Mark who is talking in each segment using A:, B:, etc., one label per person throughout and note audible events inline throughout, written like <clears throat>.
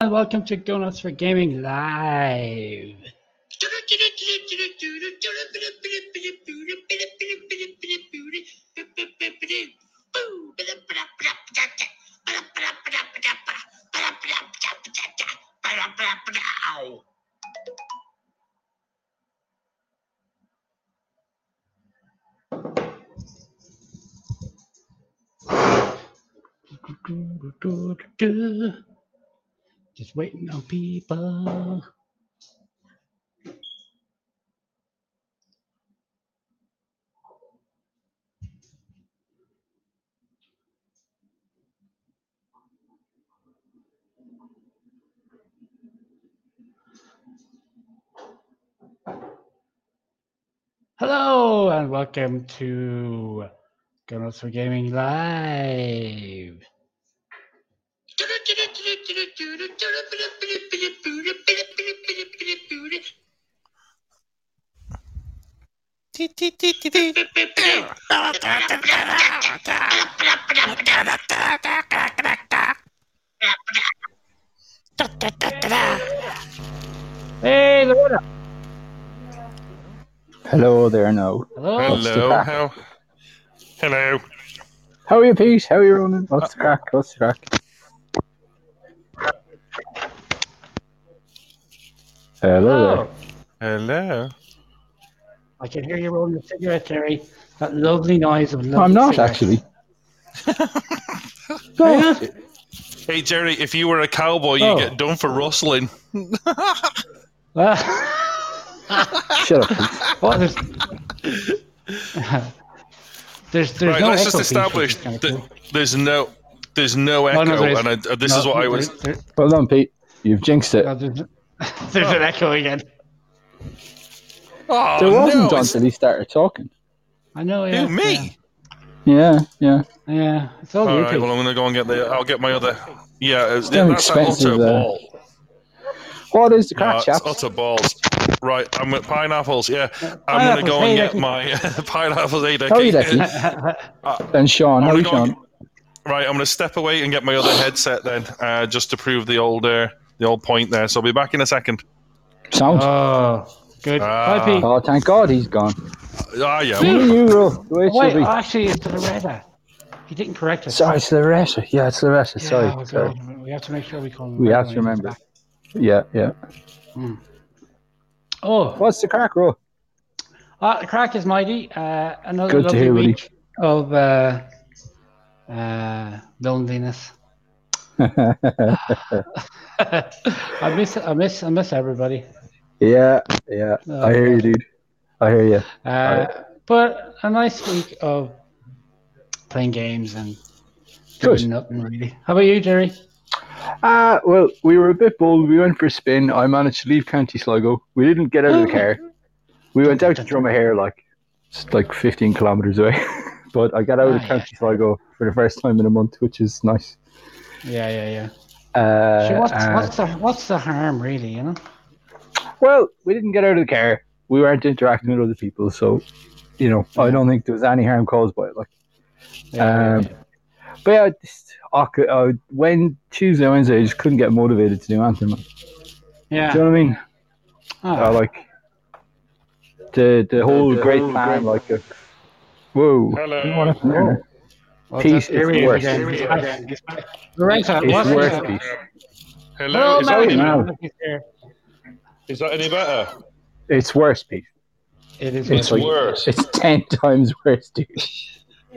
A: and welcome to Donuts for Gaming Live. Just waiting on people. Hello and welcome to Donuts for Gaming Live. Hey, Loretta.
B: Hello there now.
A: Hello.
B: What's the
C: Hello,
B: crack?
C: how? Hello.
B: How are you, Pete? How are you, Ronan? What's the crack? What's the crack? Hello there.
A: Hello.
C: Hello.
A: I can hear you rolling a cigarette, Terry. That lovely noise of
B: No,
A: lovely
B: I'm not
A: cigarette.
B: <laughs> actually.
A: Are you
B: no.
A: not?
C: Hey Jerry, if you were a cowboy, you'd
B: Oh.
C: get done for rustling.
A: <laughs> Ah.
B: Shut up, Pete.
A: oh, there's, <laughs> there's, there's
C: right,
A: no
C: let's just
A: echo feature,
C: establish
A: which is kinda
C: that
A: cool.
C: there's no, there's no echo,
A: Oh, no, there is.
C: and I, uh, this
A: No,
C: is what I
A: there-
C: was.
A: there-
B: Well done, Pete. You've jinxed it.
A: no, <laughs> there's, there's an echo again.
C: Oh
B: there wasn't
C: no! it's-
B: until he started talking.
A: I know. Yeah,
C: Who me?
A: Yeah,
B: Yeah, yeah.
A: yeah. it's all,
C: All
A: you.
C: right.
A: Pete.
C: Well, I'm gonna go and get the. I'll get my other. Yeah, uh,
B: damn
C: that's that
B: expensive,
C: Otto
B: uh,
C: ball.
B: What is the
C: No,
B: crack,
C: it's
B: chaps?
C: Otto balls. Right. I'm with pineapples. Yeah. I'm gonna
A: pineapples,
C: go and
A: hey,
C: get
A: Ducky.
C: my <laughs> pineapples. Hey,
B: How are you,
C: Ducky.
B: Ducky? <laughs> And Sean,
C: I'm
B: how are
C: gonna
B: you,
C: go and-
B: Sean?
C: Right, I'm going to step away and get my other headset then, uh, just to prove the old uh, the old point there. So I'll be back in a second.
A: <laughs>
B: Sound?
A: oh, good.
C: Ah.
A: Bye, Pete.
B: oh, thank God he's gone.
C: Ah, yeah.
B: Me
C: well,
B: and you, Ro, the way
A: Wait,
B: it
A: oh,
B: should be.
A: actually, it's Loretta. He didn't correct us.
B: Sorry, it's Loretta. Yeah, it's Loretta.
A: Yeah,
B: Sorry,
A: oh,
B: sorry.
A: God, We have to make sure we call him.
B: We
A: Loretta
B: have
A: when
B: to
A: he comes
B: remember.
A: back.
B: Yeah, yeah.
A: Oh,
B: What's the crack, Ro?
A: uh, the crack is mighty. Uh, another
B: Good to
A: lovely
B: hear, buddy.
A: week of uh, uh, loneliness. <laughs> I miss, I miss, I miss everybody.
B: <laughs> Yeah, yeah.
A: Oh,
B: I hear you,
A: God.
B: dude. I hear you.
A: Uh, but a nice week of playing games and
B: Good.
A: doing nothing really. How about you, Jerry?
B: Ah, well, we were a bit bold. We went for a spin. I managed to leave County Sligo. We didn't get out of the car. We went out to Drumahare, like it's like 15 kilometers away. <laughs> but I got out of
A: Ah,
B: County Sligo for the first time in a month, which is nice.
A: Yeah, yeah, yeah.
B: Uh,
A: Sure, what's,
B: and-
A: what's the what's the harm really? You know.
B: well, we didn't get out of the car. We weren't interacting with other people, so you know, I don't think there was any harm caused by it. Like.
A: Yeah,
B: Um, But yeah, I just, I, could, I would- when Tuesday, Wednesday, I just couldn't get motivated to do anything. man.
A: yeah.
B: Do you know what I mean?
A: Oh,
B: Uh, like the the whole great plan, like a, whoa,
C: Hello.
B: no,
A: well,
B: peace
A: that's-
B: is
A: here he
B: worse.
A: again. He's back. He's back. Loretta,
B: it's
A: what's
B: worth
A: the-
B: it.
C: Hello.
A: Hello,
C: Is
B: Mary.
A: Mary.
C: that, any,
B: now.
A: Look, he's here.
C: is that any better?
B: It's worse, Pete.
A: It is.
B: It's
A: It's
B: like
C: worse.
B: it's ten <laughs> times worse, dude.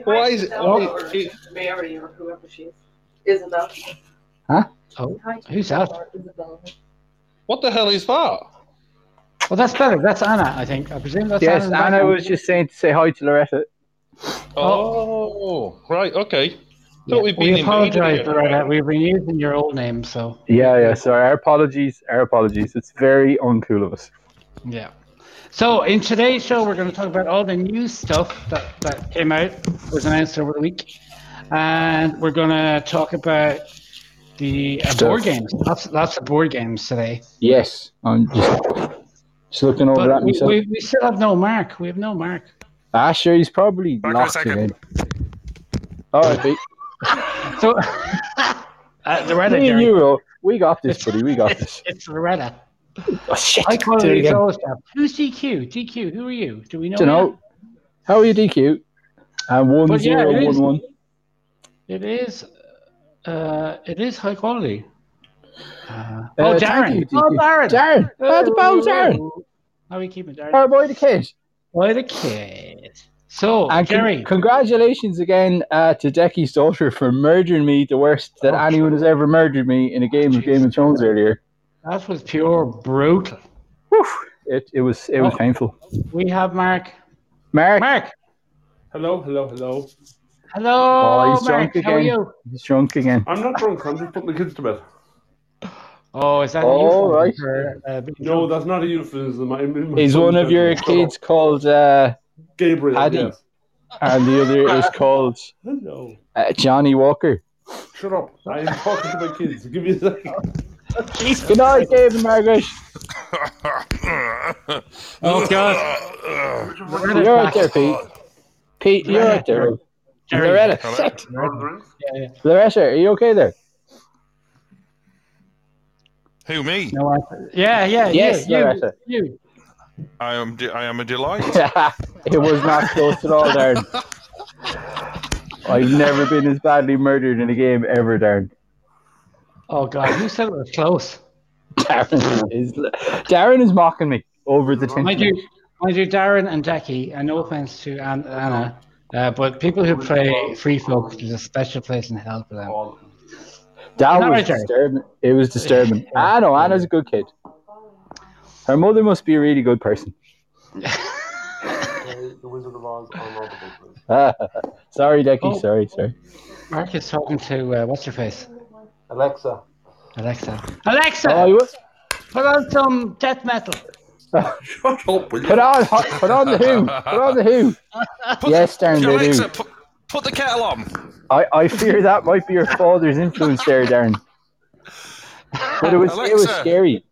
C: Why is it? Why,
D: Or
C: it
D: Mary or whoever she is. Isabel.
A: oh, who's that?
D: Isabel.
C: what the hell is that?
A: Well, that's better. That's Anna, I think. I presume that's
B: Yes,
A: Anna.
B: Anna was just saying to say hi to Loretta.
C: Oh, right. Okay.
A: Yeah.
C: Thought we'd been
A: We
C: invaded
A: apologise,
C: again.
A: Loretta. We've been using your old name, so
B: Yeah, yeah. Sorry, our apologies. Our apologies. It's very uncool of us.
A: Yeah. So in today's show, we're going to talk about all the new stuff that, that came out, was announced over the week, and we're going to talk about the uh,
B: Stuff.
A: board games. Lots, lots of board games today.
B: Yes, I'm just just looking over
A: But
B: that
A: we,
B: myself.
A: we, we still have no mark. We have no mark.
B: Ah, sure, he's probably
C: Back in a
B: locked it
C: second.
B: in. All right, Pete.
A: So <laughs> Uh, Loretta,
B: Me and
A: Jerry.
B: you, Ro, we got this,
A: It's-
B: buddy. We got
A: it's,
B: this.
A: it's Loretta.
B: <laughs> Oh, shit.
A: I call
B: Do it
A: her
B: again.
A: Zoe Steph. Who's DQ? DQ, who are you? Do we know?
B: Don't know. How are you, DQ? And one
A: But yeah,
B: zero
A: it is.
B: one one.
A: you? It is. Uh, it is high quality. Uh, oh,
B: Uh,
A: Darren.
B: thank you,
A: oh,
B: DQ.
A: Darren.
B: Darren, how's the ball, Darren? Um,
A: How are we keeping Darren?
B: Our boy, the kid.
A: Why the kid? So,
B: And con-
A: Jerry.
B: congratulations again uh, to Decky's daughter for murdering me the worst that
A: Oh,
B: anyone has ever murdered me in a game of
A: Jeez.
B: Game of Thrones earlier.
A: that was pure brutal.
B: It, it was it was
A: Oh.
B: painful.
A: We have Mark.
B: Mark,
A: Mark.
E: Hello, hello, hello.
A: Hello,
B: Oh, he's
A: Mark.
B: drunk
A: How are
B: again.
A: you?
B: he's drunk again.
E: I'm not drunk. I'm just putting the kids to bed.
A: Oh, is that
B: Oh,
A: you? for-
B: right.
A: for, uh, being
E: No,
A: drunk?
E: that's not a euphemism. I'm in my
B: Is one
E: son's
B: of your
E: bedroom. Shut
B: kids called, uh,
E: up. Gabriel?
B: Addy.
C: <laughs>
E: Yes.
B: and the other
A: <laughs>
B: is called
E: Hello.
B: uh, Johnny Walker.
E: Shut up. I'm talking to my kids. Give me a
A: <laughs>
E: second.
B: Good night, Dave and Margaret.
A: Oh, God. Loretta's
B: You're
A: back.
B: out there, Pete. Pete, you're out there.
A: Jerry.
B: Loretta,
C: Hello.
B: shit.
A: Yeah, yeah.
B: Loretta, are you okay there? <laughs>
C: Who me?
A: No, I- yeah, yeah.
B: Yes,
A: you,
B: Loretta.
A: you, you.
C: I am. De- I am
B: <laughs>
C: a delight.
B: it was not close at
A: <laughs>
B: all, Darren. I've never been as badly murdered in a game
A: <laughs>
B: ever, Darren.
A: Oh, God. You said it was close.
B: Darren is Darren is mocking me over the
A: Mind
B: tension.
A: you, mind you, Darren and Jackie, and no offense to An- Anna, uh, but people who play Free Folk is a special place in hell for them.
B: That
A: Not
B: was
A: right, Darren.
B: disturbing. It was
A: <laughs>
B: disturbing. I know Anna's a good kid. Her mother must be a really
A: <laughs>
B: good person.
F: The Wizard of Oz unlovable.
B: sorry, Decky.
A: Oh.
B: Sorry, sorry.
A: Mark is talking to, uh, what's your face?
F: Alexa,
A: Alexa. Alexa!
B: Oh, you
A: Put on some death metal.
E: Shut up, will you?
B: put on, put on the Who, put on the Who. yes, Darren, they do.
C: Alexa, put, put the kettle on.
B: I, I fear that might be your father's influence there, Darren. But it was it was
C: Alexa.
B: scary.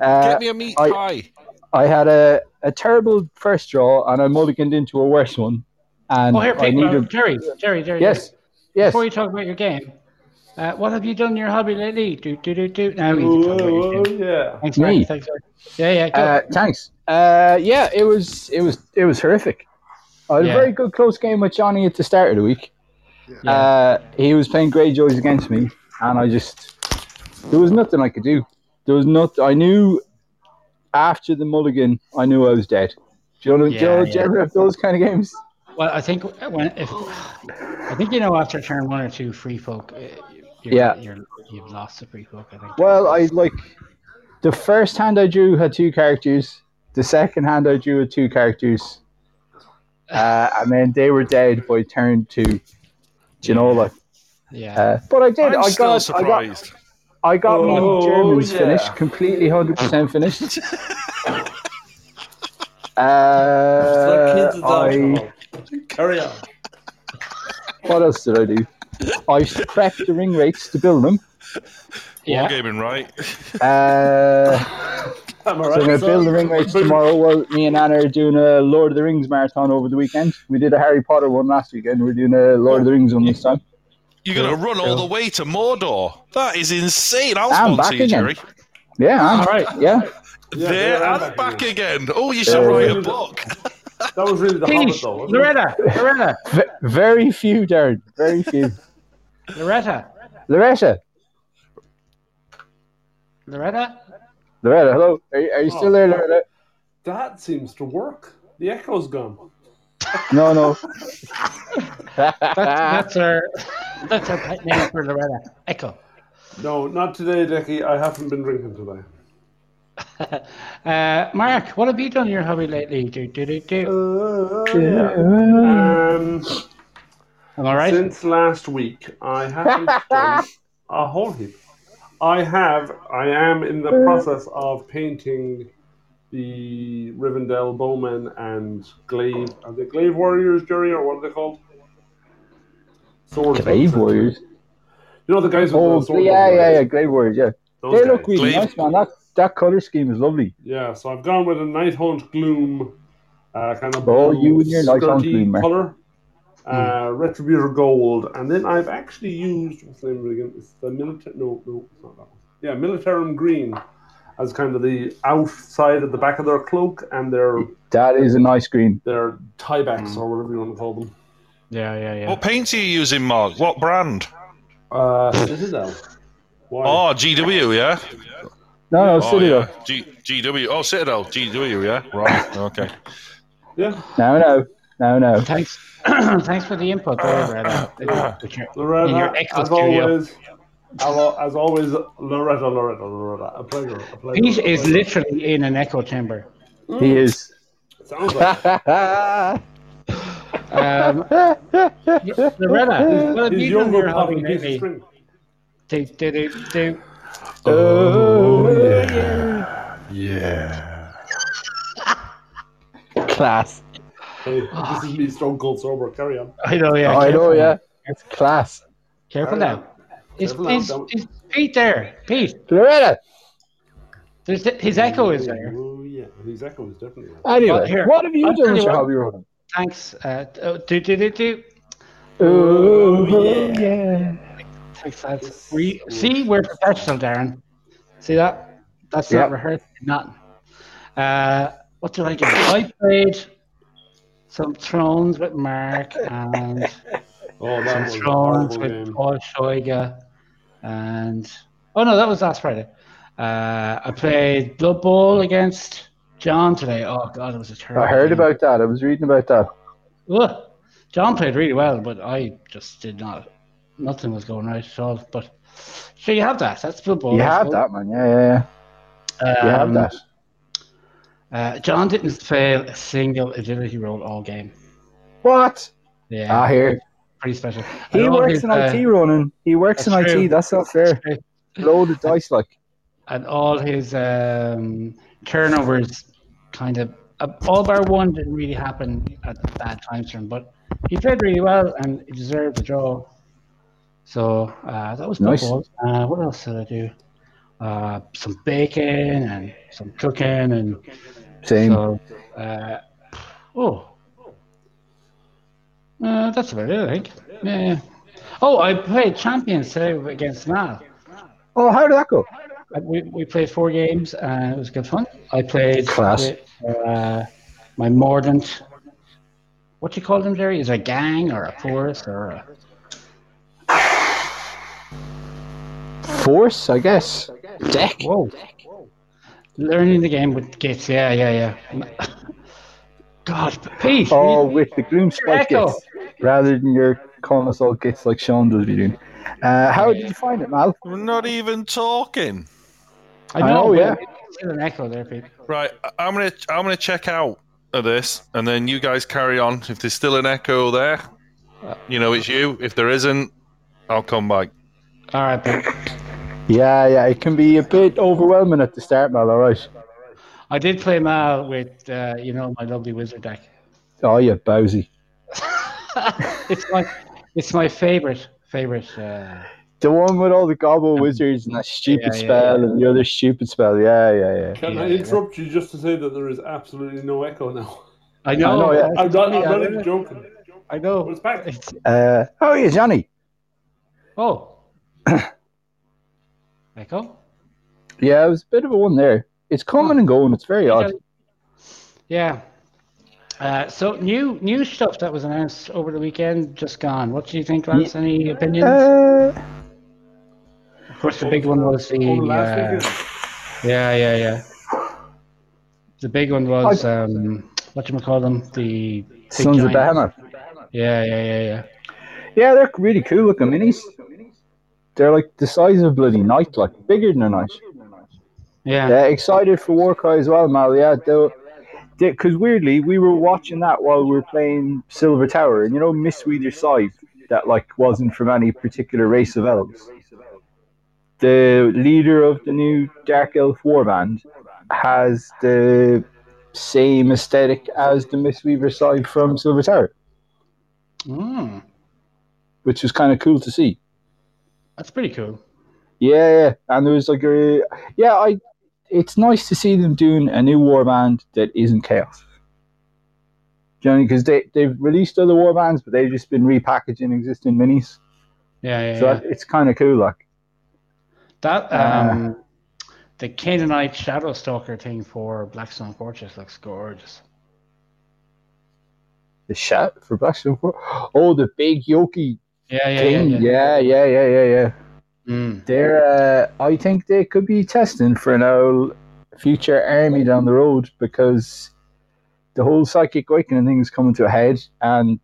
B: Uh,
C: Get me a meat
B: I-
C: pie.
B: I had a, a terrible first draw and I mulliganed into a worse one. And
A: Oh, here,
B: I
A: Pete,
B: need
A: uh,
B: a
A: Jerry, Jerry, Jerry.
B: yes, yes.
A: Before you talk about your game, uh, what have you done in your hobby lately? Do, do, do, do. Now you can talk about your
E: Oh,
A: game.
E: yeah.
A: Thanks,
B: Me?
A: Mark. Thanks, Mark. Yeah, yeah, go.
B: Uh, thanks. Uh, yeah, it was it was it was horrific. I had
A: Yeah.
B: a very good close game with Johnny at the start of the week.
A: Yeah.
B: Uh, he was playing Greyjoys against me, and I just there was nothing I could do. There was not. I knew after the mulligan, I knew I was dead. Do you know? do you
A: Yeah,
B: know-
A: yeah.
B: do you ever have those kind of games?
A: Well, I think when if I think you know after turn one or two, free folk. uh, you- You're,
B: Yeah.
A: you're, you've lost the free folk. I think.
B: Well, I like the first hand I drew had two characters. The second hand I drew had two characters, uh, and then they were dead by turn two. Do you know like?
A: yeah.
B: Uh, but I did.
C: I'm
B: I
C: still
B: got, I got.
C: surprised.
B: I got
E: Oh,
B: my Germans
E: yeah.
B: finished completely, hundred percent
C: <laughs>
B: finished. uh,
E: It's like kids
B: I,
E: I... Carry on.
B: what else did I do? I prepped the ring rates to build them.
A: yeah.
C: Gaming right.
B: Uh,
E: Am I right?
B: So I'm going to build the ring rates tomorrow. Well, me and Anna are doing a Lord of the Rings marathon over the weekend. We did a Harry Potter one last weekend. We're doing a Lord of the Rings one this time.
C: You're gonna run all the way to Mordor. That is insane. I'll
B: I'm back
C: sponsor you,
B: again.
C: Jerry.
B: Yeah,
A: All
B: I'm-
A: right.
B: yeah.
C: there
E: yeah, I'm
C: and
E: back
C: back again. Oh, you should
B: Yeah.
C: write a book.
E: That was really the hobbit,
A: Finish.
E: though. wasn't it?
A: Loretta, Loretta,
B: V- very few, Darren. Very few.
A: Loretta,
B: Loretta,
A: Loretta.
B: Loretta, hello. Are you, are you still there, Loretta?
E: That seems to work. The echo's gone.
B: No, no.
E: Ah.
A: That's, that's our that's our pet name for Loretta. Echo. <laughs>
E: No, not today, Decky. I haven't been drinking today.
A: Uh, Mark, what have you done in your hobby lately? Do, do, do, do.
E: Uh, yeah. Um,
A: Am I right?
E: Since last week, I haven't
B: <laughs>
E: done a whole heap. I have. I am in the process of painting the Rivendell Bowmen and Glaive. Are they Glaive Warriors, Jerry, or what are they called? Sword <laughs>
B: <laughs> Grave Warriors.
E: You know the guys with
B: Oh,
E: the sword.
B: yeah, yeah, yeah. Grave Warriors, yeah.
E: Those
B: They look
E: guys.
B: really
C: Glaive.
B: nice, man. That, that color scheme is lovely.
E: Yeah, so I've gone with a Night Hunt Gloom uh, kind of
B: Oh,
E: blue,
B: you and your Night Hunt
E: skirty
B: Gloom, eh? Hmm. Mark.
E: colour. uh, Retributor Gold, and then I've actually used what's the name of it again? It's the military. No, no, it's not that one. Yeah, Militarum Green as kind of the outside of the back of their cloak and their
B: That is a nice green.
E: their tiebacks
A: Hmm.
E: or whatever you want to call them.
A: Yeah, yeah, yeah.
C: What paints are you using, Mark? What brand?
A: <laughs>
E: Uh, Citadel. Why?
C: Oh, GW, yeah?
B: No, no,
C: Oh,
B: Citadel.
C: yeah. G- GW. Oh, Citadel. GW, yeah? Right, okay.
E: Yeah,
B: No, no, no, no.
A: Thanks, <clears throat> thanks for the input. There, Brad. But you're-
E: Loretta.
A: In your Excel
E: as
A: studio.
E: always, as al- as always, Loretta, Loretta, Loretta. A pleasure. A pleasure.
A: Pete is
E: lit.
A: literally in an echo chamber.
B: He is. <laughs>
E: Sounds like it.
A: Um,
B: <laughs>
A: Loretta, what have
E: He's
A: you done
E: younger
A: your
E: than
A: hobby
E: a piece of
A: lately?
E: string.
A: Do, do, do, do.
B: oh, yeah. Class.
E: Hey, this is me stone cold sober. Carry on.
A: I know, yeah.
B: Oh, I know,
A: careful
B: yeah.
A: now,
B: It's class.
A: Careful now. Is,
E: Careful now,
A: is,
E: don't-
A: is Pete there? Pete,
B: Loretta.
A: there's, his echo is there.
E: Oh yeah, his echo is definitely. there.
B: Anyway,
A: Well, here,
B: what have you
A: I'll tell
B: done with
A: you
B: your
A: what.
B: hobby running?
A: Thanks. Uh, oh, do, do, do, do.
B: Oh, yeah.
A: Thanks, lads. We, see, we're professional, Darren. See that? That's
B: Yeah.
A: not rehearsed. Nothing. Uh, what did I do? I played some Thrones with Mark and
E: Oh, that
A: some
E: was a horrible
A: Thrones with
E: game.
A: Paul Schweiger. And oh no, that was last Friday. Uh, I played Blood Bowl against John today. Oh god, it was a terrible.
B: I heard
A: game.
B: about that. I was reading about that.
A: Ugh. John played really well, but I just did not. Nothing was going right at all. But sure, you have that. That's Um, football.
B: You have that, man. Yeah, yeah, yeah. You have that.
A: Uh, John didn't fail a single agility roll all game.
B: Ah, What?
A: Yeah,
B: Ah, here.
A: pretty special.
B: He
A: And all
B: works
A: his,
B: in
A: uh,
B: IT running. He works in
A: that's true.
B: IT. That's not fair. Load the dice like.
A: and all his um, turnovers kind of uh, all bar one didn't really happen at bad times for him, but he played really well and he deserved the draw. So uh, that was
B: Nice.
A: football. Uh, what else did I do? Uh, some baking and some cooking and
B: Same.
A: so. Uh, oh, uh, that's about it, I think. Yeah. yeah. Oh, I played champions today against Mal.
B: Oh, how did that go?
A: Uh, We, we played four games and it was good fun. I played
B: Class.
A: with uh, my Mordant. What do you call them, Jerry? Is it a gang or a force or a.
B: Force, I guess. Deck.
A: Whoa. Learning the game with gits. Yeah, yeah, yeah. God, Pete.
B: Oh,
A: you-
B: with the gloom spike
A: Echo.
B: gets rather than your calling us all gets like Sean will be doing. Uh, how did you find it, Mal?
C: We're not even talking.
A: I
B: I
A: know,
B: know, oh, yeah.
A: but it's Still an echo there, Pete.
C: Right, I- I'm gonna I'm gonna check out of this, and then you guys carry on. If there's still an echo there, you know it's you. If there isn't, I'll come back.
A: All right, Pete.
B: Yeah, yeah, it can be a bit overwhelming at the start, Mal. All right.
A: I did play Mal with, uh, you know, my lovely wizard deck.
B: <laughs> Oh, yeah, Bowsy.
A: it's my, it's my favorite, favorite. Uh,
B: The one with all the gobble wizards and that stupid
A: Yeah, yeah,
B: spell and the other stupid spell. Yeah, yeah, yeah.
E: Can
A: Yeah,
E: I
A: yeah.
E: interrupt you just to say that there is absolutely no echo now? <laughs>
A: I know.
B: know, yeah.
E: I'm not, I'm
A: yeah,
E: not even joking.
A: I know.
E: But it's back.
A: It's-
B: Uh, how are you, Johnny?
A: <coughs> oh. Echo?
B: Yeah, it was a bit of a one there. It's coming and going. It's very odd.
A: Yeah. Uh, so new new stuff that was announced over the weekend just gone. What do you think, Lance? Any opinions?
B: Uh,
A: of course, the big one was the
E: Oh, last
A: uh,
E: weekend.
A: yeah yeah yeah. The big one was um, what do you call them? The big
B: Sons of
A: giant.
B: Bahamut.
A: Yeah yeah yeah yeah.
B: Yeah, they're really cool looking minis. They're like the size of bloody knight, like bigger than a knight.
A: Yeah.
B: Yeah, excited for Warcry as well, Mal. Yeah, because weirdly we were watching that while we were playing Silver Tower, and you know Miss Weeder Scythe that like wasn't from any particular race of elves. The leader of the new Dark Elf Warband has the same aesthetic as the Miss Weaver Scythe from Silver Tower,
A: Mm,
B: which was kind of cool to see.
A: that's pretty cool.
B: Yeah, yeah. and there was like a yeah. I it's nice to see them doing a new warband that isn't chaos. Do you know, because they they've released other war bands, but they've just been repackaging existing minis.
A: Yeah, yeah.
B: So
A: yeah.
B: that, it's kind of cool. Like,
A: That
B: Ah.
A: um, the Canaanite Shadow Stalker thing for Blackstone Fortress looks gorgeous.
B: the shout for Blackstone. Fort- Oh, the big Yoki
A: Yeah, yeah, yeah,
B: thing.
A: yeah.
B: Yeah, yeah, yeah, yeah, yeah.
A: Mm.
B: They're. Uh, I think they could be testing for an old future army down the road because the whole psychic awakening thing is coming to a head, and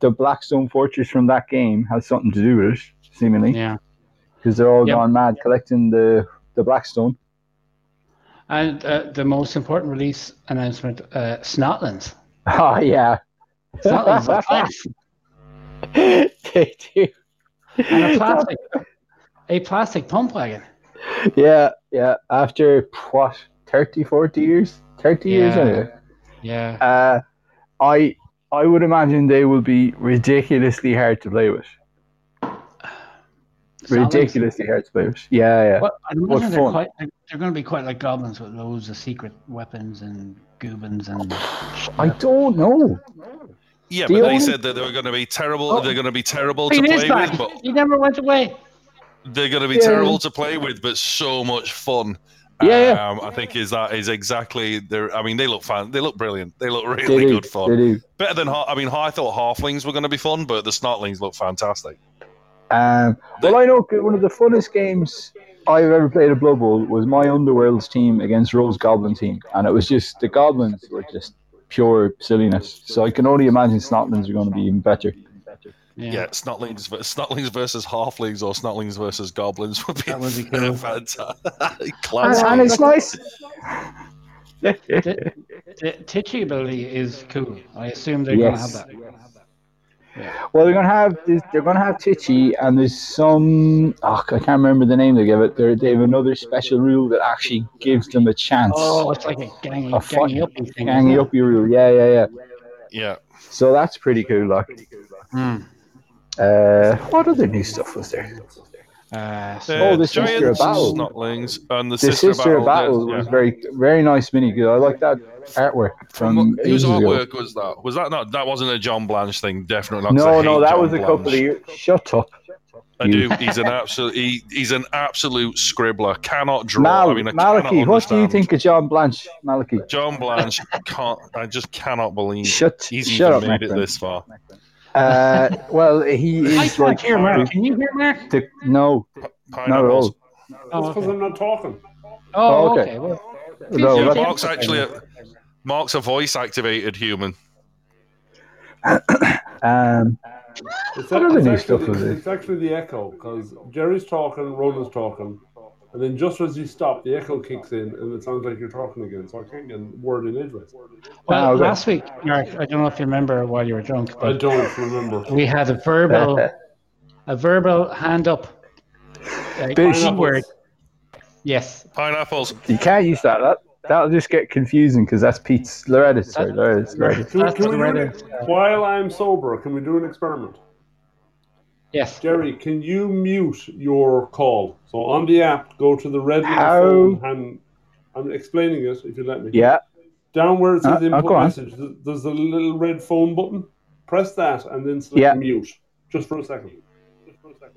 B: the Blackstone Fortress from that game has something to do with it, seemingly.
A: yeah.
B: because they're all
A: Yeah.
B: gone mad collecting the the blackstone. <laughs>
A: And uh, the most important release announcement: uh, Snotlands.
B: Oh yeah, <laughs>
A: Snotlands <laughs> is a class.
B: they do.
A: and a plastic, a plastic pump wagon.
B: Yeah, yeah. After what 30, 40 years, thirty years.
A: Yeah.
B: Anyway,
A: Yeah,
B: uh, I I would imagine they will be ridiculously hard to play with.
A: Snotlands.
B: Ridiculously hard to play with. Yeah, yeah.
A: But I imagine
B: What
A: they're
B: fun.
A: quite. They're, they're going to be quite like goblins with loads of secret weapons and goobins and.
B: I don't know.
C: Yeah,
B: The
C: but
B: only-
C: they said that they were going to be terrible.
A: Oh.
C: They're going to be terrible
A: He
C: to
A: is
C: play
A: back.
C: with, but
A: He never went away.
C: they're going to be
B: Yeah.
C: terrible to play with, but so much fun.
B: Yeah, yeah.
C: um, I think is that is exactly their. I mean, they look fun. They look brilliant. They look
B: They
C: really
B: do.
C: good fun.
B: They do.
C: Better than Har- I mean, I thought halflings were going to be fun, but the snartlings look fantastic.
B: Um, well, I know 'cause one of the funnest games I've ever played at Blood Bowl was my Underworld's team against Rose Goblin team, and it was just the goblins were just pure silliness. So I can only imagine Snotlands are going to be even better.
C: Yeah, snotlings, ver- snotlings versus halflings or snotlings versus goblins would be,
A: That would be
C: <laughs> a
A: cool.
C: fantastic
B: And,
C: class.
B: and it's nice.
A: the, the Titchy ability is cool. I assume they're
B: Yes.
A: going to have that.
B: Well, they're going to have this, they're going to have Titchy, and there's some oh, I can't remember the name they give it. They're, they have another special rule that actually gives them a chance.
A: Oh, it's like a gang,
B: A fun-
A: gangy up thing.
B: Hanging up your rule, yeah, yeah, yeah.
C: Yeah,
B: So that's pretty cool. Like,
A: Mm.
B: uh, what other new stuff was there?
A: Uh, so,
B: Oh,
C: Uh,
B: the Sister
C: giant
B: Battle.
C: snotlings and the,
B: The Sister,
C: Battle,
B: Battle,
C: yeah.
B: was very, very nice mini. good. I like that artwork from
C: From what-
B: ages
C: whose
B: ago.
C: artwork was that? Was that not? That wasn't a John Blanche thing, definitely not. 'cause I
B: No,
C: hate
B: no, that
C: John
B: was a couple of
C: Blanche.
B: years. Shut up.
C: I do. He's an absolute. He, he's an absolute scribbler. Cannot draw.
B: Mal-
C: I mean, I
B: Malachi,
C: cannot
B: what do you
C: understand.
B: think of John Blanche, Malachi?
C: John Blanche can't. I just cannot believe
B: Shut,
C: he's
B: shut
C: even
B: up, my
C: made it
B: friend.
C: this far.
B: Uh,
A: <laughs>
B: well, he
A: I
B: is
A: can't
B: like
A: hear Mark. Can you hear Mark?
B: the, no, not at
C: Pineapples.
B: all.
A: Oh,
E: because
A: okay.
E: I'm not talking.
A: Oh,
B: okay.
A: okay. Well,
B: No,
C: Yeah,
B: that's-
C: Mark's actually. A, Mark's a voice-activated human.
B: Um,
E: It's,
B: What other
E: it's
B: new
E: actually,
B: stuff is
E: the-
B: it?
E: it's actually the echo because Jerry's talking, Ronan's talking, and then just as you stop, the echo kicks in, and it sounds like you're talking again. So I can't get a word in edgeways.
A: well
B: Ah, okay.
A: last week, Mark, I don't know if you remember while you were drunk,
E: I
A: but
E: don't remember.
A: we had a
B: <laughs>
A: verbal, a verbal hand up. Uh,
B: Bitch.
A: keyword. Yes.
C: Pineapples.
B: you can't use that. that that'll just get confusing because that's Pete's Loretta's. Sorry, Loretta's. Loretta's.
E: Can we-
A: That's
E: can we-
A: Loretta.
E: While I'm sober, can we do an experiment?
A: Yes.
E: Jerry, can you mute your call? So on the app, go to the red little
B: How?
E: phone and I'm explaining it if you let me.
B: Yeah,
E: Down where it
B: Uh,
E: says
B: uh,
E: input
B: go on.
E: message, th- there's a little red phone button. Press that and then select
B: Yeah.
E: mute. Just for a second. Just for a second.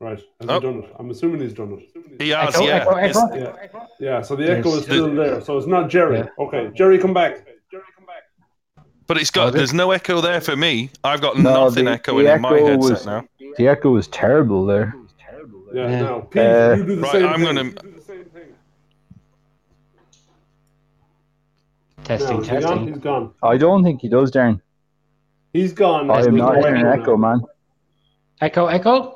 E: Right. Has
C: Oh.
E: he done it? I'm assuming he's done it.
C: He has.
A: Echo,
C: yeah.
A: echo, echo.
C: It's-
E: Yeah. Yeah, so the
A: Yes.
E: echo is
C: The-
E: still there. So it's not Jerry.
A: Yeah.
E: Okay, Jerry, come back. Jerry, come back.
C: but it's got.
B: Okay.
C: There's no echo there for me. I've got
B: Oh, No,
C: nothing
B: the-
C: echoing
B: the
C: in my
B: echo
C: headset
B: was-
C: now.
B: the echo was terrible there.
E: Yeah,
A: Yeah.
E: now, Pete,
B: Uh,
E: you do the
C: Right,
E: same
C: I'm
E: thing.
C: gonna-
E: You do the same thing.
A: Testing,
E: No, is he
A: testing.
E: Gone? He's gone.
B: I don't think he does, Darren.
E: He's gone.
B: Oh, I
A: That's
B: am
A: me
B: not
A: going
B: hearing an
E: now.
B: echo, man.
A: Echo, echo.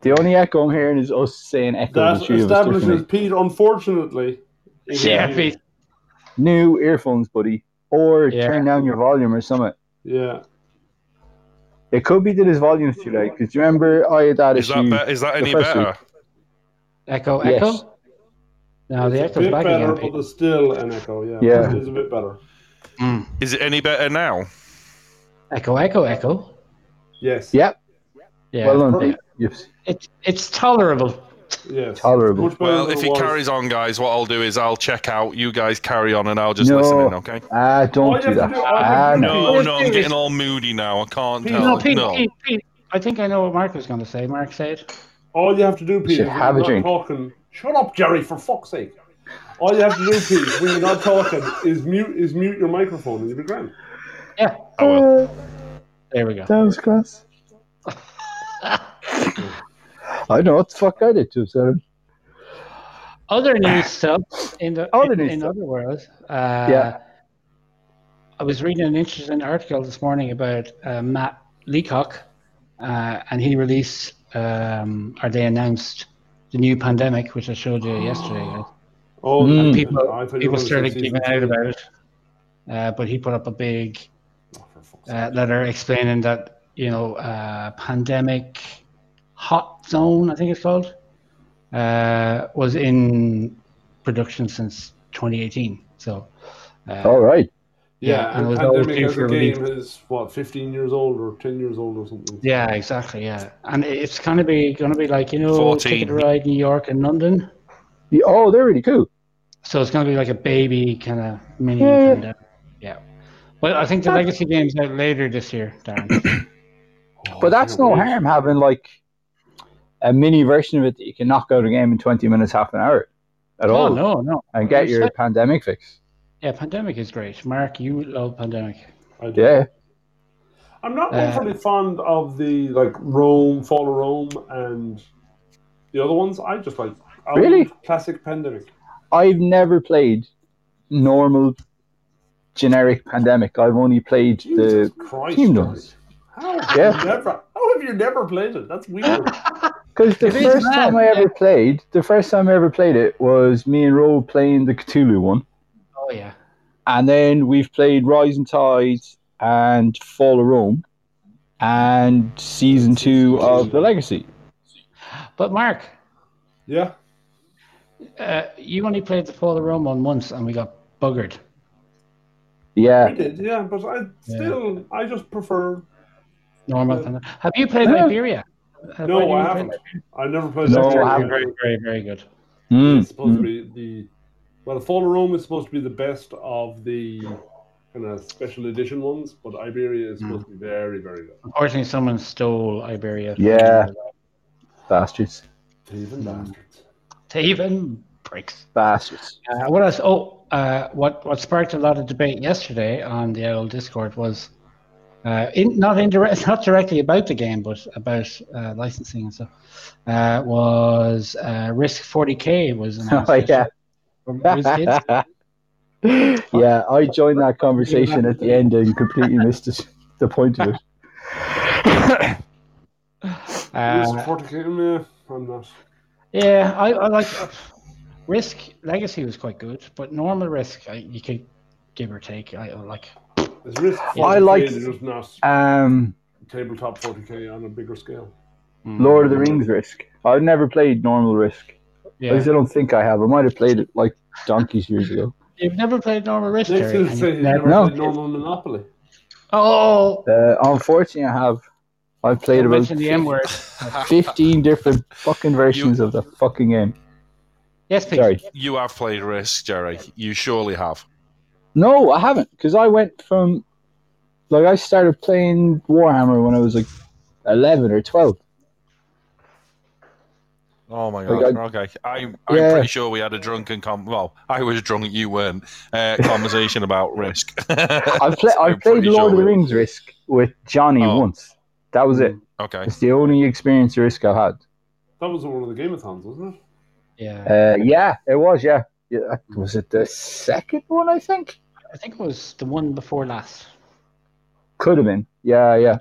B: The only echo I'm hearing is us saying echo. the
E: That
B: three of us
E: establishes
B: differently.
E: Pete, unfortunately. is
A: Yeah,
E: gone.
A: Pete.
B: New earphones, buddy, or
A: Yeah.
B: turn down your volume or something.
E: Yeah.
B: It could be that his volume's too loud. Because remember, I had that
C: Is that,
B: issue.
C: be- is that
B: the
C: any
B: first
C: better?
A: Echo,
B: Yes.
A: echo. Now the
E: It's a
A: echo's
E: bit
A: back
E: better,
A: again. Pete.
E: but there's still an echo. Yeah.
B: Yeah.
E: It is a bit better.
A: Mm.
C: Is it any better now?
A: Echo, echo, echo.
E: Yes.
B: Yep.
A: Yeah.
B: Well done,
E: Perfect.
B: Dave. Yes.
A: It's it's tolerable.
E: Yes.
B: Tolerable.
E: Much better
C: Well,
E: than
C: if
E: it
C: he
E: was.
C: carries on, guys, what I'll do is I'll check out. You guys carry on, and I'll just
B: No.
C: listen in. Okay?
B: Ah,
E: All
B: don't
E: you
B: do
E: have
B: that.
E: to do- all you have
B: Ah,
E: to do
B: no.
C: No, no, I'm
A: serious.
C: getting all moody now. I can't
E: Pete,
C: tell.
A: No, Pete,
C: no.
A: Pete, Pete, I think I know what Mark was going to say. Mark, say it.
E: All you have to do, Pete,
B: Should
E: is
B: have
E: when
B: a
E: you're
B: drink.
E: not talking. Shut up, Jerry, for fuck's sake. All you have to do, Pete, when you're not talking, is mute is mute your microphone and you'll be grand.
A: Yeah,
C: I will.
A: there
B: <laughs>
A: we go.
B: That was class. I know what the fuck I did too, so
A: Other news stuff in the
B: Other
A: in,
B: news
A: in
B: stuff.
A: other worlds. Uh,
B: Yeah.
A: I was reading an interesting article this morning about uh, Matt Leacock, uh, and he released um, or they announced the new pandemic, which I showed you yesterday. <gasps> right?
E: Oh,
B: Mm.
E: I
A: People-
E: thought you were
A: People
E: gonna say
A: started
E: season
A: giving
E: three.
A: out about it, uh, but he put up a big
E: Oh, for fuck's sake.
A: uh, letter explaining that you know uh, pandemic hot zone I think it's called uh, was in production since 2018. So uh,
B: all right.
A: yeah,
E: yeah,
A: and it
E: and
A: was always
E: pandemic
A: due
E: as
A: for
E: a
A: release.
E: game is what, fifteen years old or ten years old or something.
A: yeah, exactly, yeah, and it's kind of be going to be like you know
C: 14.
A: Ticket to Ride New York and London.
B: Yeah, oh, they're really cool.
A: So it's going to be like a baby kind of mini.
B: Yeah.
A: pandemic. Yeah. Well, I think the legacy game's out later this year, Darren.
E: Oh,
B: But that's no
E: wait.
B: harm having like a mini version of it that you can knock out a game in 20 minutes, half an hour at
A: oh
B: all,
A: no, no.
B: and get your pandemic fix.
A: Yeah, pandemic is great. Mark, you love pandemic.
E: I do.
B: Yeah.
E: I'm not
A: Uh,
B: Um,
E: overly fond of the like Rome, Fall of Rome, and the other ones. I just like I
B: Really?
E: like classic pandemic.
B: I've never played normal generic pandemic. I've only played
E: Jesus
B: the
E: Christ!
B: team
E: Jerry.
B: does.
E: How have
B: Yeah.
E: you never? How have you never played it? That's weird.
B: because the
A: It is
B: first
A: mad,
B: time I
A: yeah.
B: ever played, the first time I ever played it was me and Roe playing the Cthulhu one,
A: Oh yeah.
B: and then we've played Rising Tides and Fall of Rome, and season two of the Legacy.
A: But Mark,
E: yeah.
A: uh, you only played the Fall of Rome one once, and we got buggered.
E: I
B: Yeah,
E: did, yeah, but I still, I just prefer.
A: Normal.
E: Yeah.
A: Pandemic. Have you played
B: Yeah.
A: Iberia? Have
E: No,
A: either of you
E: I
A: played
E: haven't.
A: Iberia?
E: I never played.
B: No,
E: that
B: I
E: game.
B: haven't.
A: Very, very, very good.
B: Mm,
E: It's supposed
B: mm.
E: to be the well, the Fall of Rome is supposed to be the best of the kind of special edition ones, but Iberia is supposed to be very, very good.
A: Unfortunately, someone stole Iberia. from-
B: Yeah. bastards,
E: Even
B: Mm.
E: bastards.
A: Taven pricks.
B: bastards.
A: Uh, what else? Oh, uh, what what sparked a lot of debate yesterday on the old Discord was uh, in, not indirect, <laughs> not directly about the game, but about uh, licensing and stuff. Uh, was uh, Risk 40k
B: <laughs>
A: was announced
B: <laughs> Oh
A: yesterday
B: yeah,
A: from Risk Kids.
B: yeah. <laughs> I joined that conversation at the end and completely missed it, the point of it.
A: Uh,
E: Yes, 40K, eh, I'm not.
A: Yeah, I, I like uh, Risk Legacy was quite good, but normal Risk I, you could give or take. I, I like
E: It's risk.
B: Yeah, I
E: 40K,
B: liked-
E: they're just not
B: Um,
E: tabletop 40k on a bigger scale.
B: Lord of the Rings Risk. I've never played normal Risk. At
A: Yeah,
B: least I don't think I have. I might have played it like donkeys years ago.
A: you've never played normal Risk.
E: Next
A: Jerry,
E: is
A: and
E: say
A: you've
E: you
A: never-
E: never
B: No.
E: played normal Monopoly.
A: Oh,
B: Uh, unfortunately, I have. I've played
A: don't
B: about
A: mention the M word.
B: 15 different fucking versions of the fucking game.
A: Yes, please.
B: Sorry.
C: You have played Risk, Jerry. You surely have.
B: No, I haven't, because I went from like I started playing Warhammer when I was like eleven or twelve.
C: Oh my
B: Like,
C: god. okay. I, I'm
B: Yeah.
C: pretty sure we had a drunken com. Well, I was drunk. You weren't. Uh,
B: <laughs>
C: conversation about Risk. <laughs>
B: I've played I played
C: I'm pretty
B: Lord of
C: sure
B: the
C: we-
B: Rings Risk with Johnny
C: Oh. Mm.
B: once. That was it.
C: okay.
B: It's the only experience Risk I had.
E: That was one of the Gameathons, wasn't it?
A: Yeah,
B: Uh, yeah, it was. Yeah, yeah. that- Was it the second one? I think
A: I think it was the one before last.
B: could have been. Yeah, yeah.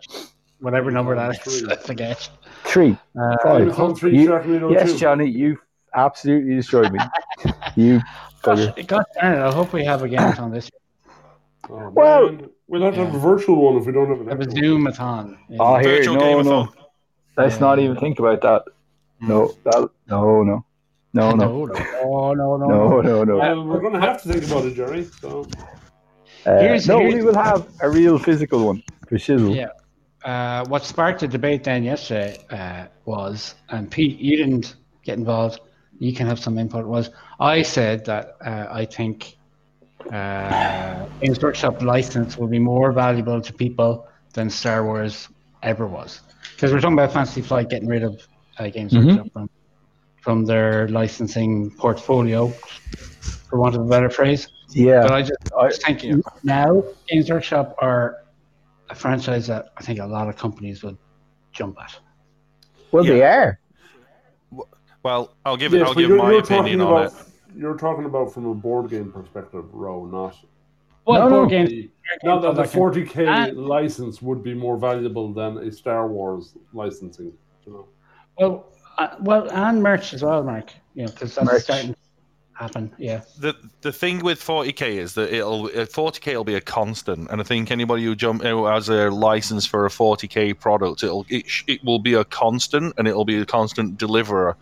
A: Whatever number that is,
E: Three.
A: Oh, <laughs> I forget.
B: Three.
A: Uh,
B: Five.
E: Gameathon 3
B: You-
E: Sharknado
B: Yes,
E: 2.
B: Johnny, you absolutely destroyed me.
C: <laughs>
B: you.
A: gosh,
B: bugger.
A: gosh darn it! I hope we have a game on this.
E: Oh,
B: Well-
E: man. we'll have to have a virtual one if we don't have an
A: Have a
E: actual
A: Zoomathon. Yeah.
B: Oh, here,
C: Virtual
B: no,
C: game
B: no. Let's not even think about that. No, that, no, no, no, no,
A: no, no, <laughs> Oh, no, no. no.
B: no, no, no.
E: Well, Uh, we're going to have to think about it, Jerry. So
B: Uh,
A: Here's-
B: no,
A: here's-
B: we will have a real physical one for Shizzle.
A: Yeah. Uh, what sparked the debate then yesterday uh, was, and Pete, you didn't get involved. You can have some input. Was I said that uh, I think uh, Games Workshop license will be more valuable to people than Star Wars ever was because we're talking about Fantasy Flight getting rid of uh, Games
B: Mhm.
A: Workshop from, from their licensing portfolio, for want of a better phrase. But
B: Yeah,
A: I just
B: I,
A: Thank you. Now, Games Workshop are a franchise that I think a lot of companies would jump at.
B: well, they are.
C: Well, I'll give
E: Yes,
C: I'll
E: but
C: give
E: you're-
C: my
E: you're
C: opinion
E: talking
C: on it.
E: about- You're talking about from a board game perspective, Ro, not
A: Well,
B: No,
A: board
B: no.
A: games.
E: the, not that the
A: Like,
E: 40k
A: Ah.
E: license would be more valuable than a Star Wars licensing. You know?
A: Well, uh, well, and merch as well, Mark. You know, because that's
B: Merch.
A: starting to happen. Yeah.
C: the the thing with 40k is that it'll 40k will be a constant, and I think anybody who jump who has a license for a 40k product, it'll it, sh- it will be a constant, and it'll be a constant deliverer.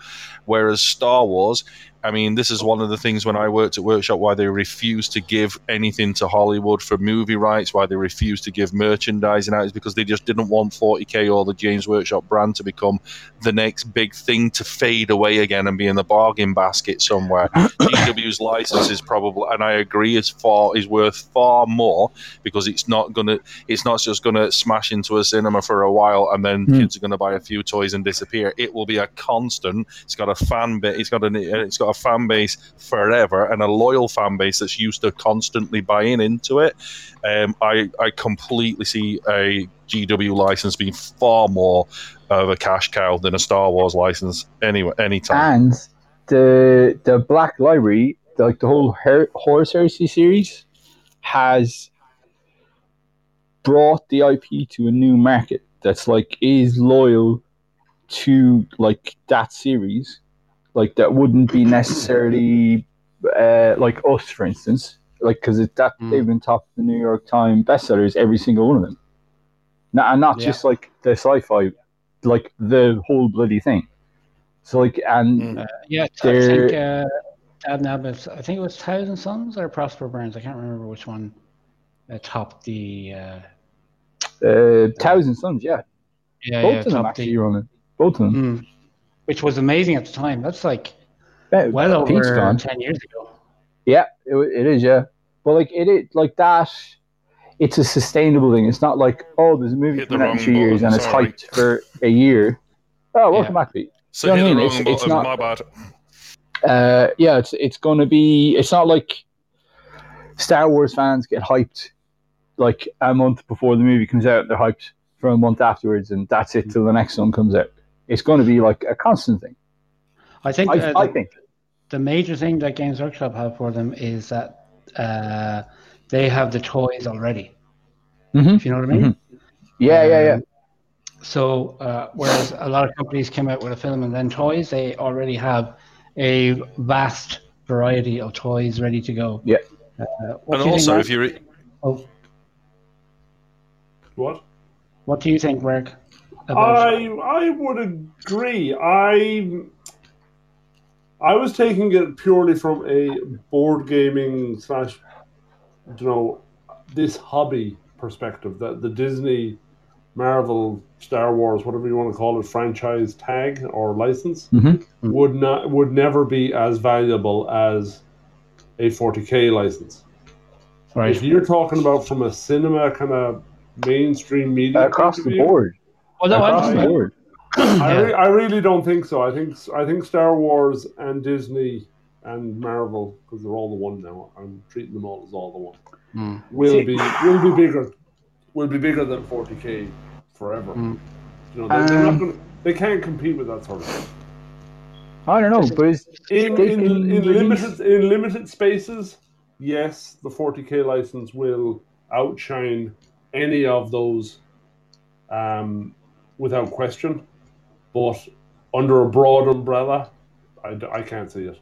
C: Whereas Star Wars, I mean, this is one of the things when I worked at Workshop why they refused to give anything to Hollywood for movie rights, why they refused to give merchandising out, is because they just didn't want 40k or the James Workshop brand to become the next big thing to fade away again and be in the bargain basket somewhere. GW's license is probably, and I agree, is far is worth far more because it's not gonna, it's not just gonna smash into a cinema for a while and then
B: Hmm.
C: kids are gonna buy a few toys and disappear. It will be a constant. It's got a fan base. It's got an, it's got a fan base forever and a loyal fan base that's used to constantly buying into it. Um, I I completely see a GW license being far more of a cash cow than a Star Wars license anyway anytime.
B: And the the Black Library, like the whole Her- Horse Heresy series, has brought the IP to a new market that's like is loyal to like that series, like that wouldn't be necessarily uh, like us, for instance, like because that
A: Mm.
B: they've been top of the New York Times bestsellers every single one of them, no, and not
A: Yeah.
B: just like the sci-fi, like the whole bloody thing. So like and.
C: Mm.
A: Yeah. I
B: They're-
A: think uh, Dad Nabbit's, I think it was Thousand Suns or Prosper Burns. I can't remember which one uh, topped the. Uh,
B: Uh, Thousand Suns, yeah.
A: yeah,
B: Both
A: yeah,
B: of them
A: topped
B: actually
A: the.
B: running. Both of them.
A: Mm, which was amazing at the time. That's like
B: Yeah,
A: well over
B: Pete's gone.
A: 10 years ago.
B: Yeah, it, it is, yeah. But like it, it like that it's a sustainable thing. It's not like, oh, there's a movie
C: Hit the
B: coming out in
C: wrong
B: two years
C: button,
B: and it's
C: sorry.
B: hyped for a year. Oh, welcome back, Pete.
C: So
B: You know
C: hit
B: what I
C: the
B: mean?
C: wrong
B: It's-
C: button.
B: it's not-
C: my bad.
B: uh, yeah, it's it's gonna be. It's not like Star Wars fans get hyped like a month before the movie comes out. They're hyped for a month afterwards, and that's it till the next one comes out. It's going to be like a constant thing.
A: I think.
B: I,
A: uh,
B: I
A: the-
B: think.
A: the major thing that Games Workshop have for them is that uh, they have the toys already.
B: Mhm.
A: If you know what I mean.
B: Yeah, yeah, yeah.
A: Um, So uh, whereas a lot of companies came out with a film and then toys, they already have a vast variety of toys ready to go.
B: Yeah.
A: Uh, what
C: And
A: do you
C: also,
A: think,
C: if you re-
A: Mark? Oh,
E: What?
A: what do you think, Mark? about-
E: I I would agree. I I was taking it purely from a board gaming slash, you know, this hobby perspective that the Disney, Marvel, Star Wars, whatever you want to call it, franchise tag or license
B: Mhm.
A: Mm.
E: would not would never be as valuable as a 40k license. If
A: right.
E: you're talking about from a cinema kind of mainstream media point
B: across
E: of
B: the
E: view,
B: board.
A: Well, Oh, no,
B: across
A: I'm-
B: the board.
E: I,
A: yeah.
E: re- I really don't think so. I think I think Star Wars and Disney and Marvel, because they're all the one now. I'm treating them all as all the one.
A: Mm.
E: Will
B: See-
E: be will be bigger, will be bigger than 40k forever.
A: Mm.
E: You know, they're, they're
B: Um,
E: not gonna, they can't compete with that sort of thing.
B: I don't know, but it's,
E: In,
B: They can
E: in, in
B: release-
E: limited in limited spaces, yes, the 40k license will outshine any of those, um, without question. But under a broad umbrella, I, d- I can't see it.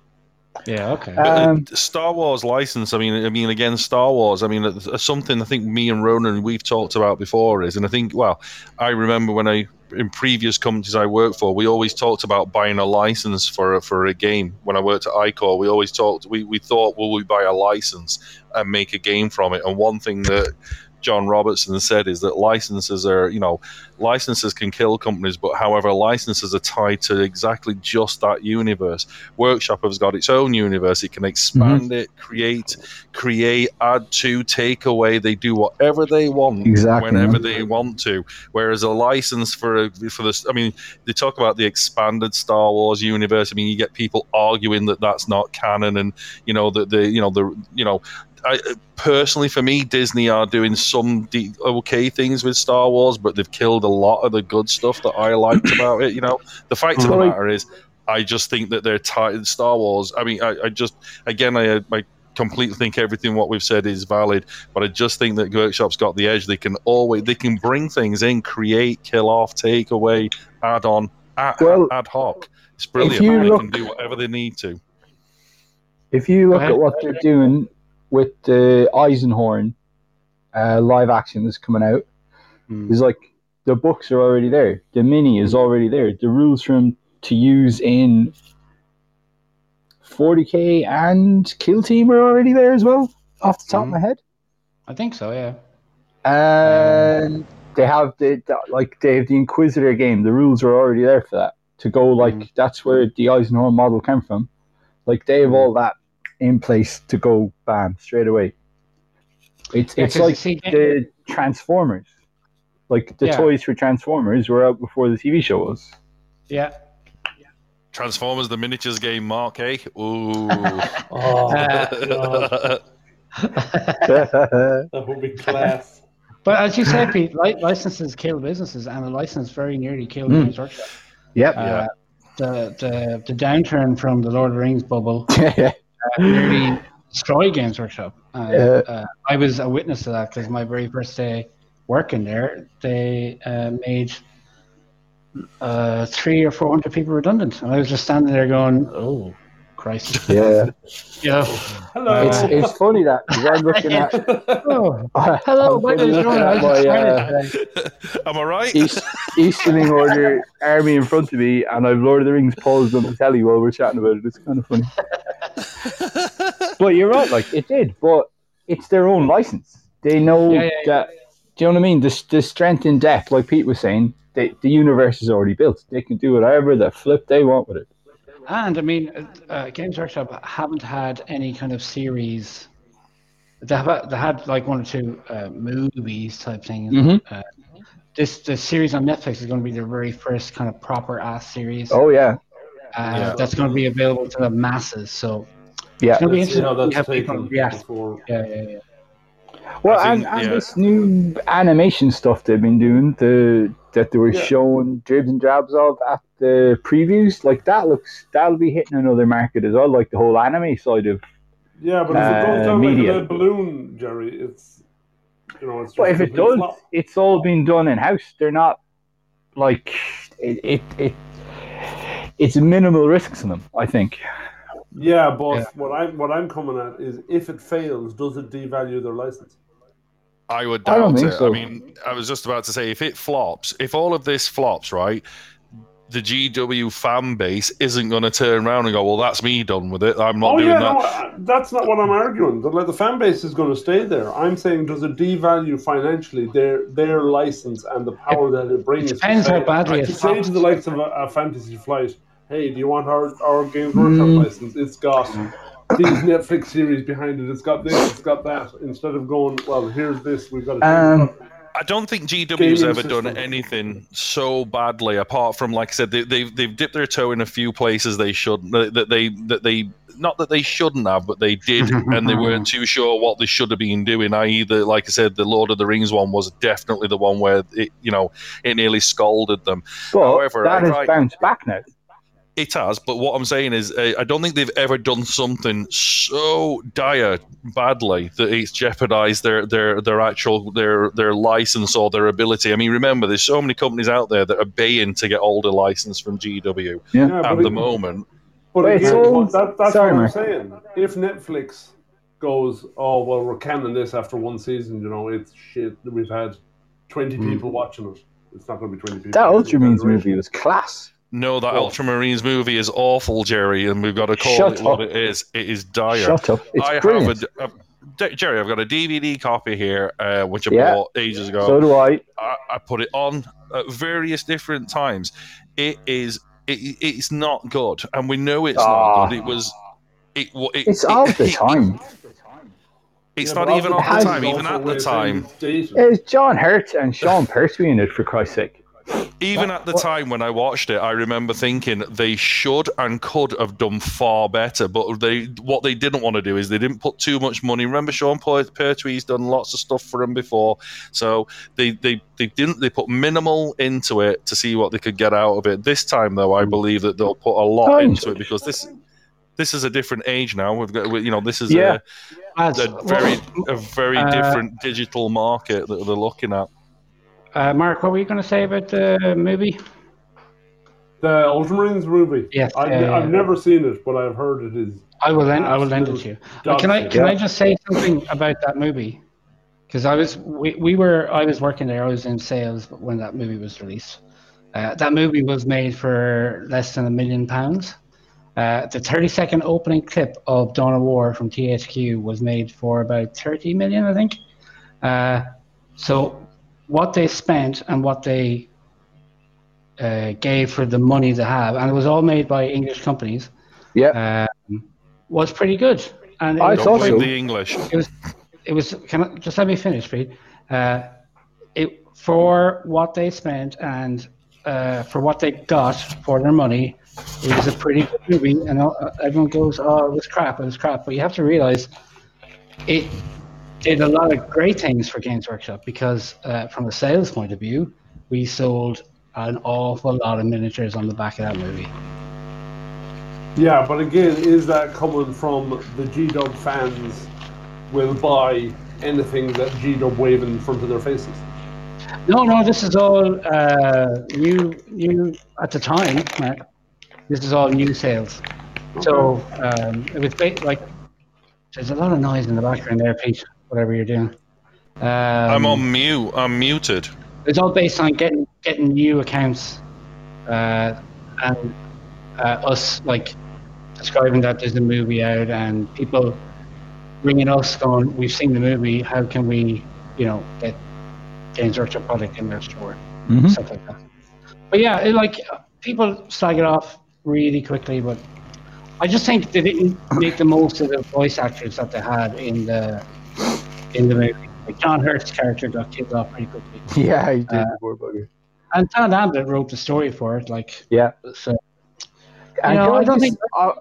A: Yeah. Okay.
C: But, uh,
B: um,
C: Star Wars license. I mean, I mean, again, Star Wars. I mean, it's- it's something I think me and Ronan we've talked about before is, and I think, well, I remember when I in previous companies I worked for, we always talked about buying a license for a, for a game. When I worked at Icor, we always talked. We we thought, will we buy a license and make a game from it? And one thing that John Robertson said is that licenses are, you know, licenses can kill companies, but however, licenses are tied to exactly just that universe. Workshop has got its own universe; it can expand it, create, create, add to, take away. They do whatever they want,
B: Exactly,
C: whenever
B: yeah.
C: they want to. Whereas a license for a, for this, I mean, they talk about the expanded Star Wars universe. I mean, you get people arguing that that's not canon, and you know that the you know the you know. I, personally, for me, Disney are doing some de- okay things with Star Wars, but they've killed a lot of the good stuff that I liked about it. You know, the fact of the
B: Right.
C: matter is, I just think that they're tight in Star Wars. I mean, I, I just again, I, I completely think everything what we've said is valid, but I just think that Workshop's got the edge. They can always they can bring things in, create, kill off, take away, add on, ad,
B: Well,
C: ad hoc. It's brilliant.
B: you
C: they can
B: look-
C: do whatever they need to.
B: If you look
A: ahead.
B: at what they're doing with the Eisenhorn uh, live action that's coming out,
A: Hmm.
B: It's like the books are already there. The mini is already there. The rules for him to use in 40k and Kill Team are already there as well, off the top of my head.
A: I think so, yeah.
B: And they have the, the like they have the Inquisitor game. The rules are already there for that. To go like
A: Mhm.
B: that's where the Eisenhower model came from. Like they
A: Mm-hmm.
B: have all that in place to go bam straight away. It's
A: Yeah,
B: it's
A: 'cause you
B: like
A: see-
B: the Transformers. Like the
A: Yeah.
B: toys for Transformers were out before the TV show
A: <laughs>
B: was.
A: Yeah.
C: Transformers the miniatures game, Mark, eh? <laughs> Ooh.
A: Uh,
E: Oh, God,
B: <laughs> yeah,
E: that <laughs> would be class.
A: But as you said, Pete, li- licenses kill businesses, and a license very nearly killed
B: Mm.
A: Games Workshop. <laughs> Uh, the, the the downturn from the Lord of the Rings bubble nearly destroyed Games Workshop. Uh,
B: Yeah.
A: uh, I was a witness to that because my very first day working there, they uh, made uh, three or four hundred people redundant, and I was just standing there going, "Oh, Christ!"
B: <laughs> yeah.
A: You know,
E: Hello.
B: It's it's funny that 'cause I'm looking at
A: oh,
B: hello,
A: <laughs> hello,
B: I'm
A: my
B: looking
A: name's Ronan. I
B: at
A: just
B: my
A: started
B: uh,
A: today.
C: Am I right?
B: East, Easterning Order army in front of me, and I've Lord of the Rings paused on the telly while we're chatting about it. It's kind of
A: <laughs>
B: funny. but you're right, like it did, but it's their own license. They know
A: Yeah, yeah,
B: that. Do you know what I mean? The, the strength in depth, like Pete was saying, they, the universe is already built. They can do whatever the flip they want with it.
A: And I mean, uh, uh, Games Workshop haven't had any kind of series. They have they had like one or two uh, movies type things.
B: Mhm.
A: Uh, this the series on Netflix is going to be their very first kind of proper ass series.
B: Oh yeah,
A: uh,
C: Yeah.
A: That's going to be available to the masses. So
B: yeah.
A: it's going to be
E: Let's see
A: interesting.
E: how
A: to see how
E: that's
A: people
E: taken
A: react.
E: before.
A: Yeah, yeah, yeah.
B: Well,
C: I think-
B: and, and
C: yeah.
B: this new animation stuff they've been doing, the that they were
E: Yeah.
B: showing dribs and drabs of at the previews, like that looks that'll be hitting another market as well, like the whole anime side of.
E: Yeah, but if it
B: Uh,
E: goes down
B: media.
E: like a lead balloon, Jerry, it's you know, it's.
B: But if
E: just a
B: it
E: complete
B: does,
E: flop.
B: it's all been done in house. They're not like it. It, it it's minimal risks in them. I think.
E: yeah, but
A: Yeah.
E: what I'm what I'm coming at is if it fails, does it devalue their license?
C: I would doubt
B: I don't think
C: it.
B: so.
C: I mean, I was just about to say if it flops, if all of this flops, right, the GW fan base isn't going to turn around and go, "Well, that's me done with it. I'm not
E: oh
C: doing
E: yeah,
C: that."
E: no, I- that's not what I'm arguing. The, like, the fan base is going to stay there. I'm saying does it devalue financially their their license and the power that it brings?
A: It depends how badly
E: To
A: it's
E: say to the likes of a, a Fantasy Flight, hey, do you want our, our Games Workshop
B: Mm.
E: license? It's got these Netflix series behind it. It's got this, it's got that. Instead of going, well, here's this, we've got to
B: Um,
C: I don't think GW's
E: Gaming
C: ever done
E: system.
C: anything so badly. Apart from, like I said, they, they've they've dipped their toe in a few places they shouldn't. That they that they not that they shouldn't have, but they
E: <laughs>
C: did, and they weren't too sure what they should have been doing. I.e., the like I said, the Lord of the Rings one was definitely the one where it you know it nearly scalded them.
B: but
C: However,
B: that has
C: right.
B: bounced back now.
C: It has, but what I'm saying is, uh, I don't think they've ever done something so dire badly that it's jeopardized their their their actual their their license or their ability. I mean, remember, there's so many companies out there that are baying to get older license from GW
E: Yeah,
C: at
E: but
C: the
E: it-
C: moment.
E: But
B: Wait,
E: again,
B: so-
E: but that, that's
B: sorry,
E: what I'm
B: Mark.
E: saying. If Netflix goes, oh well, we're canning this after one season. You know, it's shit. We've had twenty people watching it. It's not going to be twenty people.
B: Hmm. That Ultra Means
E: Generation.
B: movie was class.
C: No, that
E: Well-
C: Ultramarines movie is awful, Jerry, and we've got to call
B: Shut
C: it what
B: up.
C: it is. It is dire.
B: Shut up! It's
C: I
B: brilliant.
C: have a, a- D- Jerry, I've got a DVD copy here, uh, which I
B: Yeah.
C: bought ages ago.
B: So do I.
C: I, I put it on at various different times. It is it, it's not good, and we know it's
B: Ah.
C: not good. It was it. wa- it
B: It's
C: it-
B: all the
C: <coughs> it-
B: time.
C: It's
E: Yeah,
C: not
E: but
C: even
E: also
C: all the
B: has-
C: time.
E: it's
C: Even
E: also
C: at
E: where
C: the
E: it's
C: time,
E: dated.
B: It's John Hurt and Sean Pertwee in it for Christ's sake.
C: even at the time when I watched it, I remember thinking they should and could have done far better. But they what they didn't want to do is they didn't put too much money. Remember, Sean Per- Pertwee's done lots of stuff for him before, so they they they didn't they put minimal into it to see what they could get out of it. This time, though, I believe that they'll put a lot
B: Time.
C: into it because this. This is a different age now. We've got, we- you know, this is
B: Yeah.
C: a,
A: As-
C: a very, a very
A: Uh,
C: different digital market that they're looking at.
A: uh, Mark, what were you going to say about the movie?
E: The Ultramarines movie.
A: Yes,
E: I've,
A: yeah,
E: I've
A: yeah.
E: never seen it, but I've heard it is.
A: I will lend. I will lend it to you. But can I?
E: dog
A: Can I
B: Yeah.
A: just say something about that movie? Because I was we, we were I was working there. I was in sales when that movie was released. Uh, that movie was made for less than a million pounds. Uh, the 30 second opening clip of Dawn of War from THQ was made for about 30 million, I think. Uh, so, what they spent and what they uh, gave for the money they have, and it was all made by English companies,
B: Yeah.
A: um, was pretty good. And it
B: I
A: was
B: thought
C: Don't
B: so.
C: blame the English.
A: it was it was can I, just let me finish Pete. Uh, it for what they spent and uh, for what they got for their money it was a pretty good movie and all, everyone goes oh it was crap it was crap but you have to realize it did a lot of great things for games workshop because uh, from a sales point of view we sold an awful lot of miniatures on the back of that movie
E: Yeah, but again, is that coming from the G Dub fans will buy anything that G Dub wave in front of their faces?
A: No, no, this is all uh, new, new at the time, Mark. This is all new sales. So um, it was ba- like there's a lot of noise in the background there, Pete. Whatever you're doing. Um,
C: I'm on mute. I'm muted.
A: It's all based on getting getting new accounts, uh, and uh, us like describing that there's a movie out and people ringing us going, "We've seen the movie. How can we, you know, get Games Workshop product in their store?"
B: Mhm.
A: stuff like that. But yeah, it, like people slag it off really quickly, but I just think they didn't make the most of the voice actors that they had in the in the movie. Like John Hurt's character got killed off pretty quickly,
B: Yeah, he did.
A: Uh,
B: poor bugger.
A: and Tom Lambert wrote the story for it. Like
B: Yeah.
A: so
B: And
A: know,
B: can
A: I don't
B: just- uh,
A: think-
B: I-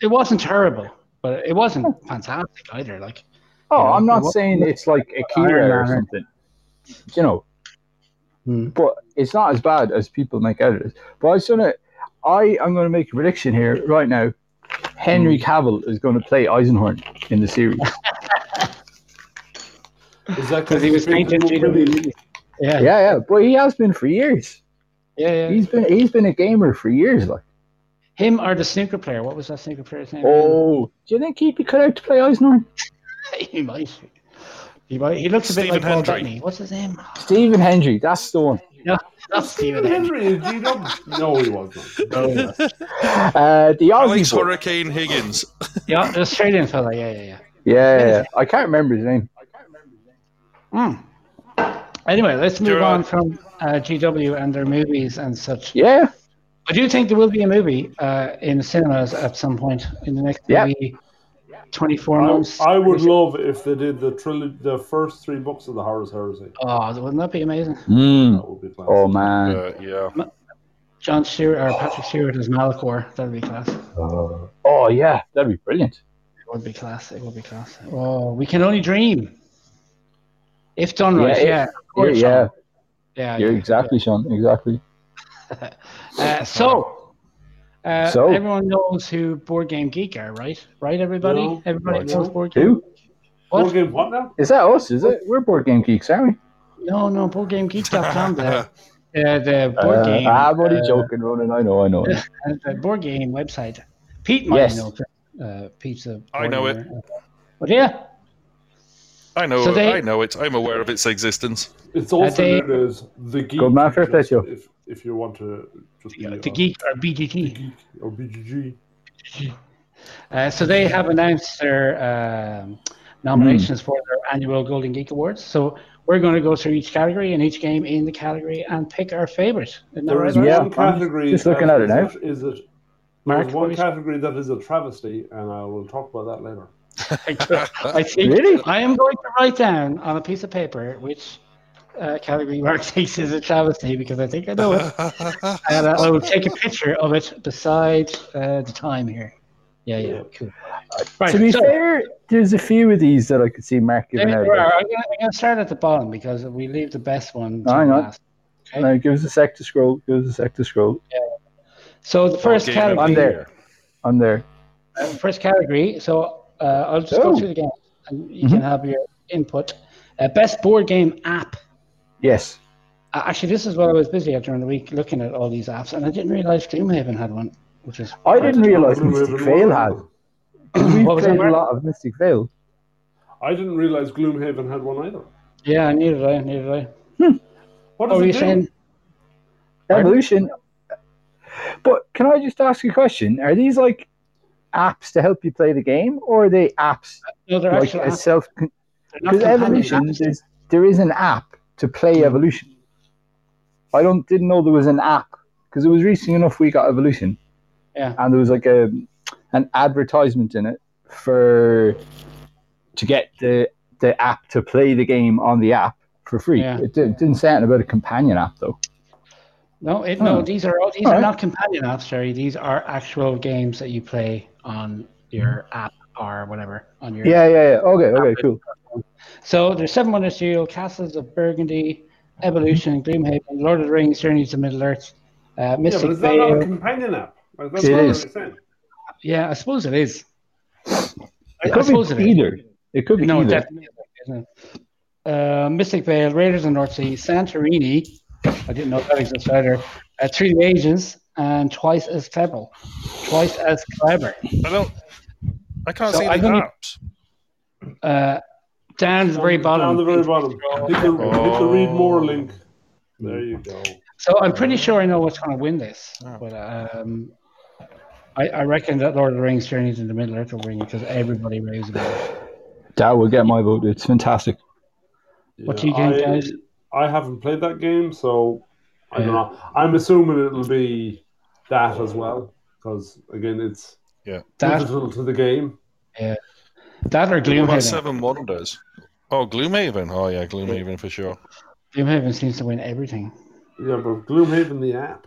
A: it wasn't terrible, but it wasn't fantastic either. Like
B: Oh,
A: Yeah,
B: I'm
A: it
B: not
A: was-
B: saying it's like Akira
A: Iron
B: or
A: Man.
B: something. You know,
A: Hmm.
B: but it's not as bad as people make out it is. But I was gonna, I am gonna make a prediction here right now. Henry
A: Hmm.
B: Cavill is going to play Eisenhorn in the series.
A: <laughs>
E: Is that
A: because he was painting GW. Yeah,
B: yeah,
A: yeah,
B: yeah, but he has been for years.
A: yeah.
B: He's been he's been a gamer for years. Like,
A: Him or the snooker player? What was that snooker player's name?
B: oh, do you think he'd be cut out to play Eisenhorn?
A: <laughs> he might. He might. He looks a bit like
C: Stephen
A: Paul
C: Hendry.
A: Bettany. What's his name?
B: Stephen Hendry, that's the one.
A: That's
E: Stephen Henry is G Dub? No, he wasn't.
B: Uh, the
A: Oh,
C: Alex
B: Aussie. boy.
C: Hurricane Higgins.
A: Yeah, the Australian fella. Yeah, yeah, yeah.
B: Yeah, yeah, yeah, I can't remember his name.
A: Mm. Anyway, let's move
C: Gerard.
A: on from uh, GW and their movies and such.
B: Yeah,
A: I do think there will be a movie uh, in cinemas at some point in the next
B: Yeah.
A: maybe 24
E: I,
A: months.
E: I would love if they did the trilo- the first three books of the Horror's
B: Um,
E: Heresy.
A: Oh, wouldn't that be amazing?
B: Mm.
A: Hmm.
E: That would be class.
B: oh man.
C: Uh, yeah.
A: John Stewart or Patrick Stewart as Malachor. That'd be class. It
B: Uh, oh yeah, that'd be brilliant.
A: would be class. It would be class. Oh, we can only dream. If done right,
B: Yeah, if-
A: yeah. of
B: Yeah,
A: course,
B: yeah,
A: yeah,
B: you're
A: yeah.
B: exactly, Sean. Exactly.
A: Uh, so, uh,
B: So?
A: everyone knows who Board Game Geek are, right? Right, everybody?
E: No.
A: everybody
E: Right.
A: knows Board Game
B: Who
A: What?
E: Board game, what now?
B: is that? Us? Is it? We're board game geeks, aren't
A: No, no, BoardGameGeek.com. the,
E: <laughs>
A: the, the
B: we?
A: board
B: Uh,
A: game.
B: I'm only
A: uh,
B: joking, Ronan. I know, I know.
A: the board game website. Pete might
B: Yes.
A: know. 'cause, Uh, Pete's a
C: I know it.
A: board gamer. But yeah,
C: I know.
A: So they-
C: I know it. I'm aware of its
A: <laughs>
C: existence.
E: It's also
A: they-
E: known as the geek.
B: Good man, fair play
E: just
B: to you.
E: If, if you want to, just be,
A: the
E: uh,
A: geek or
E: the
A: BGT.
E: geek or BGG.
A: Uh, so they have announced their um,
B: Hmm.
A: nominations for their annual Golden Geek Awards. So we're going to go through each category and each game in the category and pick our favorite. Isn't that
E: There
A: right,
E: is
A: Mark?
B: Yeah,
E: one category.
B: just
E: that
B: looking at it now.
E: is a- Is it?
A: Mark,
E: there's
A: what
E: one
A: is-
E: category that is a travesty, and I will talk about that later.
B: <laughs>
A: I think
B: Really?
A: I am going to write down on a piece of paper which uh, category <laughs> Mark takes is a travesty because I think I know
B: <laughs>
A: it. and uh, I will take a picture of it beside uh, the time here. Yeah, yeah, cool. Right,
B: to be
A: so,
B: fair, there's a few of these that I could see Mark
A: there
B: giving out.
A: you
B: about.
A: are. I'm going to start at the bottom because we leave the best one to
B: Hang on.
A: last.
B: Now, give us a sec to scroll. Give us a sec to scroll.
A: So the first
C: game
A: category.
B: I'm there. I'm there.
A: Uh, first category. So uh, I'll just go
B: Oh. Mm-hmm.
A: through the game, and you can have your input. Uh, best board game app.
B: Yes.
A: Uh, actually, this is what I was busy at during the week looking at all these apps, and I didn't realize Dreamhaven had one, which is
B: I didn't realize
E: Moving
B: Mystic
E: on.
B: Veil had. 'cause We
A: What was that,
B: played a
A: Mark?
B: lot of Mystic Veil.
E: I didn't realize Gloomhaven had one either.
A: yeah, I needed I needed I.
B: Oh,
E: What
A: What
E: does
A: were you
E: it do?
A: saying?
B: Evolution. But can I just ask you a question? Are these like apps to help you play the game, or are they apps
A: No, they're
B: like
A: actual
B: a
A: apps.
B: self?
A: They're not
B: Because
A: companion
B: evolution,
A: apps. Hmm.
B: there's, there is an app to play evolution. I don't didn't know there was an app because it was recent enough we got evolution.
A: Yeah.
B: and there was like a an advertisement in it for to get the the app to play the game on the app for free.
A: Yeah.
B: It, did, not say anything about a companion app though.
A: No, it, no,
B: Oh.
A: these are all these
B: All
A: are
B: right.
A: not companion apps, sorry. These are actual games that you play on your app or whatever on your
B: Yeah, yeah, yeah. Okay, okay, cool.
A: So there's Seven Wonders Serial, Castles of Burgundy, Evolution,
B: Mm-hmm.
A: Gloomhaven, Lord of the Rings, Journey to Middle Earth, uh,
E: Yeah, but
A: Mystic
E: is that
A: Veil.
E: not a companion app? Like, that's
B: It
E: what I'm
B: is.
E: saying.
A: Yeah, I suppose it is. I,
B: It could
A: suppose it
B: be
A: is.
B: either. It could be
A: No, it
B: either.
A: definitely isn't. it? Uh, Mystic Veil, Raiders of the North Sea, Santorini. I didn't know that existed either. Uh, Three Agents and Twice as Clever. Twice as Clever.
C: I don't. I can't
A: So
C: see
A: I
C: the
A: don't-
C: apps.
A: Uh, down at the very bottom.
E: Oh, Down the very bottom. Oh. Hit the, hit the read more link. There you go.
A: So I'm pretty sure I know what's going to win this,
B: Oh.
A: but um, I, I reckon that Lord of the Rings Journeys in the Middle Earth will win because everybody raves about it.
B: That would get my vote. It's fantastic.
A: What
E: Yeah,
A: do you think,
E: I,
A: guys?
E: I haven't played that game, so I don't know. I'm assuming it'll be that as well, because again, it's
A: That,
E: digital to the game.
A: that or
C: What about
A: Gloomhaven.
C: Seven Wonders? Oh, Gloomhaven. Oh yeah, Gloomhaven for sure.
A: Gloomhaven seems to win everything.
E: Yeah, but Gloomhaven the app.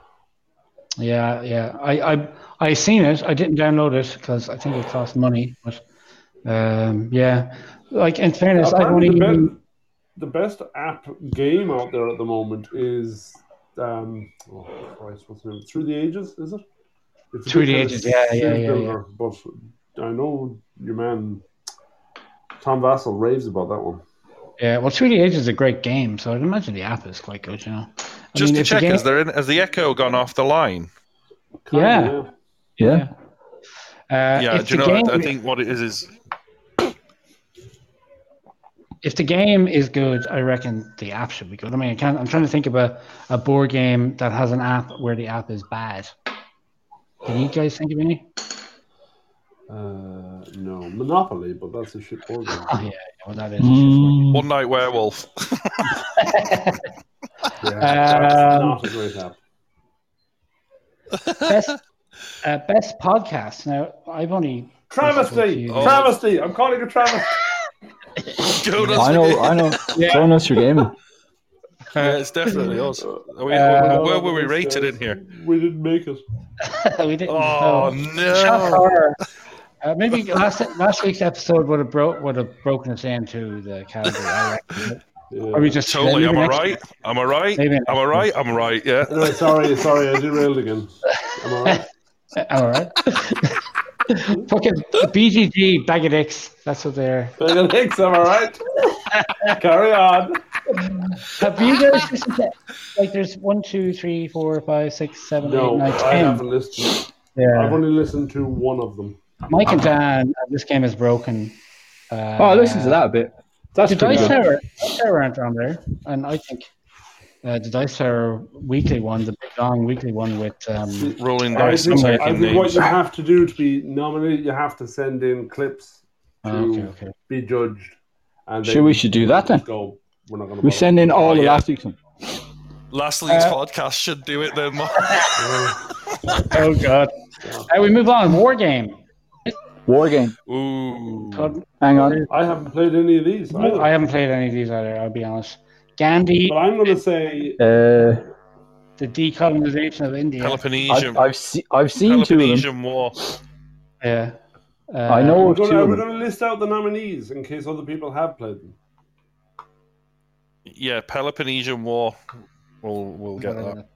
A: Yeah, yeah. I I I seen it. I didn't download it because I think it cost money. But um, yeah, like in fairness, I've only
E: Apparently the,
A: even-
E: be- the best app game out there at the moment is um, oh, Christ, what's the name? Through the Ages, is it? It's a
A: Through
E: bit
A: the
E: kind of
A: Ages, yeah, yeah, yeah, yeah.
E: similar, But I know your man Tom Vassell raves about that one.
A: yeah. Well, Three Age is a great game, so I'd imagine the app is quite good. You know, I
C: Just
A: mean,
C: to
A: if the
C: check,
A: game-
C: is there in, has the echo gone off the line?
E: Kinda,
A: Yeah.
B: Yeah.
A: Uh,
C: yeah,
A: if
C: do you
A: the
C: know? I-
A: game-
C: I, think what it is is
A: if the game is good, I reckon the app should be good. I mean, I can't, I'm trying to think of a, a board game that has an app where the app is bad. Can you guys think of any?
E: Uh, no, Monopoly, but that's a shit board game.
A: <laughs> Oh, yeah, yeah, well, that is.
B: Hmm. Mm.
C: One Night Werewolf. <laughs>
E: Yeah,
A: Um,
E: that's not a great app.
A: best, uh, best podcast. Now, I've only.
E: Travesty!
A: Oh.
E: Travesty! I'm calling it travesty!
A: Mm,
C: Go to-
B: I know, I
C: <laughs>
B: know. Don't us your game.
C: Yeah, it's definitely us. Are we,
A: Uh,
C: where were we rated in here?
E: Oh, We didn't make it.
A: <laughs> we didn't.
C: Oh
A: no.
C: no!
A: Uh, maybe last last week's episode would have broke would have broken us into the category. I reckon.
E: Yeah.
A: Or we just
C: <laughs> Totally. Am
A: maybe
C: I
A: next-
C: right? Am I right?
A: Maybe
C: Am I right? I'm right. Yeah.
E: Anyway, sorry, sorry, I derailed again. Am I right?
A: All right.
C: <laughs>
A: Fucking BGG bag of dicks. That's what they're.
E: Bag of dicks, am I right? Carry on.
A: Have you
C: <laughs>
A: guys listened to, like there's one, two, three, four, five, six, seven, eight,
E: No,
A: nine,
E: I
A: ten.
E: haven't listened. I've only listened to one of them.
A: Yeah. Mike and Dan, uh, this game is broken. Uh,
B: Oh, listen to that a bit. That's
A: The
B: pretty
A: Dice
B: good.
A: Tower, Dice Tower aren't on there, and I think uh, the Dice Tower weekly one, the big long weekly one with um,
C: Rolling
E: I
C: dice and
E: think, I
C: taking
E: think what
C: names.
E: you have to do to be nominated, you have to send in clips
A: Oh, okay, okay.
E: be judged. And
B: Sure, we should do that then.
E: Go. We're not going to.
B: We send in all
C: Oh,
B: the
C: yeah.
B: last week's one.
C: Last League's
A: Uh,
C: podcast should do it then. Mark.
B: <laughs>
E: Uh,
A: Oh God. Uh, we move on. War game.
B: War game.
C: Ooh.
A: Called-
B: Hang on.
E: I haven't played any of these. either.
A: I haven't played any of these either. I'll be honest. Gandhi,
E: But I'm
B: <laughs>
E: going to say
B: Uh,
A: the decolonization of India.
B: I've,
C: Peloponnesian.
B: I've, se- I've seen two of them.
C: Peloponnesian War.
A: Yeah. Uh,
B: I know
E: we're
B: of two
E: going,
B: of them.
E: to list out the nominees in case other people have played them.
C: Yeah, Peloponnesian War. We'll we'll
B: <laughs>
C: get that.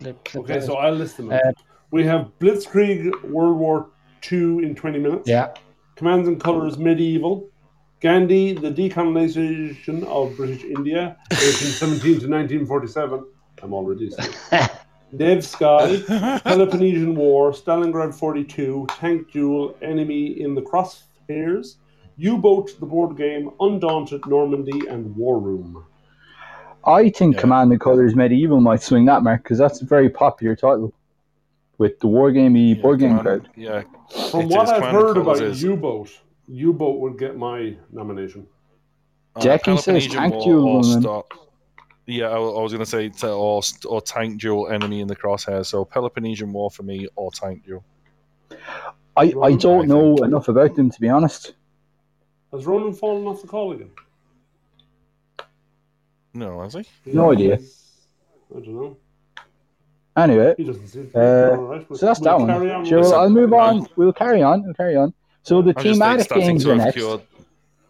A: Clip- clip
E: Okay,
A: that.
E: so I'll list them. out.
A: Uh,
E: we have Blitzkrieg World War II in 20 minutes.
A: yeah.
E: Commands and Colors Medieval. Gandhi, the decolonization of British India,
A: <laughs>
E: 1817 to 1947. I'm already saying.
A: <laughs>
E: Dev Sky, Peloponnesian War, Stalingrad 42, Tank Duel, Enemy in the Crosshairs, U Boat, the board game, Undaunted Normandy, and War Room.
B: I think
C: Yeah.
B: Command and Colors Medieval might swing that mark because that's a very popular title with the wargamey board game
C: Command-
B: crowd.
C: Yeah.
E: From
C: It
E: what
C: is
E: I've
C: Command and
E: heard
C: Colors
E: about
C: is-
E: U Boat, U Boat would get my nomination.
C: Uh,
B: Jackie says
C: Peloponnesian
B: tank
C: War
B: duel,
C: or
B: man.
C: Star- Yeah, I, wa- I was going to say to, or st- or tank duel enemy in the crosshairs. So Peloponnesian War for me or tank duel.
B: I, I
C: I
B: don't know
C: think.
B: enough about them to be honest.
E: Has Ronan fallen off the call again?
C: No, has he?
B: No idea.
E: I don't know.
B: Anyway,
E: He doesn't seem to be
B: Uh,
E: all right.
B: so that's that
E: carry
B: one.
E: on
B: Sure,
E: with
C: Listen,
B: I'll move
C: I'm-
B: on. We'll carry on. We'll carry on. So the
C: I'm just
B: thematic
C: ecstatic
B: games
C: to
B: are
C: have
B: next.
C: cured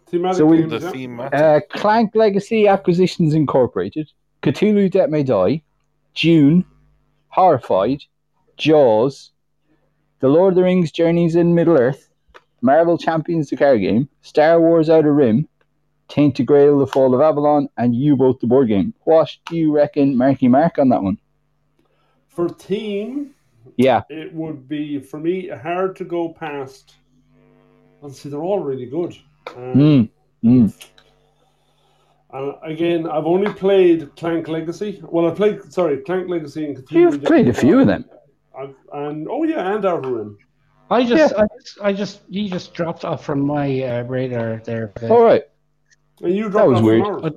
E: thematic
B: So we-
E: games,
C: the
E: yeah.
C: thematic.
B: Uh, Clank Legacy Acquisitions Incorporated, Cthulhu Debt May Die, June, Horrified, Jaws, The Lord of the Rings Journeys in Middle Earth, Marvel Champions the Card Game, Star Wars Outer Rim, Tainted Grail The Fall of Avalon, and U Boat the Board Game. What do you reckon, Marky Mark, on that one?
E: For team,
B: Yeah,
E: it would be for me hard to go past. Let's see, they're all really good. Um,
B: mm, mm.
E: And again, I've only played Clank Legacy. Well, I played sorry, Clank Legacy and Cthulhu.
B: you've played a few of them.
E: I've, and oh yeah, and Outer Rim.
A: I just, I just, I just, you just dropped off from my uh, radar there.
B: All right,
E: And you dropped
B: was
E: off
B: weird.
E: from ours.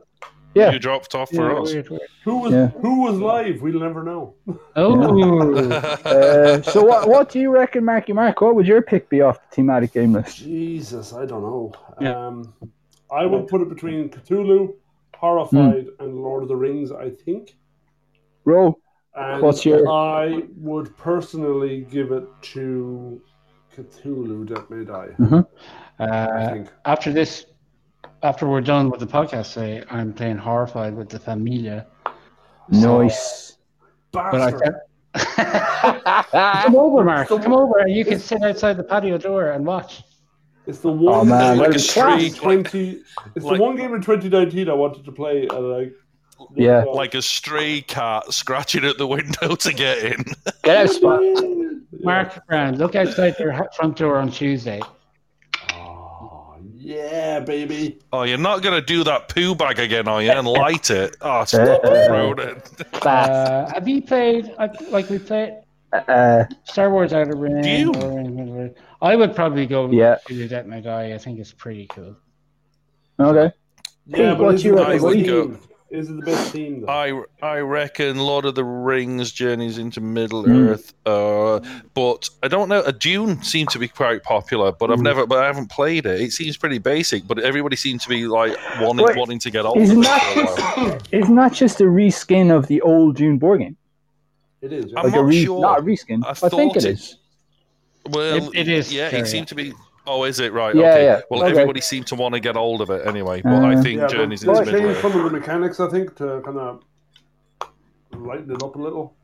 B: yeah.
C: You dropped off
A: Yeah,
C: for us. <laughs>
A: weird, weird.
E: Who was
B: Yeah.
E: who was live? We'll never know.
A: Oh,
B: Uh, so what, what do you reckon, Marky Mark? What would your pick be off the thematic game list?
E: Jesus, I don't know.
A: Yeah.
E: Um, I would put it between Cthulhu, Horrified, and Lord of the Rings. I think.
B: Roll.
E: And
B: What's your-
E: I would personally give it to Cthulhu that may die. I
A: uh,
E: think.
A: after this, after we're done with the podcast today, I'm playing Horrified with the Familia.
B: Nice.
C: <laughs>
A: But I
E: Bastard.
A: can't. <laughs> come over, Mark. Come over. You can sit outside the patio door and watch.
E: It's the one
B: Oh, man,
E: game
B: like
E: in
B: a
C: streak,
E: 20 It's
C: like-
E: the one game in 2019 I wanted to play. And like,
B: Yeah.
C: like a stray cat scratching at the window to get in.
B: Get out, Spot.
A: Mark Brown, look outside your ha- front door on
B: <laughs>
A: Tuesday.
E: Oh, yeah, baby.
C: Oh, you're not gonna do that poo bag again, are you? And light it. Oh,
B: Uh, <laughs>
C: stop it, Ronan.
A: Uh, have you played, I- like we played
B: Uh,
A: Star Wars Outer Rim?
C: Dune.
A: Outer Rim, Outer Rim. I would probably go
B: Yeah.
A: to the Death May Die. I think it's pretty cool.
B: okay.
E: Yeah,
B: what
E: but is
B: you
E: it the
C: reckon,
E: best
C: what do you-
E: team? Is it the best team? Though?
C: I I reckon Lord of the Rings journeys into Middle
B: Mm.
C: Earth, uh, but I don't know. A Dune seemed to be quite popular, but I've
B: Hmm.
E: Mm.
C: never, but I haven't played it. It seems pretty basic, but everybody seems to be like wanting
B: Wait,
C: wanting to get on.
B: Isn't
C: with it
B: that
C: for a while.
B: just, isn't that just a reskin of the old June board game?
E: it is. Yeah.
C: I'm
B: Like a
C: not
B: re-
C: sure.
B: not a reskin.
C: I
B: I, think it
C: thought it-
B: is.
C: Well,
A: It- it is,
C: Yeah,
A: sure,
C: it seemed to be. Oh, is it right?
B: Yeah,
C: okay.
B: yeah,
C: Well,
B: okay.
C: everybody seemed to want to get hold of it anyway. But I
B: Uh,
C: think
E: Yeah, but
C: journeys
E: they
C: into Middle
E: changed
C: Earth.
E: some of the mechanics, I think, to kind of lighten it up a little.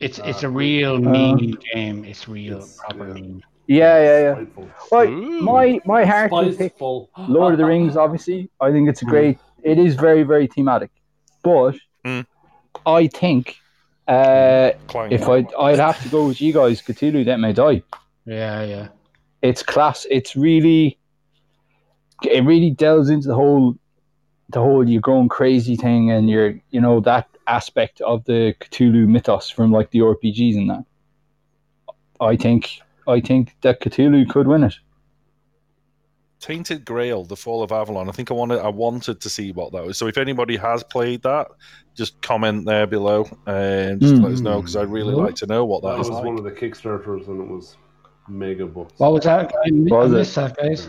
A: It's
E: Uh,
A: it's a real mean game. It's real,
E: it's-
A: proper
E: yeah.
A: mean.
B: Yeah, yeah, yeah.
E: Spiteful.
B: Well,
C: Ooh.
B: my my heart would pick
E: Spiteful.
B: Lord of the Rings. Obviously, I think
C: Hmm.
B: it's a great. It is very very thematic, but
C: Mm.
B: I think uh,
C: Clang.
B: if I I'd have to go with you guys, Cthulhu that may die.
A: Yeah, yeah.
B: it's class. It's really, it really delves into the whole, the whole you're going crazy thing, and you're you know that aspect of the Cthulhu mythos from like the RPGs and that. I think I think that Cthulhu could win it.
C: Tainted Grail: The Fall of Avalon. I think I wanted I wanted to see what that was. So if anybody has played that, just comment there below and just let us
B: Hmm.
C: know because I'd really like to know what
E: That
C: that
E: was
C: is. Like.
E: one of the Kickstarters, and it was mega books.
A: What was that? I, mi-
B: What was
A: I
B: it?
A: missed that, guys.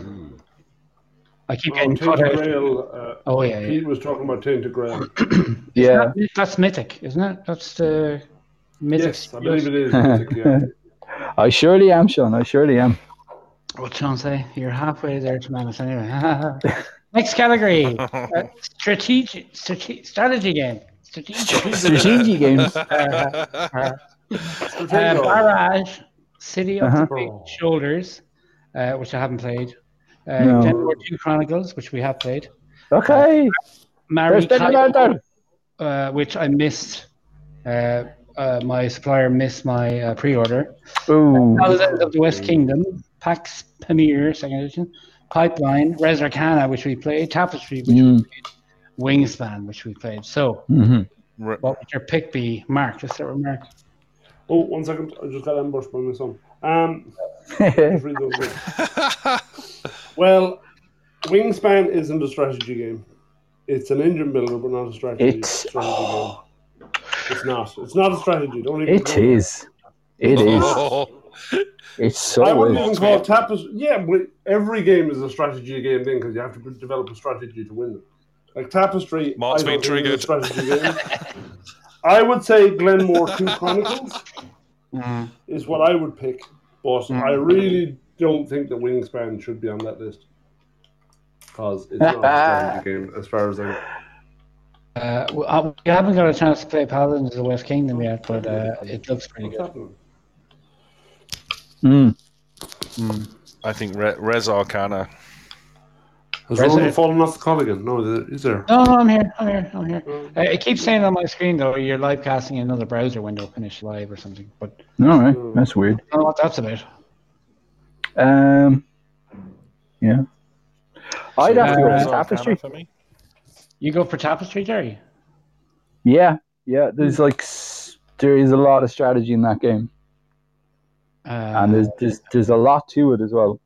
A: I keep
E: Oh,
A: getting cut
E: Tainted
A: out.
E: Grail, uh,
A: Oh yeah, yeah.
E: Pete was talking about
B: <laughs>
E: Tainted Grail.
B: Yeah.
A: That- that's mythic, isn't it? That's the mythic.
E: yes, I believe it is.
B: <laughs>
E: yeah.
B: I surely am, Sean. I surely am.
A: What Sean say? You're halfway there to madness anyway. <laughs> Next
C: <laughs>
A: category: uh, strategic, strate- strategy game. Strategic.
B: Strategy
C: <laughs>
B: games.
A: Uh,
B: Um,
A: Barrage, City of
B: Uh-huh.
A: the Big Shoulders, uh, which I haven't played. Uh,
B: No.
A: Gen War 2 Chronicles, which we have played.
B: Okay.
A: Mary
B: There's Benny
A: Kyle,
B: Mountain.
A: uh, which I missed. Uh, uh, my supplier missed my uh, pre-order.
B: Ooh.
A: Thousands of the West Kingdom, Pax Pamir, second edition, Pipeline, Res Arcana, which we played, Tapestry, which
B: Mm.
A: we, Wingspan, which we played. So,
B: Mhm.
C: Re-
A: what would your pick be, Mark? Just start with Mark.
E: Oh, one second. I just got ambushed by my son.
B: <laughs>
E: Um, just read those words. well, Wingspan isn't a strategy game. It's an engine builder, but not a strategy,
B: It's- Oh.
E: strategy game. It's not. It's not a strategy. Don't
B: <laughs>
E: even.
B: it is. It is.
C: <laughs>
B: It's
E: I
B: so
E: wouldn't
B: is.
E: even call it tapestry. Yeah, but every game is a strategy game then because you have to develop a strategy to win them. Like tapestry,
C: Mark's
E: I
C: been
E: don't think is a
C: triggered. <laughs>
E: strategy game. I would say Glenmore Two Chronicles is what I would pick, but I
B: Hmm.
E: really don't think that Wingspan should be on that list because it's not
B: <laughs>
E: a strategy game as far as I know.
A: Uh, we uh, we haven't got a chance to play Paladins of the West Kingdom yet, but uh, it looks pretty
E: What's
A: good.
E: happening?
B: Mm.
C: I think Re- Res Arcana.
E: Has
A: Where's
E: Roland
A: it?
E: fallen off the call again? No, is it- is there?
A: No, no, I'm here. I'm here. I'm here. Uh, it keeps saying on my screen though, you're live casting in another browser window, finish live or something. But
B: All right. That's weird.
A: I don't know what that's about.
B: Um, yeah. I'd have to go
A: Uh,
B: to
C: Res Arcana
B: tapestry.
C: for me.
A: You go for Tapestry, Jerry.
B: Yeah, yeah. There's like s- there is a lot of strategy in that game,
A: Uh,
B: and there's there's, there's a lot to it as well.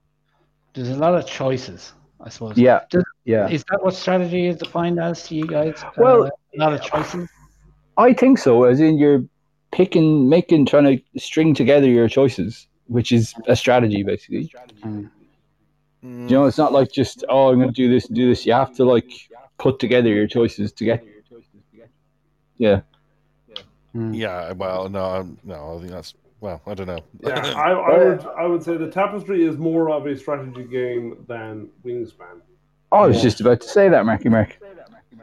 A: there's a lot of choices, I suppose.
B: Yeah,
A: Does-
B: yeah.
A: Is that what strategy is defined as to you guys?
B: Well-
A: uh, a lot of choices.
B: I think so. As in, you're picking, making, trying to string together your choices, which is a strategy basically.
C: Mm,
B: You know, it's not like just oh, I'm going to do this and do this. You have to like put together your choices to get. Yeah.
C: Yeah, well, no, I'm- no, I think that's well, I don't know.
E: Yeah, I, I would I would say the tapestry is more of a strategy game than Wingspan.
B: Oh, I was just about to say that, Marky Mark.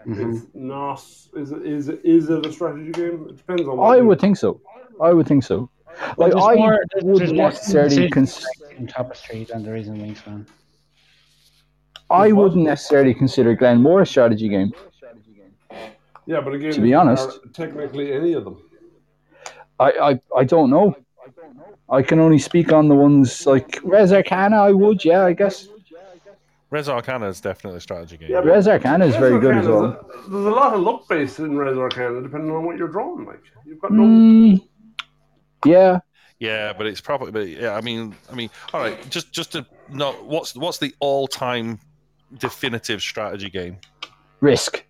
B: Mm-hmm.
E: It's not is it, is it, is it a strategy game? It depends on. what
B: I
E: you-
B: would think so. I would think so. Like
A: there's
B: I
A: more- there's- there's
B: wouldn't
A: more
B: necessarily
A: decisions
B: cons-
A: in Tapestry than there is in Wingspan.
B: I wouldn't necessarily consider Glenn Moore a strategy game.
E: Yeah, but again,
B: To be
E: there
B: honest-
E: are technically any of them.
B: I, I, I don't know. I can only speak on the ones like Res Arcana. I would, yeah, I guess.
C: <laughs> Res Arcana is definitely a strategy game.
E: Yeah, but-
B: Res Arcana is very good
E: Arcana
B: as
E: is
B: well.
E: a- there's a lot of luck based in Res Arcana, depending on what you're drawing. Like you've got no.
B: Mm, yeah,
C: Yeah, but it's probably. But yeah, I mean, I mean, all right. Just, just to no. What's what's the all-time definitive strategy game?
B: Risk.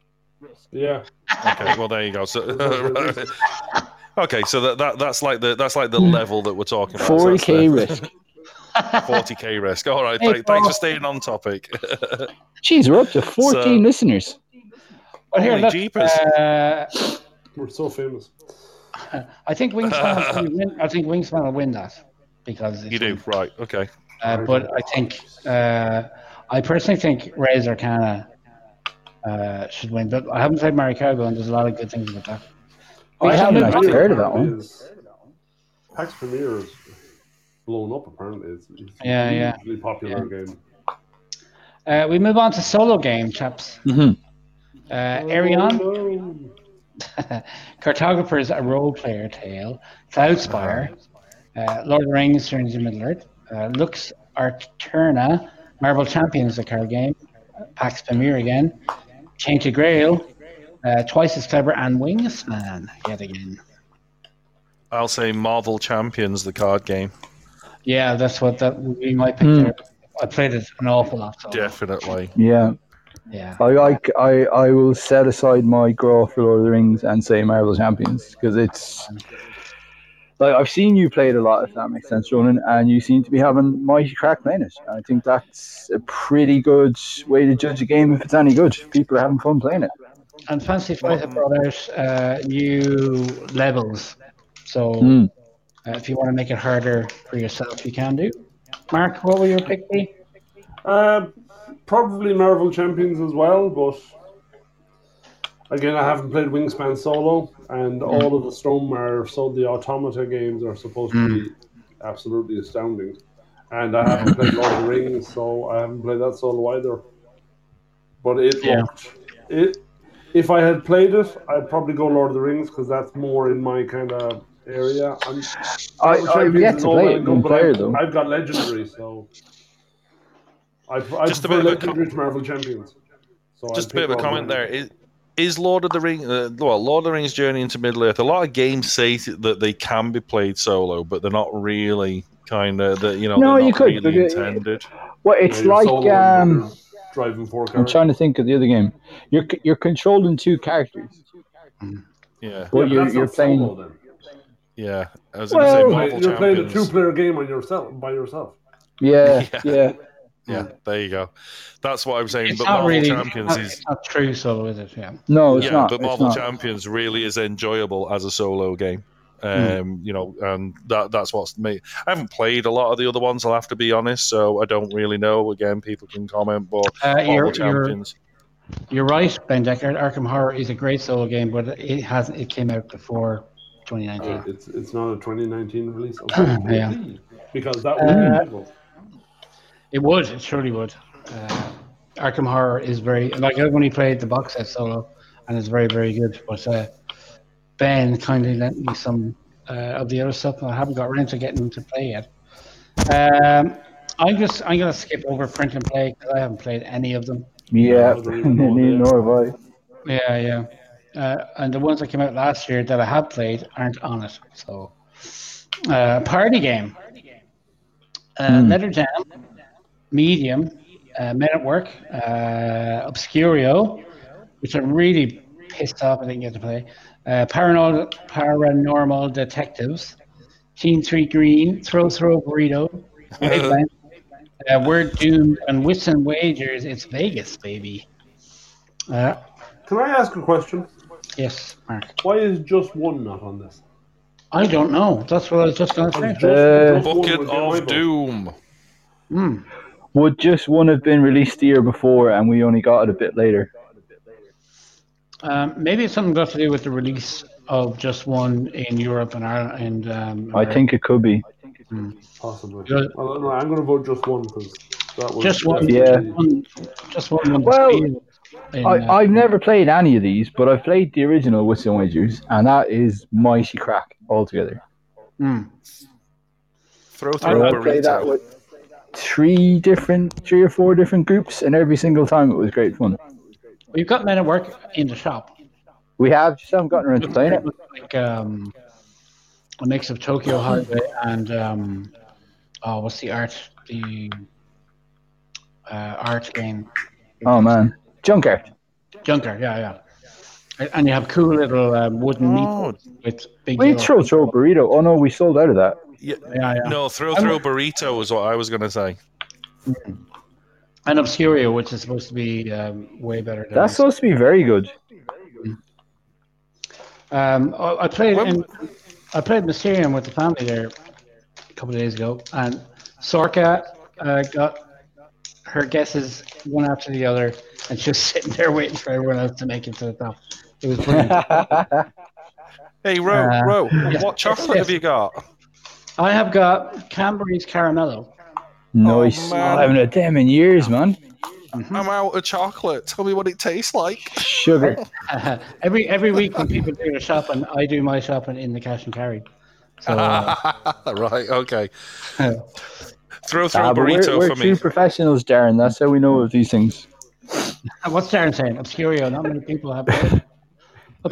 E: Yeah,
C: Okay, well there you go. So, <laughs> okay, so that, that that's like the that's like the level that we're talking about.
B: 40k Risk.
C: <laughs> Forty k risk. All right.
A: Hey,
C: thank- thanks
A: Paul.
C: for staying on topic. <laughs>
B: Jeez, we're up to 14
C: So-
B: listeners.
A: But here,
C: Holy
A: look,
C: jeepers.
A: uh,
E: we're so famous.
A: I think Wingspan. will win, I think Wingspan will win that because it's
C: you do right. Okay.
A: Uh, but I think uh, I personally think Razor Arcana uh, should win. But I haven't played Mario Cargo, and there's a lot of good things about that.
B: I haven't actually heard of that one.
E: Is, Pax Premier is blown up. Apparently, it's, it's
A: Yeah,
E: a
A: yeah.
E: hugely popular game.
A: Uh, we move on to solo game, chaps.
B: Mhm.
A: Uh, Arion,
E: Oh,
A: <laughs> Cartographer's a role player tale, Cloudspire,
B: Uh-huh.
A: uh, Lord of the Rings, Journeys of Middle Earth, uh, Lux Arturna, Marvel Champions, the card game, Pax Pamir again, Tainted Grail, uh, Twice as Clever, and Wingspan yet again.
C: I'll say Marvel Champions, the card game.
A: Yeah, that's what that would be my pick
B: Hmm.
A: there. I played it an awful lot. So
C: Definitely.
B: Yeah,
A: yeah.
B: I like. I I will set aside my grow for Lord of the Rings and say Marvel Champions because it's like I've seen you play it a lot, if that makes sense, Ronan, and you seem to be having mighty crack playing it. And I think that's a pretty good way to judge a game if it's any good. People are having fun playing it.
A: And Fancy Flight have brought out uh, new levels. So
B: Hmm.
A: uh, if you want to make it harder for yourself, you can do. Mark, what will your pick be?
E: Uh, probably Marvel Champions as well, but again, I haven't played Wingspan solo, and all of the Storm are so the Automata games are supposed to be absolutely astounding. And I haven't played Lord of the Rings, so I haven't played that solo either. But it
A: Yeah.
E: looked it. If I had played it, I'd probably go Lord of the Rings because that's more in my kind of area. I'm,
B: I,
E: Marvel Champions
B: I've yet
E: is
B: to
E: all
B: play
E: well
B: it
E: and
B: in
E: good, but
B: player
E: I've-
B: though.
E: I've got legendary, so I, I
C: Just a
E: prefer
C: bit of a
E: legendary to Marvel Champions. So I'd
C: Just a
E: pick
C: bit of a
E: Marvel
C: comment there.
E: Champions.
C: Is, is Lord of the Ring, uh, well, Lord of the Rings Journey into Middle Earth? A lot of games say th- that they can be played solo, but they're not really kind of that. You know,
B: No,
C: they're
B: you
C: not
B: could,
C: really
B: because-
C: intended.
B: Well, it's
E: Yeah, you're
B: like
E: solo and
B: um,
E: you're driving four
B: I'm
E: cars.
B: trying to think of the other game. You're c- you're controlling two characters,
C: Yeah,
B: but
E: but
B: you're
E: that's
B: you're
E: not
B: playing.
E: solo then.
C: yeah. I was
B: Well-
C: going to say
E: You're
C: Marvel
E: playing- You're playing a
C: Champions.
E: two-player game on yourself by yourself.
B: Yeah,
C: <laughs> Yeah.
B: yeah,
C: Yeah, there you go. That's what I'm saying.
A: It's
C: but
A: not
C: Marvel
A: really.
C: Champions
A: it's not,
C: is
A: it's not true solo, is it? Yeah.
B: No, it's
C: yeah,
B: not.
C: but
B: it's
C: Marvel
B: not.
C: Champions really is enjoyable as a solo game.
B: Hmm.
C: Um, You know, and that that's what's me. I haven't played a lot of the other ones. I'll have to be honest, so I don't really know. Again, people can comment, but
A: Uh,
C: Marvel
A: you're, you're,
C: Champions,
A: you're right, Ben Deckard. Arkham Horror is a great solo game, but it has it came out before 2019.
E: Uh, it's it's not a 2019
B: <clears throat>
E: release.
A: Yeah.
E: Because that would be
A: Uh,
E: evil.
A: It would. It surely would. Uh, Arkham Horror is very like I've only played the box set solo, and it's very very good. But uh, Ben kindly lent me some uh, of the other stuff, and I haven't got around to getting them to play yet. Um, I'm just I'm gonna skip over print and play because I haven't played any of them.
B: Yeah, <laughs>
E: Marvel Champions.
B: nor have I.
A: Yeah, yeah. Uh, and the ones that came out last year that I have played aren't on it. So, uh, party game. Uh,
B: Hmm.
A: Letter Jam, Medium, uh, Men at Work, uh, Obscurio, which I'm really pissed off I didn't get to play. Uh, Paranormal, Paranormal Detectives, Team Three Green, Throw Throw Burrito, Wavelength, uh, We're Doomed, and Wits and Wagers. It's Vegas, baby. Uh,
E: Can I ask a question?
A: yes, Mark.
E: Why is just one not on this?
A: I don't know. That's what I was just going to say.
E: Just-
B: Uh,
E: just one would
C: Bucket
E: get my
C: of
E: vote.
C: Doom.
A: Hmm.
B: Would just one have been released the year before, and we only got it a bit later.
A: Um, maybe it's something got to do with the release of just one in Europe and Ireland. And, um,
B: I think it could be.
E: Possibly.
A: Good.
E: Well, no, I'm going to vote just one because that was
A: just one.
B: Yeah.
A: Just one. Just one. one
B: Well,
A: in, uh,
B: I, I've never played any of these, but I've played the original Wits and Wagers, and that is mighty crack altogether.
A: hmm.
C: Throw
B: And
C: through
B: I
C: a
B: played that
C: burrito.
B: with three different, three or four different groups, and every single time it was great fun.
A: We've got men at work in the shop.
B: We have just haven't gotten around to playing it.
A: Like um, a mix of Tokyo Highway and um, oh, what's the art? The uh, art game.
B: Oh man, Junkyard.
A: Junker. Yeah, yeah. And- And you have cool little um, wooden
C: Oh,
A: meeples with big.
B: We had
A: yellow-
B: throw throw burrito. Oh no, we sold out of that.
C: yeah.
A: Yeah, yeah.
C: No, throw through a burrito is what I was going to say.
A: And Obscurio, which is supposed to be um, way better. Than
B: That's supposed to be very good.
A: Um, I, I played in, I played Mysterium with the family there a couple of days ago, and Sorka uh, got her guesses one after the other, and she was <laughs> sitting there waiting for everyone else to make it to the top. It was brilliant.
B: <laughs>
C: Hey, Ro,
A: Uh,
C: Ro,
A: yes,
C: what chocolate
A: yes.
C: have you got?
A: I have got Cadbury's Caramello. <laughs>
B: nice.
C: man.
B: I haven't had them in years, man.
C: I'm out of chocolate. Tell me what it tastes like.
B: Sugar.
A: every every week when people do their shopping, I do my shopping in the cash and carry. So
C: <laughs>
A: uh,
C: <laughs> right, okay. Throw through
B: Ah,
C: a
B: but we're
C: burrito
B: we're
C: for
B: true
C: me.
B: professionals, Darren. That's how we know of these things.
A: Uh, what's Darren saying? Obscurio. Not many people have. it.
C: <laughs>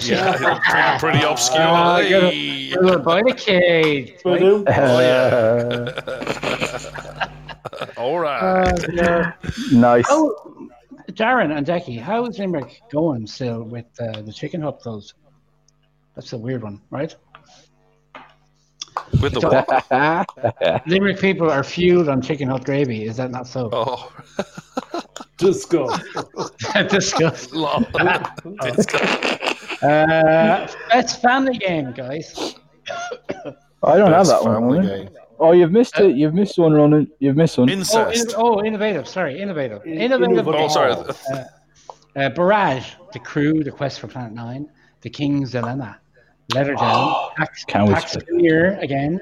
C: Yeah, <laughs>
A: Obscurio.
C: pretty, pretty obscure.
A: Ah, I gotta-
C: Hey.
A: <laughs> We'll
C: Oh,
A: buy the cake.
B: Uh,
E: Ba-doom.
C: yeah. All
A: Uh,
C: right.
B: Nice. <laughs>
A: Oh, Darren and Decky, how is Limerick going still with uh, the chicken hut closed? That's a weird one, <laughs> right?
C: With the what?
A: Limerick people are fueled on chicken hut gravy. Is that not so?
C: Oh, <laughs>
E: Disco.
A: <laughs> Disgust.
C: lol. Oh. <laughs> It's got-
A: Uh, best family game, guys.
B: I don't have
G: Best
B: that one.
G: family
B: Ronan.
G: game.
B: Oh, you've missed it. You've missed one, Ronan. You've missed one.
A: Oh, in,
C: Incest.
A: oh, innovative. Sorry, innovative.
E: In-
A: Innovative.
E: innovative.
C: Oh, sorry.
A: game. Uh, uh, Barrage, The Crew, The Quest for Planet Nine, The King's Dilemma, Letter Down, Pax,
B: Ah, can't wait
A: Pax
B: for
A: Clear again,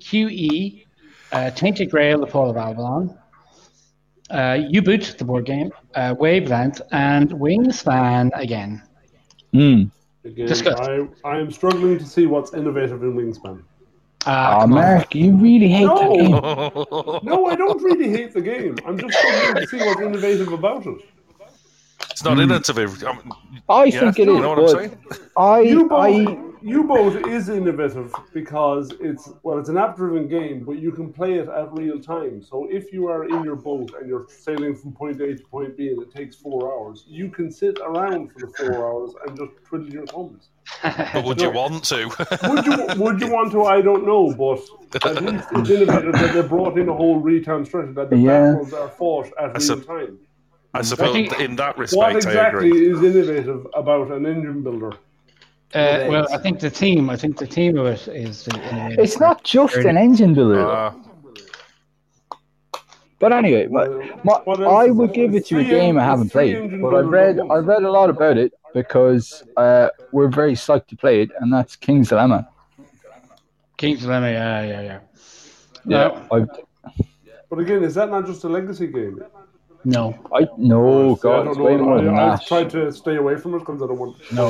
A: QE, uh, Tainted Grail, The Fall of Avalon, uh, U Boot, the board game, uh, Wavelength, and Wingspan again.
B: Mm.
E: Again,
A: Discuss.
E: I, I am struggling to see what's innovative in
A: Uh,
E: Wingspan.
C: Ah,
B: Oh, Mark, you really hate that
E: No.
B: game.
E: No, I don't really hate the game. I'm just struggling to see what's innovative about it.
C: <laughs> It's not innovative. Um,
B: I
C: yeah,
B: think it
C: you
B: is.
C: know what I'm
B: but
C: saying?
B: I,
E: U-boat,
B: I,
E: U-boat is innovative because it's well, it's an app-driven game, but you can play it at real time. So if you are in your boat and you're sailing from point A to point B and it takes four hours, you can sit around for the four hours and just twiddle your thumbs.
C: But would you want to? <laughs>
E: Would you would you want to? I don't know, but
C: <laughs>
E: at least it's innovative that they brought in a whole retown strategy that the
B: Yeah.
E: battles are fought at
C: I sup-
E: real time.
C: I suppose
A: think-
C: in that
E: What
C: respect, I
E: exactly
C: agree.
E: is innovative about an engine builder?
A: uh, well, I think the team. I think the team of it is. The innovative
B: it's not just an engine builder. though.
C: Uh,
B: but anyway, my, my,
E: Uh, What else
B: I
E: is
B: would
E: it?
B: give it to a
E: Three
B: game I
E: en-
B: haven't
E: three
B: played,
E: engine
B: but I've
E: builders
B: read,
E: at once.
B: I've read a lot about it because uh, we're very psyched to play it, and that's King's Dilemma.
A: King's Dilemma. Yeah, yeah, yeah.
B: I've,
E: But again, is that not just a legacy game?
A: No,
B: I no,
E: See, I
B: Oh, God,
E: don't
B: it's
E: know.
B: way more than
E: I, I've
B: that.
E: tried to stay away from it because I don't want.
A: no.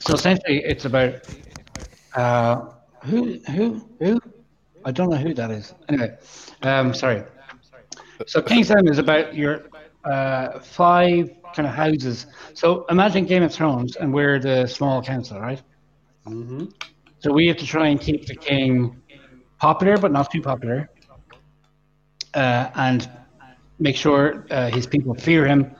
A: So essentially, it's about uh, who, who, who? I don't know who that is. Anyway, um, sorry. So King's Dilemma is about your uh, five kind of houses. So imagine Game of Thrones, and we're the small council, right?
E: Mm-hmm.
A: So we have to try and keep the king popular, but not too popular, uh, and make sure uh, his people fear him,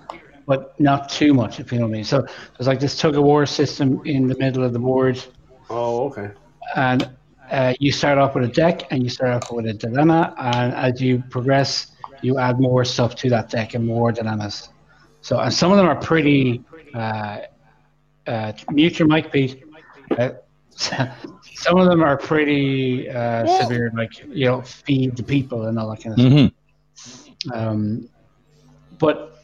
A: but not too much, if you know what I mean. So there's like this tug of war system in the middle of the board,
E: Oh, okay.
A: and uh, you start off with a deck, and you start off with a dilemma, and as you progress, you add more stuff to that deck and more dilemmas. So, and some of them are pretty. Uh, uh, mute your mic, Pete. <laughs> Uh, some of them are pretty uh, severe, like you know, feed the people and all that kind of
B: Mhm.
A: stuff. Um, but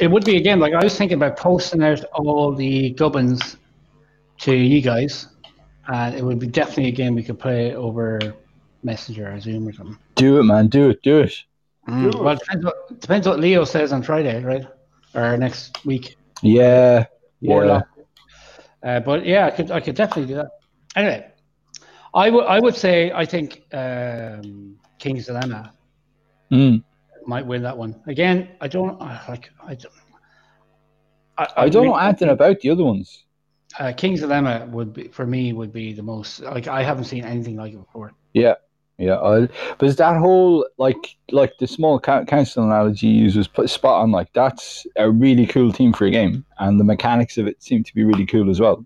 A: it would be again, like I was thinking about posting out all the gubbins to you guys, and it would be definitely a game we could play over Messenger or Zoom or something.
B: Do it, man. Do it. Do it.
E: Do it.
A: Well, it depends what, depends what Leo says on Friday, right? Or next week.
B: Yeah. Yeah.
A: Warlock. Uh, but yeah, I could I could definitely do that. Anyway, I would I would say I think um, King's Dilemma
B: Mm.
A: might win that one. Again, I don't I like I don't.
B: I don't know
A: re-
B: anything about the other ones.
A: Uh, King's Dilemma would be for me would be the most like I haven't seen anything like it before.
B: Yeah, I, but that whole like like the small cou- council analogy you used was put spot on. Like that's a really cool theme for a game, and the mechanics of it seem to be really cool as well.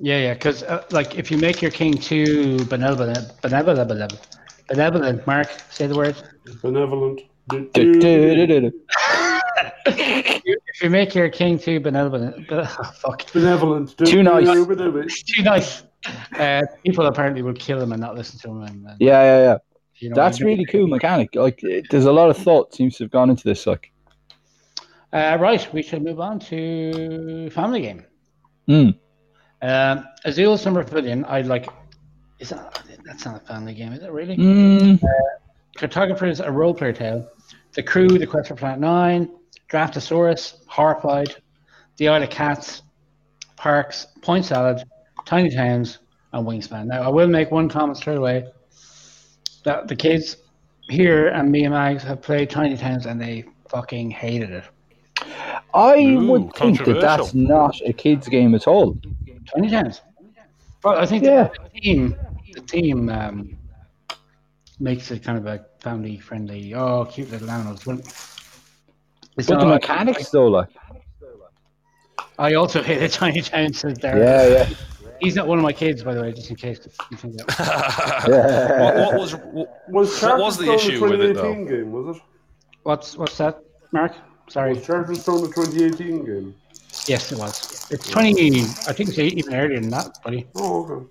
A: Yeah, yeah, because uh, like if you make your king too benevolent, benevolent, benevolent, benevolent, Mark, say the word.
E: Benevolent. Do-
B: Du-
E: do-
B: du- du- du- du.
A: If you make your king too benevolent, <laughs> oh, fuck.
E: Benevolent. Do-
B: Too nice.
E: do- do- do-
A: too nice. Uh, people apparently would kill him and not listen to him. And, and,
B: Yeah, yeah, yeah.
A: you know,
B: That's
A: you-
B: really cool mechanic. Like it- there's a lot of thought seems to have gone into this. Like
A: Uh, right, we should move on to Family Game.
B: Hmm.
A: Um, Azul's Summer Pavilion, I like. Is that, that's not a family game, is it really?
B: mm,
A: Cartographer's a role player tale. The Crew, The Quest for Planet Nine, Draftosaurus, Horrified, The Isle of Cats, Parks, Point Salad, Tiny Towns, and Wingspan. Now, I will make one comment straight away that the kids here and me and Mags have played Tiny Towns and they fucking hated it.
B: I
C: Ooh,
B: would think that that's
C: controversial.
B: not a kids game at all.
A: Tiny Towns. Well, I think
B: Yeah.
A: the team, the team um, makes it kind of a family friendly. Oh, cute little animals. Well, it's
B: But
A: not
B: the
A: like-
B: mechanics, though, like.
A: I also hate the Tiny Town says there.
B: Yeah, yeah.
A: He's not one of my kids, by the way, just in case. you think that-
B: <laughs> yeah.
C: Uh, what, what was what,
E: Was
C: What was the
E: Charterstone
C: issue with it, though?
E: 2018 Game, was it?
A: What's what's that, Mark?
E: Was
A: Sorry.
E: Charterstone the 2018 game?
A: Yes, it was. It's twenty. I think it's even earlier than that, buddy.
E: Oh, okay.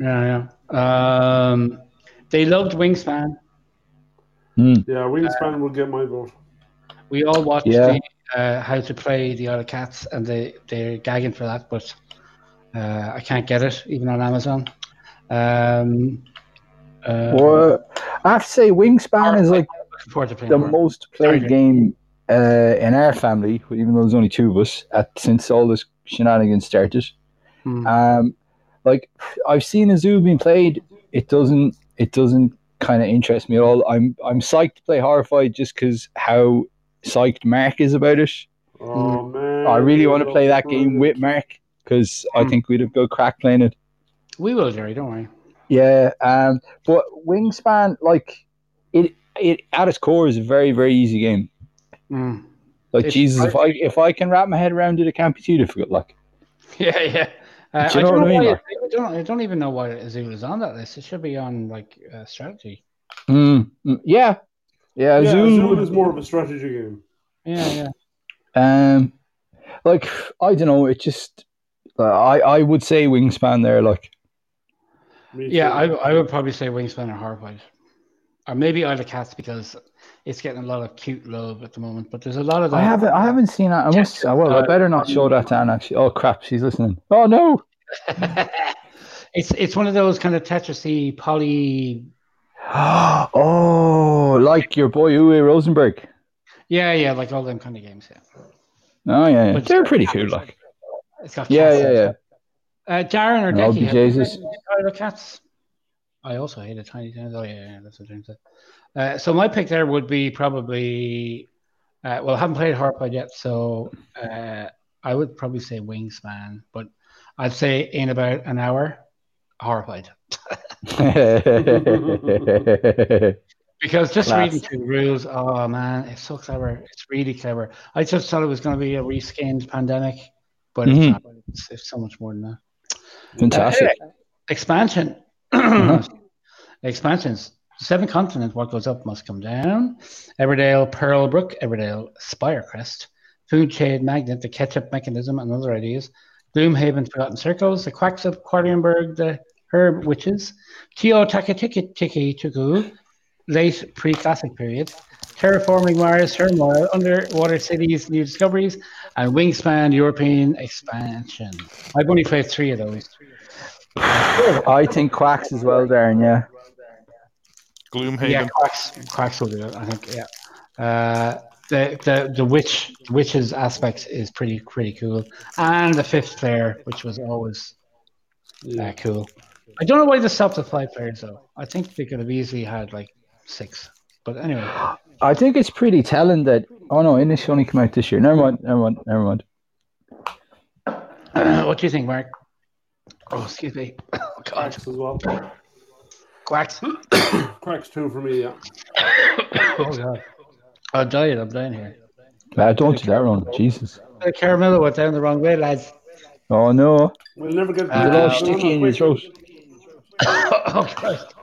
A: Yeah, yeah. Um, they loved Wingspan.
E: Yeah, Wingspan will get my vote.
A: We all watched
B: Yeah.
A: the, uh, how to play the other cats, and they they're gagging for that, but uh, I can't get it even on Amazon. Um, uh,
B: Well, I have to say, Wingspan is like
A: looking forward to playing
B: the
A: more.
B: most played
A: Sorry.
B: game uh, in our family, even though there's only two of us, at, since all this shenanigans started.
A: Hmm.
B: Um, like I've seen a zoo being played, it doesn't it doesn't kind of interest me at all. I'm I'm psyched to play Horrified just because how psyched Mark is about it.
E: Oh, man.
B: Mm. I really want to
E: Love
B: play that
E: Friday.
B: game with Mark because I
A: Hmm.
B: think we'd have good crack playing it.
A: We will, Jerry. Don't worry.
B: Yeah, um, but Wingspan, like it, it at its core is a very very easy game.
A: Mm.
B: Like
A: It's-
B: Jesus, if I if I can wrap my head around it, it can't be too difficult. Like
A: <laughs> Yeah, yeah. Uh,
B: Do you know what I mean,
A: why
B: Mark?
A: it- I don't, I don't even know why Azul is on that list. It should be on like uh, strategy.
B: Mm, mm, yeah, yeah.
E: Yeah,
B: Zoom
E: Zoom
B: would-
E: is more of a strategy game.
A: Yeah, yeah.
B: Um, like I don't know. It just uh, I I would say wingspan there. Like
E: Me
A: Yeah, I,
E: too.
A: I would probably say Wingspan or Horrified. Or maybe Isle of Cats because it's getting a lot of cute love at the moment. But there's a lot of that.
B: I haven't I haven't seen that. I must. oh, Well, I better not show that to Anna. She, oh crap, she's listening. Oh no. <gasps>
A: <laughs> it's it's one of those kind of Tetrisy poly.
B: Oh, like your boy Uwe Rosenberg.
A: Yeah, yeah, like all them kind of games. Yeah,
B: Oh yeah, yeah.
A: But-
B: they're pretty cool. Like
A: it's got
B: yeah,
A: cats
B: yeah,
A: in it.
B: yeah.
A: Uh, Darren or
B: And I'll
A: Decky?
B: be
A: have you
B: Jesus.
A: played Isle of Cats. I also hate a tiny town. Oh yeah, yeah, that's what James said. Uh, so my pick there would be probably. Uh, well, I haven't played Horrified yet, so uh, I would probably say Wingspan, but I'd say in about an hour, Horrified, because just
B: Class.
A: reading through the rules, oh man, it's so clever. It's really clever. I just thought it was going to be a reskinned pandemic, but
B: Mhm.
A: it's not. It's, it's so much more than that.
B: <laughs> Fantastic.
A: Uh, expansion. <clears throat> Expansions. Seven continents. What goes up must come down. Everdale, Pearl Brook, Everdale, Spirecrest, Food Shade Magnet, the Ketchup Mechanism, and other ideas. Gloomhaven, Forgotten Circles, the Quacks of Quadrenberg, the Herb Witches, Tio Takatiki Tiki Tuku, Late Pre Classic Period, Terraforming Mars, Turmoil, Underwater Cities, New Discoveries, and Wingspan European Expansion. I've only played three of those.
B: I think Quacks as well, Darren. Yeah.
C: Gloomhaven?
A: Yeah, Quacks, Quacks will do it, I think. Yeah. Uh, the, the the witch witches aspect is pretty pretty cool, and the fifth player, which was always uh,
E: Yeah.
A: cool. I don't know why they stopped at five players though. I think they could have easily had like six. But anyway, <coughs>
B: I think it's pretty telling that. Oh no, Inish only came out this year. Never mind. Never mind. Never mind.
A: what do you think, Mark? Oh, excuse me. <coughs> Oh, God,
E: Cracks as well.
A: <coughs> quacks. oh
E: Cracks two for me, yeah.
A: God, I'm dying. I'm dying here.
B: Ah, don't do that, Ron. Jesus.
A: The Caramello went down the wrong way, lads.
B: Oh no.
E: We'll never get
A: Uh,
E: Ronan,
B: sticky in
E: wait.
B: your throat.
A: <coughs> oh God.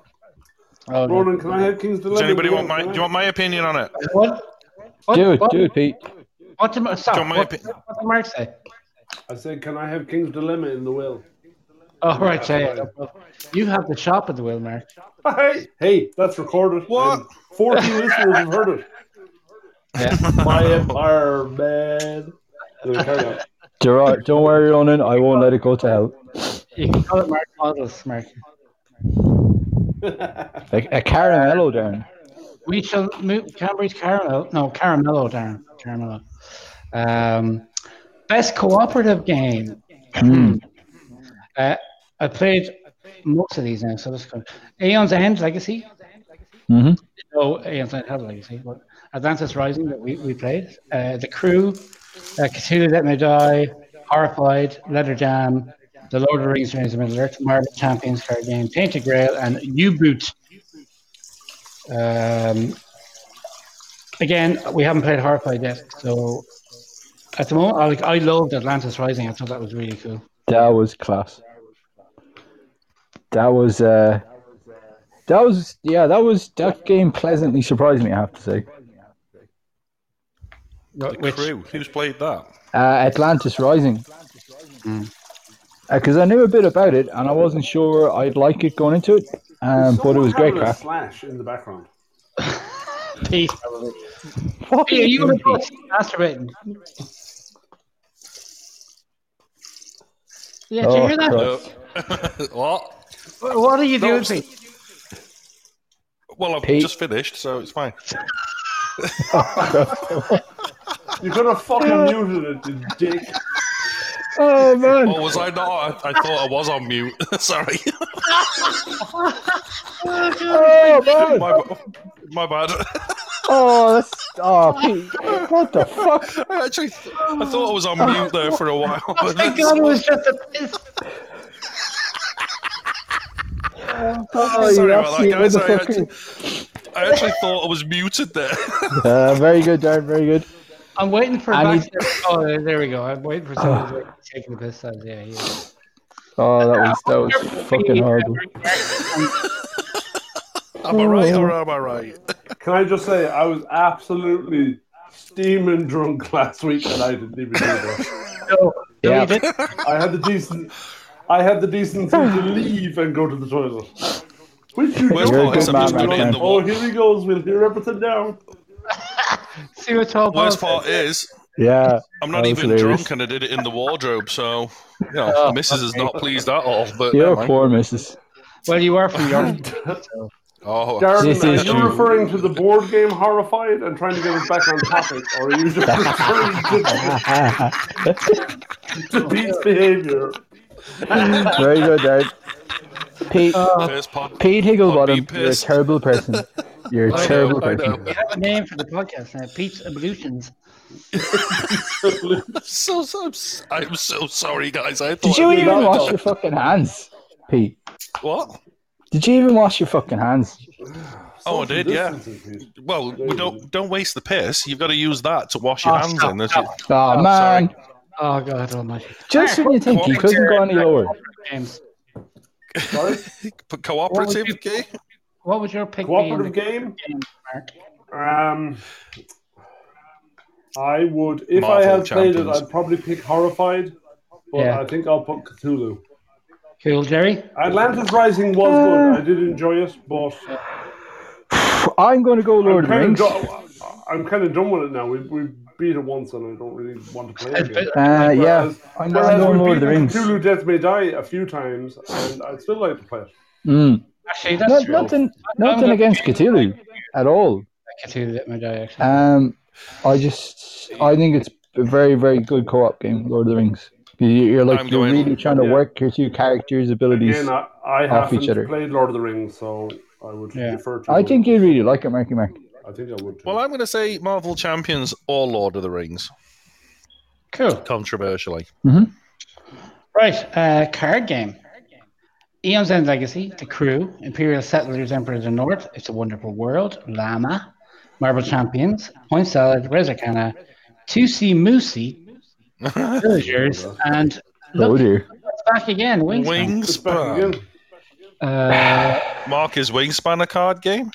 A: Oh, no.
E: Ronan, can I have King's Dilemma?
C: Does anybody
E: Can I-
C: want my?
E: can I-
C: Do you want my opinion on it?
A: What? what?
B: Do it.
A: What?
B: Do it, Pete.
A: What did, Mark- stop.
C: Don't mind
A: What,
C: it.
A: what did Mark say?
E: I said, can I have King's Dilemma in the will?
A: Oh, right, yeah, yeah. You have the shop at the wheel, Mark.
E: Hey, hey, that's recorded.
C: What?
E: And 14 listeners have heard it. My empire, man. Anyway, carry on.
B: Gerard, don't worry, Ronan. I won't let it go to hell.
A: You can call it Mark Models, Mark.
B: A, a caramello, Darren.
A: We shall move Cambridge Caramel. No, Caramello, Darren. Caramello. Um, best cooperative game.
B: Mm.
A: Uh, I played most of these now, so let's go. Aeon's End Legacy.
B: hmm
A: No, Aeon's End Oh, had Legacy, but Atlantis Rising that we, we played. Uh, the Crew, uh, Cthulhu Let Me Die, Horrified, Leather Jam, The Lord of the Rings, Rings of Middle Earth, Marvel Champions card game, Tainted Grail, and U Boot. Um, again, we haven't played Horrified yet, so at the moment, I, I loved Atlantis Rising. I thought that was really cool.
B: That was class. That was uh that was yeah, that was that game pleasantly surprised me, I have to say.
C: The crew. Who's played that?
B: Uh, Atlantis Rising. Hmm. Because I knew a bit about it and I wasn't sure I'd like it going into it, um, but it
E: Someone
B: was great
E: having a
B: craft.
E: slash in the background.
A: Pete, Pete, are you going to masturbating? Yeah, did you
B: Oh,
A: hear that?
B: Christ.
C: Uh, <laughs> what?
A: What are you doing,
C: No.
A: Pete?
C: Well, I've
B: Pete.
C: just finished, so it's
B: <laughs>
C: fine.
E: You could have
C: <laughs>
E: fucking muted it, you dick.
B: Oh man!
C: Oh, was I not? I, I thought I was on mute. <laughs> Sorry,
B: Oh man!
C: my, my bad. <laughs>
B: Oh, that's oh, Pete. what the fuck?
C: I actually, I thought I was on mute there for a while.
B: <laughs>
A: Oh my god, it was just a piss.
B: Oh,
C: Sorry
B: you
C: about
B: absolute
C: that, guys. I
B: motherfucker.
C: I actually thought I was muted there. <laughs>
B: Uh, very good, Darren. Very good.
A: I'm waiting for.
B: I
A: Back
B: need-
A: Oh, there, there we go. I'm waiting for someone
B: Ah.
A: to take the piss out. Yeah, yeah.
B: Oh, that was that was fucking horrible. Oh.
C: am I right or am I right?
E: Can I just say, I was absolutely steaming drunk <laughs> last week and I didn't even do that.
A: No, no,
B: Yeah.
A: you didn't.
E: I had the decent, I had the decency
B: <sighs>
E: to leave and go to the toilet. Which you
C: Well,
E: don't
B: You're a
E: do.
B: good man,
E: Just
B: my
E: go,
B: friend.
E: Oh, here he goes. We'll hear everything down.
A: <laughs> See what's
B: Oh,
A: all about.
C: Worst part is,
B: Yeah.
C: I'm not
B: That was Oh,
C: even
B: hilarious. Oh,
C: drunk and I did it in the wardrobe, so, you know, the missus is not pleased at all. But
B: You're a
C: never mind.
B: poor missus. <laughs>
A: Well, you are from York.
C: Oh,
E: Darren,
B: This
E: are
B: is
E: you
B: true.
E: referring to the board game Horrified and trying to get us back on topic, or are
B: <laughs>
E: you just referring to, to Pete's behavior?
B: very good, Darren. Pete,
C: first pod.
B: Pete
C: I'll be
B: Higglebottom, you're a
C: pissed.
B: terrible person. You're a
C: <laughs> I
B: terrible
C: know, I know.
B: person.
A: have a name for the podcast now. Pete's Evolutions.
C: So, so, <laughs> I'm s- I'm so sorry, guys. I
B: Did
C: thought
B: you
C: I
B: even
C: muted
B: wash
C: all-
B: your fucking hands, Pete?
C: What?
B: Did you even wash your fucking hands?
C: Oh, I did, yeah. Well, we don't don't waste the piss. You've got to use that to wash your
A: Oh,
C: hands
A: stop,
C: in. That's
A: stop.
B: Oh, man.
A: Oh God Almighty!
B: Just when you think he couldn't go any lower.
A: Games.
E: Sorry?
C: <laughs> it. cooperative.
A: Well, we-
C: okay?
A: What would your pick
E: Cooperative
A: be?
E: game?
A: in the game, Mark?
E: Um, I would, if I
C: Marvel
E: had played it,
C: Champions.
E: I'd probably pick Horrified, but
A: Yeah.
E: I think I'll put Cthulhu.
A: Cool, Jerry.
E: Atlantis Rising was
B: Uh.
E: good. I did enjoy it, but
B: I'm going to go Lord
E: I'm
B: of the
E: kind, of
B: Rings. Uh,
E: do- I'm kind of done with it now. We, we beat it once, and I don't really want to play it again.
B: Uh, yeah,
E: Whereas-
B: I'm
E: Whereas
B: going
E: we
B: Lord of the
E: beat
B: Rings.
E: Cthulhu Death May Die a few times, and I'd still like to play it.
B: Mm.
A: Actually, that's
B: Not,
A: true.
B: nothing, nothing against Cthulhu at all.
A: I can do that, my day, actually.
B: Um, I just, I think it's a very, very good co-op game, Lord of the Rings. You- You're like,
C: I'm
B: you're
C: going-
B: really trying to
E: yeah.
B: work your two characters' abilities.
E: Again, I, I
B: off
E: haven't
B: each other.
E: played Lord of the Rings, so I would
A: Yeah.
E: defer to.
B: I
E: you.
B: think you'd really like it, Marky Mark.
E: I think I would. Too.
C: Well, I'm going to say Marvel Champions or Lord of the Rings,
A: Cool.
C: controversially. <laughs>
A: Right. Uh, card game. Eon's End Legacy, The Crew, Imperial Settlers, Emperors of the North, It's a Wonderful World, Llama, Marble Champions, Point Salad, Resicana, 2C Moosey, Villagers, and
B: Oh
A: look,
B: dear.
A: it's back again, Wings.
E: It's back
C: Wingspan.
E: again.
A: Uh,
C: Mark, is Wingspan a card game?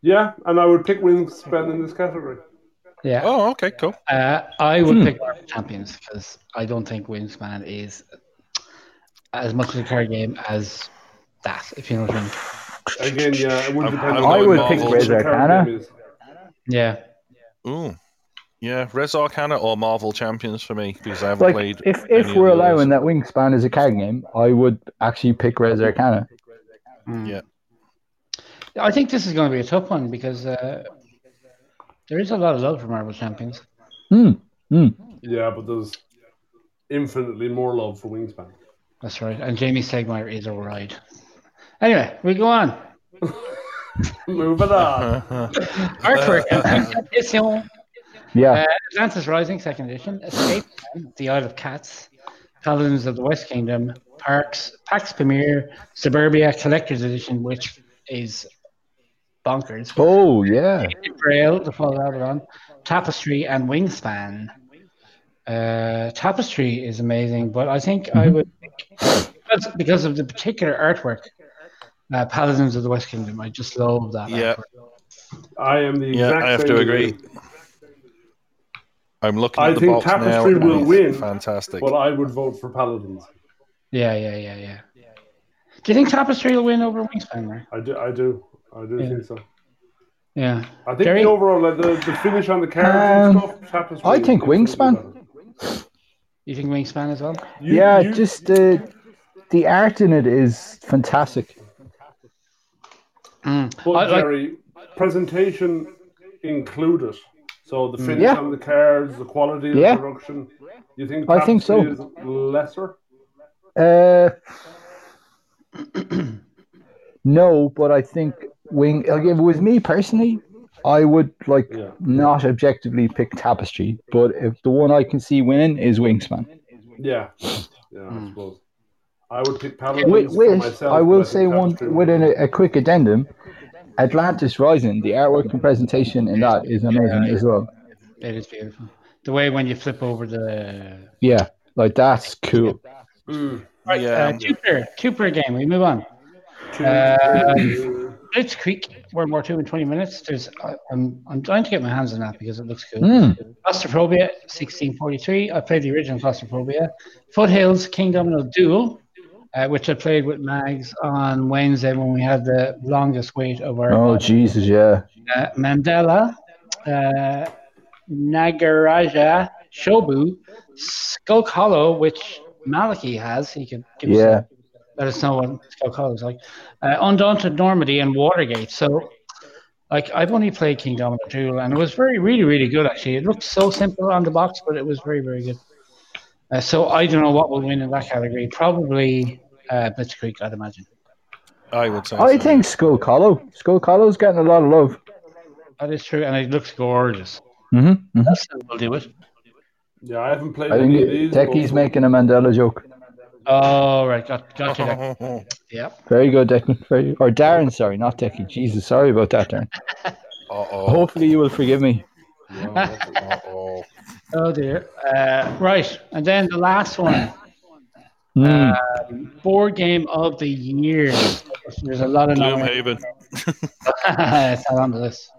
E: Yeah, and I would pick Wingspan in this category.
A: yeah.
C: Oh, okay, cool.
A: Uh, I would
B: Hmm.
A: pick Marvel Champions because I don't think Wingspan is as much of a card game as that, if you know what I mean.
E: Again, yeah, it would
C: I'm-
E: depend.
C: I'm
E: on
C: going with I
E: what
C: would Marvel. pick
E: the character
B: Rezarkana.
E: is.
A: Yeah.
C: Ooh. Yeah, Res Arcana or Marvel Champions for me because I haven't
B: Like,
E: <laughs>
C: played.
B: if
C: any
B: if
C: of
B: we're
C: those.
B: allowing that Wingspan is a card game, I would actually pick Res Arcana.
A: Mm. I think this is going to be a tough one because uh, there is a lot of love for Marvel Champions.
B: Hmm.
E: Yeah, but there's infinitely more love for Wingspan.
A: That's right. And Jamie Segmeyer is a ride. Anyway, we go on.
E: Move it on.
A: Artwork. Edition,
B: Yeah.
A: uh, Atlantis Rising, second edition. Escape Plan, The Isle of Cats. Paladins of the West Kingdom. Parks. Pax Premier. Suburbia Collector's Edition, which is bonkers.
B: Oh yeah.
A: Braille, to follow that on. Tapestry and Wingspan. Uh, Tapestry is amazing, but I think I would because, because of the particular artwork. Uh, Paladins of the West Kingdom. I just love that.
C: Yeah.
A: artwork.
E: <laughs> I am the
C: Yeah,
E: exact
C: I have
E: same
C: to
E: as
C: agree.
E: you,
C: I'm looking
E: I
C: at the
E: think
C: box now.
E: Tapestry
C: and
E: will
C: it's
E: win,
C: Fantastic.
E: But I would vote for Paladins.
A: yeah, yeah, yeah, yeah. Do you think Tapestry will win over Wingspan? Right?
E: I do. I do. I do
A: Yeah.
E: think so.
A: Yeah.
E: I think
A: Jerry?
E: the overall, like, the, the finish on the cards
B: Um,
E: and stuff. Tapestry
B: I
E: is
B: think
E: absolutely
B: Wingspan.
E: better.
A: You think Wingspan as well?
E: You-
B: yeah,
E: you-
B: just the the art in it is fantastic.
A: Mm.
E: But
A: I- I-
E: Jerry, presentation included. So the finish
B: Mm. Yeah.
E: on the cards, the quality of
B: Yeah.
E: the production. You think
B: I think so.
E: Tapestry is lesser?
B: Uh, <clears throat> no, but I think wing. Like, if it was me personally, I would like
E: Yeah.
B: not objectively pick Tapestry, but if the one I can see winning is Wingspan.
E: Yeah. Yeah, I
A: Hmm.
E: suppose. I would pick Paladins
B: With,
E: for
B: with
E: myself.
B: Mm. I will
E: but
B: say
E: think
B: one
E: Tapestry would
B: within
E: win.
B: a, a quick addendum. Atlantis Rising, the artwork and presentation in that is amazing as well.
A: It is beautiful. The way when you flip over the
B: Yeah, like that's cool.
E: Mm.
A: right,
C: Yeah. Mm.
A: uh, Jupiter, Jupiter game. We move on.
E: Two-
A: Uh, Blitz Creek, World War Two in twenty minutes. There's, I, I'm, I'm trying to get my hands on that because it looks cool.
B: Hmm.
A: Claustrophobia, sixteen forty-three. I played the original Claustrophobia. Foothills, King Domino Duel, uh, which I played with Mags on Wednesday when we had the longest wait of our
B: Oh Jesus, yeah.
A: uh, Mandela, uh, Nagaraja, Shobu, Skulk Hollow, which Maliki has. He can give
B: Yeah.
A: us, let us know what Skulk Hollow is like. Uh, Undaunted Normandy and Watergate. So, like, I've only played King Domino Duel, and it was very, really, really good, actually. It looked so simple on the box, but it was very, very good. Uh, so, I don't know what will win in that category. Probably uh, Blitzkrieg, I'd imagine.
C: I would say.
B: I
C: so. <laughs>
B: think Skull Collow. Skull Collow's getting a lot of love.
A: That is true, and it looks gorgeous.
B: Mm-hmm.
A: That's will do it.
E: yeah, I haven't played
B: I
E: any of
B: think
E: these.
B: Decky's
E: but-
B: making a Mandela joke.
A: Oh, right. Got, gotcha. Jack. Yep.
B: Very good, Decky. Very, or Darren, sorry, not Decky. Jesus, sorry about that, Darren.
C: Uh-oh.
B: Hopefully you will forgive me.
C: Uh-oh.
A: <laughs> Oh dear. Uh, right, and then the last one,
B: Mm.
A: um, board game of the year. There's a lot of nominations.
C: Gloomhaven.
A: <laughs> it's not on the list.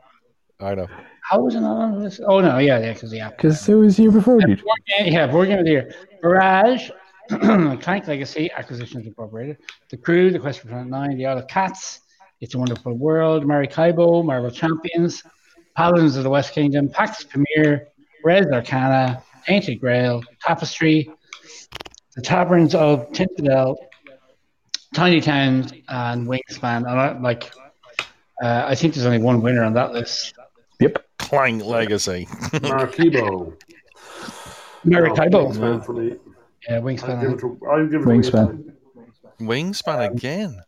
C: I know.
A: How is it not on the list? Oh no, yeah, yeah, because yeah.
B: Because it was year before, dude.
A: Board game, yeah, board game of the year. <clears throat> Barrage, Clank Legacy, Acquisitions Incorporated, The Crew, The Quest for Planet Nine, The Isle of Cats, It's a Wonderful World, Maracaibo, Marvel Champions, Paladins of the West Kingdom, Pax Premier, Res Arcana, Ancient Grail, Tapestry, The Taverns of Tinfidel, Tiny Towns, and Wingspan. And I, like, uh, I think there's only one winner on that list.
C: Clank Legacy.
E: Maracaibo. Oh,
A: Maracaibo.
E: Wingspan for me.
A: Yeah,
E: I'd
A: Wingspan.
E: give it to, I'd give it to
B: Wingspan.
C: Wingspan
E: Um,
C: again.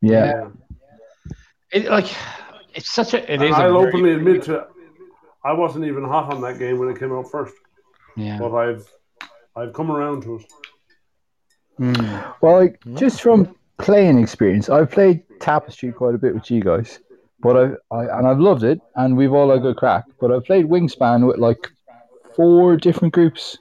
B: Yeah.
E: Yeah.
A: It like it's such a it
E: And
A: is. a
E: I'll
A: very-
E: openly admit to I wasn't even hot on that game when it came out first,
A: Yeah.
E: but I've I've come around to it.
A: Mm.
B: Well, like, just from playing experience, I've played Tapestry quite a bit with you guys, but I've, I and I've loved it, and we've all had a good crack. But I've played Wingspan with like four different groups,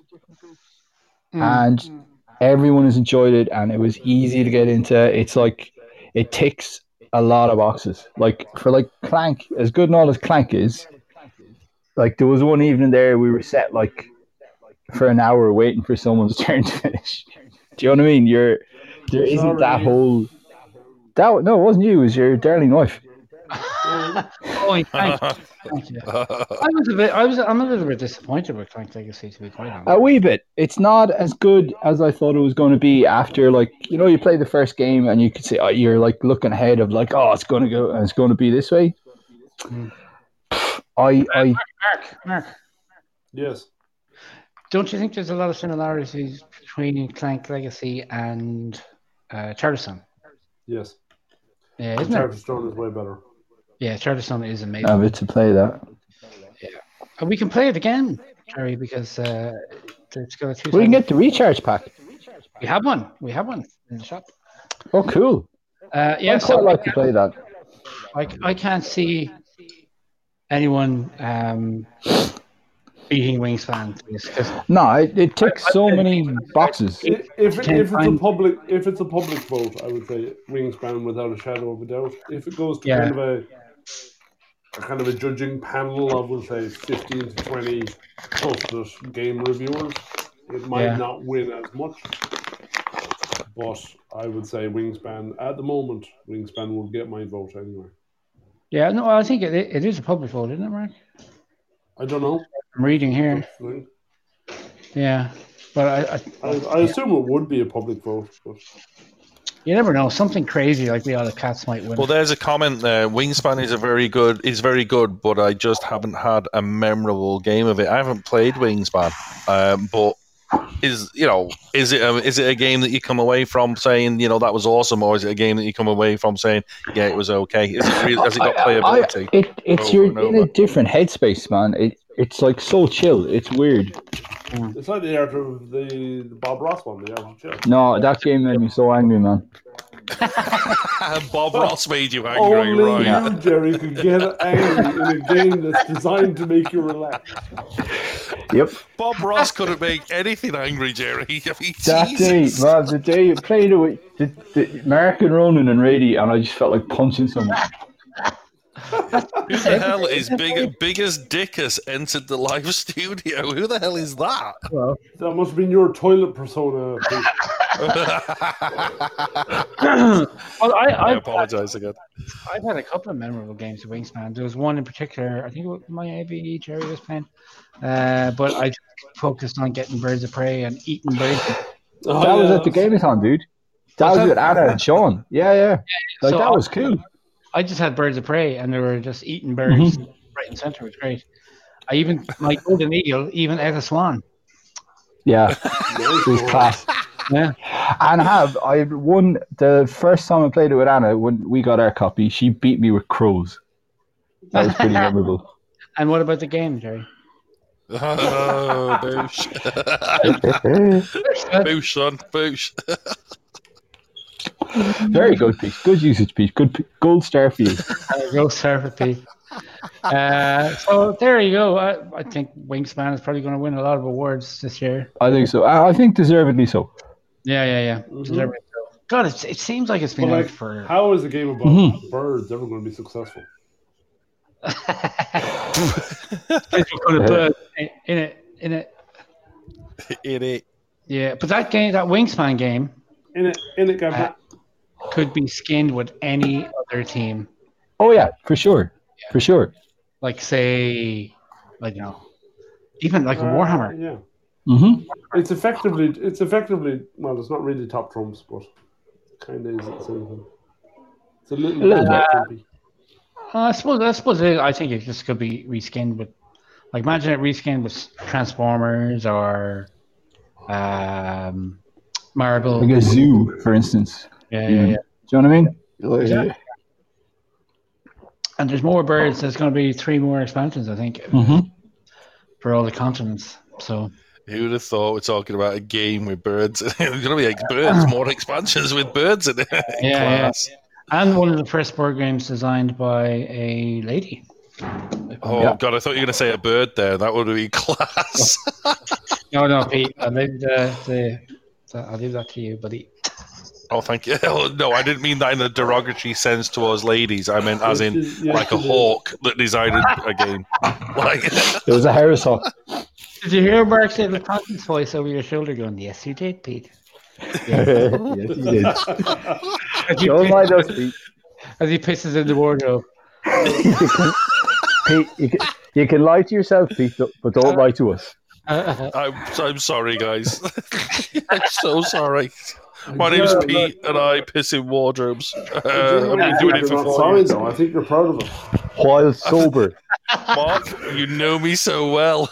B: and everyone has enjoyed it, and it was easy to get into. It's like it ticks a lot of boxes. Like for like Clank, as good and all as Clank is, like there was one evening there we were set like for an hour waiting for someone's turn to <laughs> finish. Do you know what I mean? You're there isn't that
E: Sorry.
B: whole that wa- no, it wasn't you. It was your darling wife.
A: Oh, and
B: <laughs>
C: <laughs>
A: Clank. Clank, yeah. I was a bit. I was. I'm a little bit disappointed with Clank Legacy, to be quite honest.
B: A wee bit. It's not as good as I thought it was going to be. After like you know, you play the first game and you could say oh, you're like looking ahead of like oh, it's going to go, it's going to be this way.
A: Mm.
B: I I
A: Mark, Mark,
E: Yes.
A: don't you think there's a lot of similarities between Clank Legacy and uh, Charterstone?
E: Yes.
A: Yeah, isn't there?
E: Charter Stone is way better.
A: Yeah, Charterstone is amazing.
B: have it to play that.
A: and we can play it again, Jerry, because uh, it's got a two.
B: We can get the recharge pack.
A: We have one. We have one in the shop.
B: Oh, cool!
A: Uh, yeah,
B: I quite
A: so
B: like to play that.
A: I, I can't see anyone um, beating Wingspan. It's just-
B: No, it, it ticks so many boxes.
E: If, if, if
A: Can't
E: it's a
A: find-
E: public, if it's a public vote, I would say Wingspan without a shadow of a doubt. If it goes to
A: Yeah.
E: kind of a, a kind of a judging panel of, we'll say, fifteen to twenty trusted game reviewers, it might
A: Yeah.
E: not win as much. But I would say Wingspan at the moment, Wingspan will get my vote anyway.
A: yeah, no, I think it, it is a public vote, isn't it, Mark?
E: I don't know.
A: I'm reading here.
E: actually.
A: Yeah, but I, I,
E: I, I assume it would be a public vote, but
A: you never know. Something crazy like the other cats might win.
C: Well, there's a comment there. Wingspan is a very good is very good, but I just haven't had a memorable game of it. I haven't played Wingspan, um, but is you know is it a, is it a game that you come away from saying you know that was awesome, or is it a game that you come away from saying yeah it was okay? Is it really, has it got
B: <laughs> I- I-
C: playability? Oh,
B: It, it's
C: Over
B: you're
C: and
B: in
C: over.
B: a different headspace, man. It, it's like so chill. It's weird.
A: Hmm.
E: it's like the art of the, the Bob Ross one, the art of chill.
B: No, that game made me so angry, man.
C: <laughs> Bob Ross made you angry,
E: Only
C: right?
E: you, Jerry, could get angry in a game that's designed to make you relax.
B: Yep.
C: Bob Ross couldn't make anything angry, Jerry. <laughs> I mean,
B: That
C: Jesus.
B: day, man, the day you played it with the, the Mark and Ronan and Rady, and I just felt like punching someone.
C: Who the hell is big, biggest dick has entered the live <laughs> studio? Who the hell is that?
E: That must have been your toilet persona. Pete.
A: <clears throat> well,
C: I
A: I, I,
C: apologize again.
A: I've had a couple of memorable games of Wingspan. There was one in particular, I think it my ABE Jerry was playing, uh, but I just focused on getting birds of prey and eating birds.
B: <laughs>
E: Oh,
B: that was
E: yeah,
B: at the Gameathon, dude. That was,
A: Was it?
B: with Anna and Sean. Yeah, yeah. Like
A: So
B: that
A: I-
B: was cool.
A: I just had birds of prey, and they were just eating birds
B: Mm-hmm.
A: right and center. It was great. I even my golden eagle even ate a swan.
B: Yeah, it was class.
A: Yeah,
B: And have I won the first time I played it with Anna when we got our copy? She beat me with crows. That was pretty memorable.
A: And what about the game,
B: <laughs>
A: Jerry?
C: Oh, boosh. boosh, son. Boosh.
B: Very good piece. Good usage piece. Good p- gold star for you.
A: Real therapy. Uh, so there you go. I, I think Wingspan is probably going to win a lot of awards this year.
B: I think so. I I think deservedly so.
A: Yeah, yeah, yeah.
E: Mhm.
A: Deservedly so. God, it, it seems like it's been
E: Well,
A: out
E: like,
A: for.
E: How is a game about
A: Hmm.
B: Mhm.
E: birds ever going to be successful?
A: <laughs> Kids were kind of bird in in it, in it.
C: In it.
A: Yeah, but that game, that Wingspan game,
E: In it, in it,
A: Uh,
E: Gavin.
A: could be skinned with any other team,
B: Oh yeah, for sure. For sure.
A: like say, like you know, even like a
E: Uh,
A: Warhammer.
E: Yeah,
B: Mm-hmm.
E: it's effectively, it's effectively. Well, it's not really top trumps, but kind of is at the same time. It's a little,
B: A little
E: bit.
B: bit.
E: Trumpy.
A: Uh, I suppose. I suppose. It, I think it just could be reskinned with, like, imagine it reskinned with Transformers or, um, Marvel.
B: Like a zoo, for instance.
A: Yeah, yeah, yeah.
B: Do you know what I mean?
A: And there's more birds. There's going to be three more expansions, I think,
B: Mhm.
A: for all the continents. So.
C: Who'd have thought we're talking about a game with birds? <laughs> There's going to be like birds, more expansions with birds in it.
A: yeah.
C: Class.
A: And one of the first board games designed by a lady.
C: Oh,
B: Yeah.
C: God, I thought you were going to say a bird there. That would be <laughs> class.
A: No, no, Pete. I leave the, the, the I'll leave that to you, buddy.
C: oh, thank you. <laughs> Oh, no, I didn't mean that in a derogatory sense towards ladies. I meant as in
E: Yes, yes,
C: like a
E: it is.
C: hawk that designed a game. Like, <laughs>
B: It was a Harris Hawk.
A: Did you hear Mark's little conscience voice over your shoulder going, Yes, you did, Pete.
B: <laughs> yes, he did.
A: As he,
B: Don't
A: pi-
B: mind us, Pete.
A: as he pisses in the wardrobe. <laughs>
B: Pete, you can, you can lie to yourself, Pete, but don't lie to us.
C: I'm, I'm sorry, guys. <laughs> I'm so sorry. My name's Pete, and I piss in wardrobes.
E: <laughs>
C: <laughs> Uh, I've been doing it for
E: You're not
C: four
E: sorry
C: years.
E: though. I think you're proud of it.
B: While sober.
C: Mark, you know me
B: <laughs>
C: so well.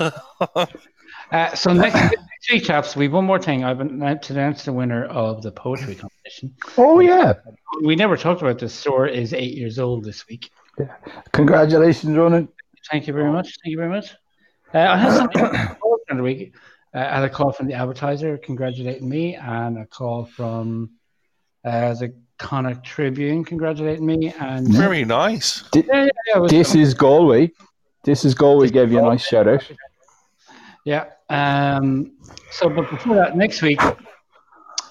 A: Uh, so next, next week, chaps, we've one more thing. I've announced to announce the winner of the poetry competition.
B: Oh, yeah.
A: We never talked about this. Sore is eight years old this week.
B: Congratulations, Ronan.
A: Thank you very much. Thank you very much. Uh, I had something to call from the week. Uh, I had a call from the advertiser congratulating me, and a call from uh, the Connacht Tribune congratulating me. And
C: Very <laughs> nice.
A: yeah, yeah, yeah, it was-
B: This is Galway. This is Galway gave you a nice shout out.
A: Yeah. Um, so, but before that, next week,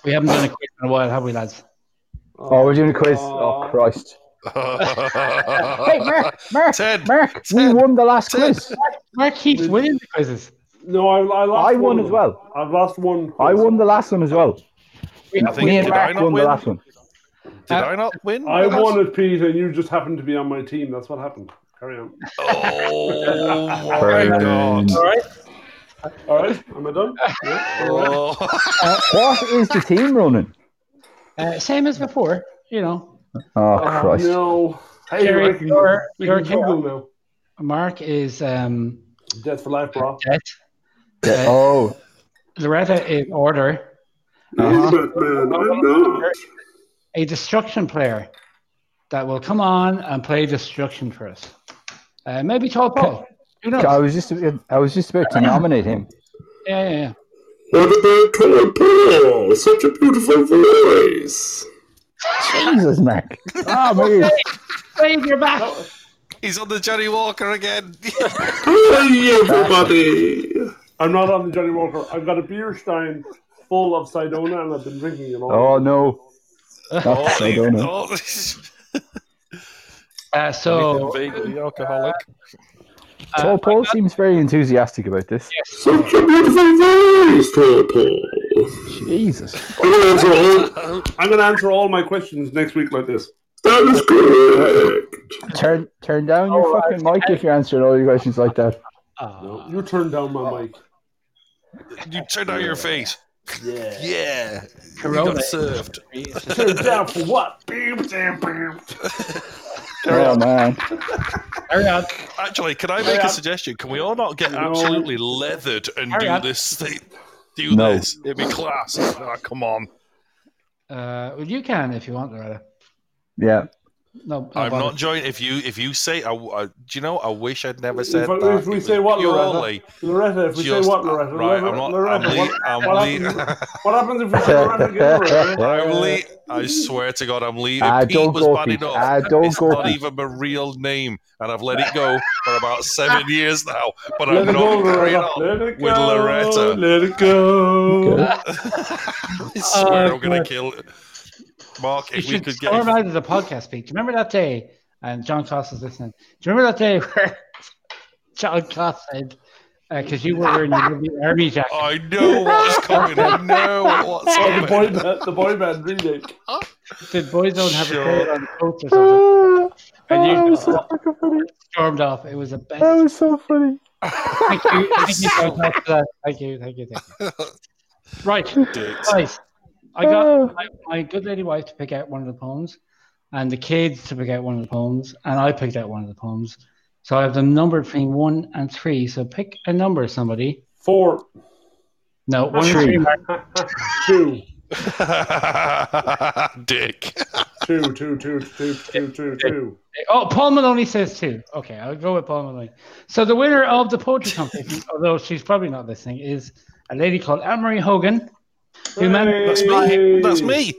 A: we haven't done a quiz in a while, have we, lads?
B: Oh, we're doing a
E: Uh,
B: quiz. Oh, Christ.
C: Oh.
B: <laughs> Hey, Mark, Mark,
C: Ted,
B: Mark, we
C: Ted,
B: won the last
C: Ted.
B: quiz.
A: Mark keeps winning the quizzes.
E: No, I, I lost.
B: I
E: one
B: won
E: of
B: as
E: them.
B: well.
E: I've lost one.
B: I won the last one as well.
A: We
C: I think-
B: Me and
C: did I
B: Mark
C: not
B: won the
C: win?
B: last one.
C: did I not win?
E: I won it, Pete, and you just happened to be on my team. That's what happened. Carry on.
C: Oh my god!
A: all right.
E: All right, am I done? Yeah. all right.
C: Oh.
B: What is the team running?
A: Uh, same as before, you know.
B: Oh, <laughs>
E: Uh,
B: Christ.
E: no. Hey,
A: Jerry,
E: I can,
A: your-
E: we
A: your
E: can Google now.
A: Mark is um,
E: Death for life, bro.
A: dead. Uh,
B: Yeah, Oh,
A: Loretta is order.
B: uh-huh.
E: Batman, I'm not.
A: A destruction player that will come on and play destruction for us. Uh, maybe Tall Paul. Who knows?
B: I was just I was just about to nominate him.
A: Yeah, yeah, yeah.
H: What about Tall Paul? Such a beautiful voice.
B: Jesus, Mark. Ah, move.
A: Wave your back.
C: Oh. He's on the Johnny Walker again.
H: Hi, everybody.
E: I'm not on the Johnny Walker. I've got a beer stein full of Sidona, and I've been drinking it
B: <laughs>
E: all.
B: Oh no.
C: <laughs> Oh,
B: That's I don't know.
A: Uh, so,
C: vaguely uh, alcoholic. Oh,
B: Paul, Paul seems very enthusiastic about this.
H: Such a beautiful voice, Tall Paul.
B: Jesus.
H: That's all.
E: I'm going to answer all my questions next week like this.
H: That is correct.
B: Turn turn down your fucking mic if you're answering all your questions like that.
A: oh,
E: You turn down my mic.
C: You turned out your face. Yeah. Yeah. You
A: Corona.
C: got served.
E: Turn down for what? Beep, damn,
B: Oh man.
A: Carry on.
C: Actually, can I make a suggestion? Can we all not get absolutely leathered and
A: Hurry
C: do
A: up.
C: this thing? Do
B: No.
C: this. It'd be class. Ah, come on.
A: Uh, well, you can if you want, Loretta.
B: Yeah.
A: No, no
C: I'm
A: bother.
C: not joining. If you if you say, I, I- do you know? I wish I'd never said
E: If I-
C: that.
E: if we
C: It was
E: say what, Loretta?
C: purely
E: Loretta, if we
C: just uh,
E: say what, Loretta?
C: right.
E: Loretta,
C: I'm not.
E: Loretta,
C: I'm,
E: what,
C: le- I'm,
E: what
C: le- <laughs>
E: happens, what happens if we say Loretta again, Loretta?
C: I'm le- I swear to God, I'm leaving.
B: Ah,
C: Pete
B: don't
C: was
B: go,
C: bad
B: Pete.
C: enough.
B: Ah, don't
C: it's
B: go,
C: not
B: Pete.
C: even a real name, and I've let it go for about
E: <laughs>
C: seven years now. But
E: Let
C: I'm
E: it go,
C: not carrying
E: Loretta.
C: on
E: Let it
C: with
E: go.
C: Loretta.
E: Let it go.
B: Okay.
C: I swear I'm gonna kill it. Mark.
A: You
C: If we
A: should
C: could
A: get
C: get
A: out of the podcast speak. Do you remember that day? And John Cost is listening. Do you remember that day where <laughs> John Cost said, because you were wearing your lovely army jacket?
C: I know what's coming. I know what's
E: Oh, the
C: coming.
E: boy band, the boy band remake.
A: Did boys don't have
C: Sure.
A: a tail on the coats or something? And you just stormed off. It was the best. That was so funny. Thank you. Thank you, John Cost, for that. Thank you. Thank you. Thank you.
C: <laughs>
A: Right.
C: Dicks.
A: Right. I got my, my good lady wife to pick out one of the poems and the kids to pick out one of the poems, and I picked out one of the poems. So I have them numbered between one and three. So pick a number, somebody.
E: Four,
A: No, one and three. Mark.
E: two,
C: <laughs> Dick.
E: two, two, two, two, two, two, two.
A: Oh, Paul Maloney says two. Okay, I'll go with Paul Maloney. So the winner of the poetry competition, although she's probably not listening, is a lady called Anne-Marie Hogan. Who managed
C: That's
E: Hey.
C: me. That's me.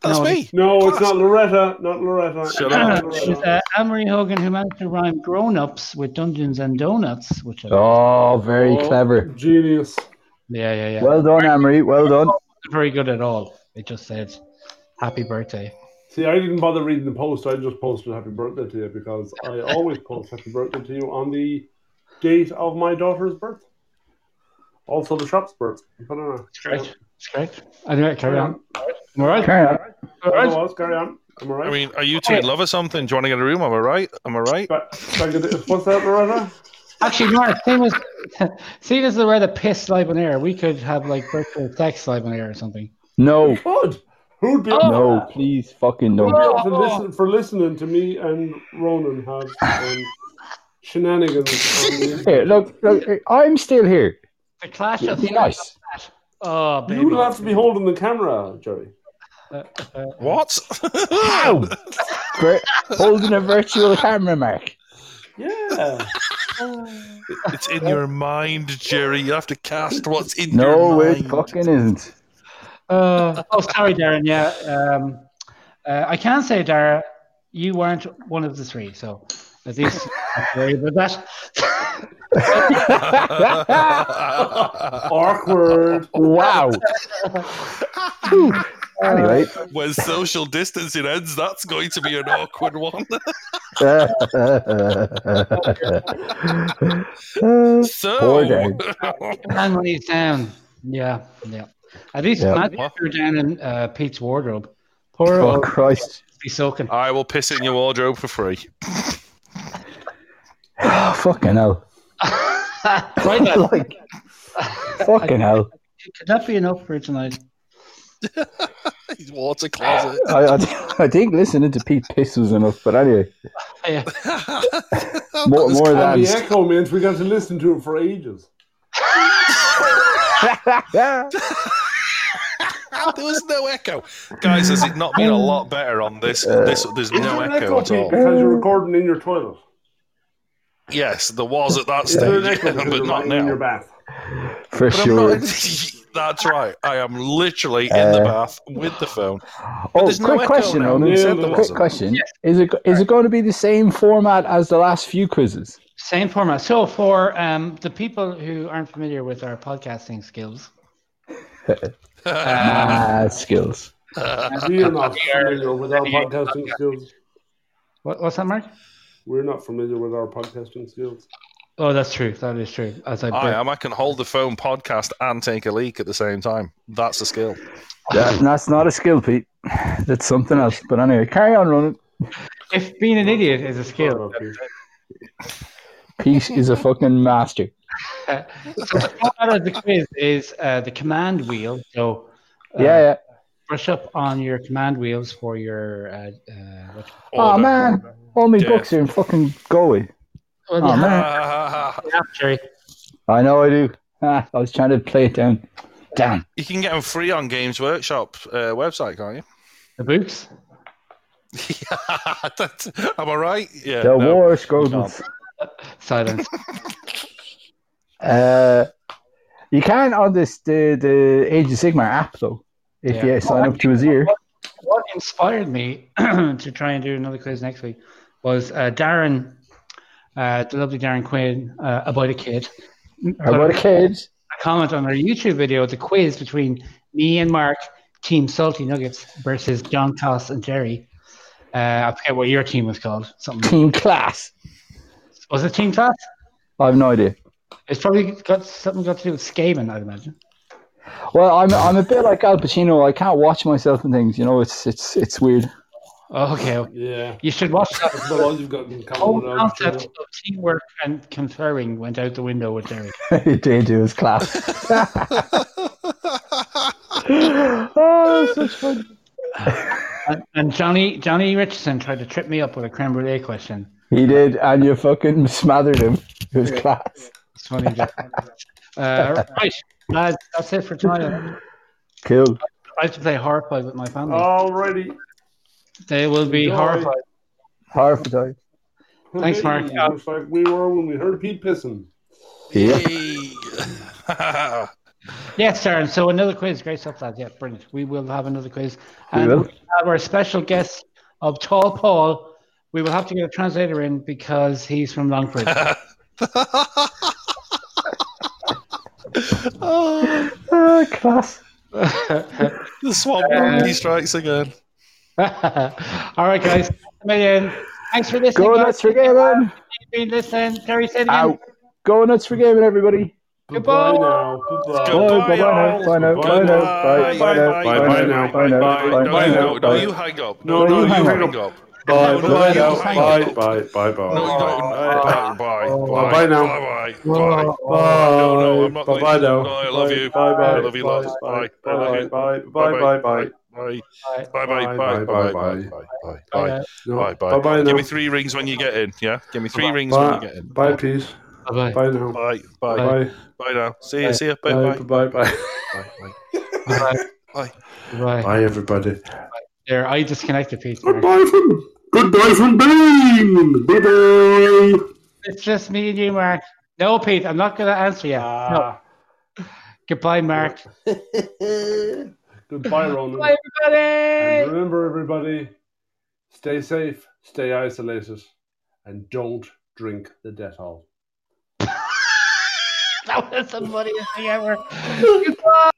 C: That's
A: No,
C: me.
E: No, it's not Loretta. Not Loretta.
C: Shut
E: Not
A: <clears throat>
C: up.
A: She's
E: Loretta.
A: uh, Anne-Marie Hogan, who managed to rhyme grown-ups with Dungeons and Donuts, which I
B: Oh, very
E: Oh,
B: clever.
E: Genius.
A: yeah, yeah, yeah.
B: Well done, Amory. Well done.
A: very good at all. It just said, "Happy birthday."
E: See, I didn't bother reading the post. I just posted happy birthday to you because I always post happy birthday to you on the date of my daughter's birth. Also, the shop's birth. I don't know.
A: It's great. It's great. Anyway, carry on. I'm all right.
B: Carry on.
A: All
E: Right.
A: right.
E: Otherwise, carry on. I'm all right.
C: I mean, are you two in love or something? Do you want to get a room? Am I right? Am I right?
E: Back- back at the- what's that, Loretta?
A: Actually, Mark, seeing as <laughs> seeing as the rather piss live on air, we could have like virtual sex live on air or something.
B: No.
E: Bud! Who'd be up
B: No, please fucking
E: Thank
B: no.
E: you for, listen, for listening to me and Ronan have um, shenanigans. on the-
B: Here, look, look, I'm still here.
A: The clash
B: It'd
A: of
B: be nice.
A: oh baby. Uh,
E: you would have to be holding the camera, Jerry.
A: <laughs>
C: What?
B: Ow! Great. Holding a virtual camera, Mark.
E: Yeah.
C: it's in your mind, Jerry. You have to cast what's in
B: No,
C: your
B: it
C: mind.
B: fucking isn't.
A: Uh, oh, sorry, Darren. Yeah. Um, Uh, I can say, Dara, you weren't one of the three, so at least sorry about that. <laughs>
E: Awkward.
B: Wow. Whew. anyway,
C: <laughs> when social distancing ends, that's going to be an awkward one.
B: uh,
C: <laughs> so,
B: Poor Dave.
A: and when he's down, yeah, yeah. At least
B: Yeah.
A: not you're down in uh, Pete's wardrobe. Poor
B: <laughs> oh
A: old
B: Christ. <sighs>
A: be soaking. <laughs>
C: I will piss in your wardrobe for free.
B: fucking hell.
A: right then.
B: <laughs> like, fucking hell.
A: Could that be enough for tonight?
C: His water closet.
B: I, <laughs> I, th- I think listening to Pete Piss was enough, but anyway,
A: Yeah.
C: Oh,
B: more, more
E: And
B: than.
E: the echo means we got to listen to it for ages.
B: <laughs>
C: there was no echo, guys. Has it not been a lot better on this? This there's no
E: Uh, Is there an
C: echo at
E: Pete,
C: all.
E: Because you're recording in your toilet.
C: Yes, there was at that
E: Is there an
C: stage,
E: echo because
C: but
E: you're
C: not
E: lying in your
C: now.
E: bath?
B: For
C: But I'm
B: sure.
C: not- <laughs> that's right. I am literally in the
B: Uh,
C: bath with the phone.
B: Oh,
C: there's
B: quick
C: no echo
B: question,
C: now.
B: Ronan.
E: Yeah, there
B: quick
C: wasn't.
B: question. Is it is it going to be the same format as the last few quizzes?
A: Same format. So for um, the people who aren't familiar with our podcasting skills,
B: Ah, skills.
E: We are not familiar with our podcasting skills.
A: what, what's that, Mark?
E: We're not familiar with our podcasting skills.
A: Oh, that's true. That is true. As I,
C: I
A: burp.
C: am. I can hold the phone podcast and take a leak at the same time. That's a skill.
B: That- that's not a skill, Pete. That's something else. But anyway, carry on, Ronan.
A: if being an idiot is a skill,
E: Sorry about Pete.
B: Pete is a fucking master.
A: Uh, so the format of the quiz is uh, the command wheel. So uh,
B: Yeah, yeah.
A: brush up on your command wheels for your. Uh, uh, what,
B: Oh
C: Order.
B: man, all my
C: Yeah.
B: books are in fucking Galway.
A: well,
B: Oh
A: you have
B: man,
A: to have, Jerry.
B: I know I do. <laughs> Ah, I was trying to play it down. Damn.
C: <laughs> You can get them free on Games Workshop uh, website, can't you?
A: the boots.
C: <laughs> That's- am I right? Yeah.
B: The
C: no.
B: war struggles.
A: Silence.
B: Uh, you can on this the the Age of Sigmar app though. If
A: Yeah.
B: you sign up to his ear.
A: <laughs> what inspired me <clears throat> to try and do another quiz next week was uh, Darren, uh, the lovely Darren Quinn, uh, about a kid.
B: I got a cage.
A: a comment on our YouTube video, the quiz between me and Mark, Team Salty Nuggets versus John Toss and Jerry. Uh, I forget what your team was called. Something
B: Team class.
A: was it Team Toss?
B: I have no idea.
A: It's probably got something got to do with scaven, I'd imagine.
B: Well, I'm I'm a bit like Al Pacino. I can't watch myself and things. You know, it's it's it's weird. <laughs>
A: Oh, okay,
E: Yeah.
A: you should watch that.
E: That's about all you've got in
A: The whole
E: common with our
A: concept of teamwork and conferring went out the window with Jerry.
B: it did do his class. <laughs> oh, such fun.
A: And, and Johnny Johnny Richardson tried to trip me up with a creme brulee question.
B: He did, and you fucking smothered him. It was class.
A: It's funny.
B: <laughs>
A: Jack. uh, right, lads, that's it for tonight.
B: Cool.
A: I have to play horrified with my family.
B: Oh,
E: Already.
A: They will be
E: Enjoy.
A: horrified.
B: Hard for time.
A: Thanks, Mark.
E: Hey, It's like we were when we heard Pete pissing.
B: Yeah.
C: <laughs> Yay.
A: Yes, Darren. So another quiz. Great stuff, lad. Yeah, brilliant. We will have another quiz.
B: We
A: And
B: will.
A: we have our special guest of Tall Paul. We will have to get a translator in because he's from
B: <laughs>
A: Longford. <laughs>
B: Ah, class.
C: the swamp monkey strikes again.
A: All right, guys. Million. Thanks for listening.
B: Go
A: guys.
B: nuts for gaming.
A: Been listening. Terry said it again.
B: Out. Go nuts for gaming, everybody.
E: Goodbye
A: Goodbye.
E: now. Goodbye.
C: Go-
B: Bye, bye, bye, bye, now, bye, now, bye, bye, now, bye, bye, now, bye, now, bye, now, bye,
C: No,
B: now,
C: no, no,
B: bye.
C: you hang up.
E: No,
C: No, no,
E: you
C: you
E: hang
C: hang up.
E: Bye.
C: No, no,
E: Bye
C: you
E: now.
C: hang
E: Bye.
C: up.
E: Bye. Bye. Bye.
C: No, you don't. Bye, bye, bye,
E: Bye now.
C: Bye, bye, bye.
E: Bye.
C: No, no, I'm not
E: Bye. Bye
C: leaving.
E: now.
C: No, I love you.
E: Bye. Bye.
C: I love you
E: Bye.
C: lots.
E: Bye.
C: Bye. I love
E: Bye.
C: you.
E: Bye. Bye. Bye. Bye.
C: Bye.
A: Bye.
C: Bye bye bye bye bye bye bye bye
E: No.
C: bye
E: Bye. Bye
C: bye. Give me
E: now.
C: three rings when you get in. Yeah, give me three rings when you
E: Bye.
C: get in.
E: Bye. Pete.
A: Bye.
E: Bye now.
C: Bye bye
E: Bye.
C: bye now. See you see you. Bye
E: Bye.
C: bye
E: Bye. Bye.
C: bye bye.
A: Bye.
C: Bye.
A: Bye.
E: Bye, everybody.
A: There, I disconnected, Pete.
I: Goodbye from goodbye from Bane. Bye bye.
A: It's just me and you, Mark. No, Pete, I'm not going to answer you. no.
E: Ah.
A: Goodbye, Mark.
E: Goodbye, Ronan.
A: everybody.
E: And remember, everybody, Stay safe, stay isolated, and don't drink the Dettol.
A: That was the funniest thing ever. Goodbye.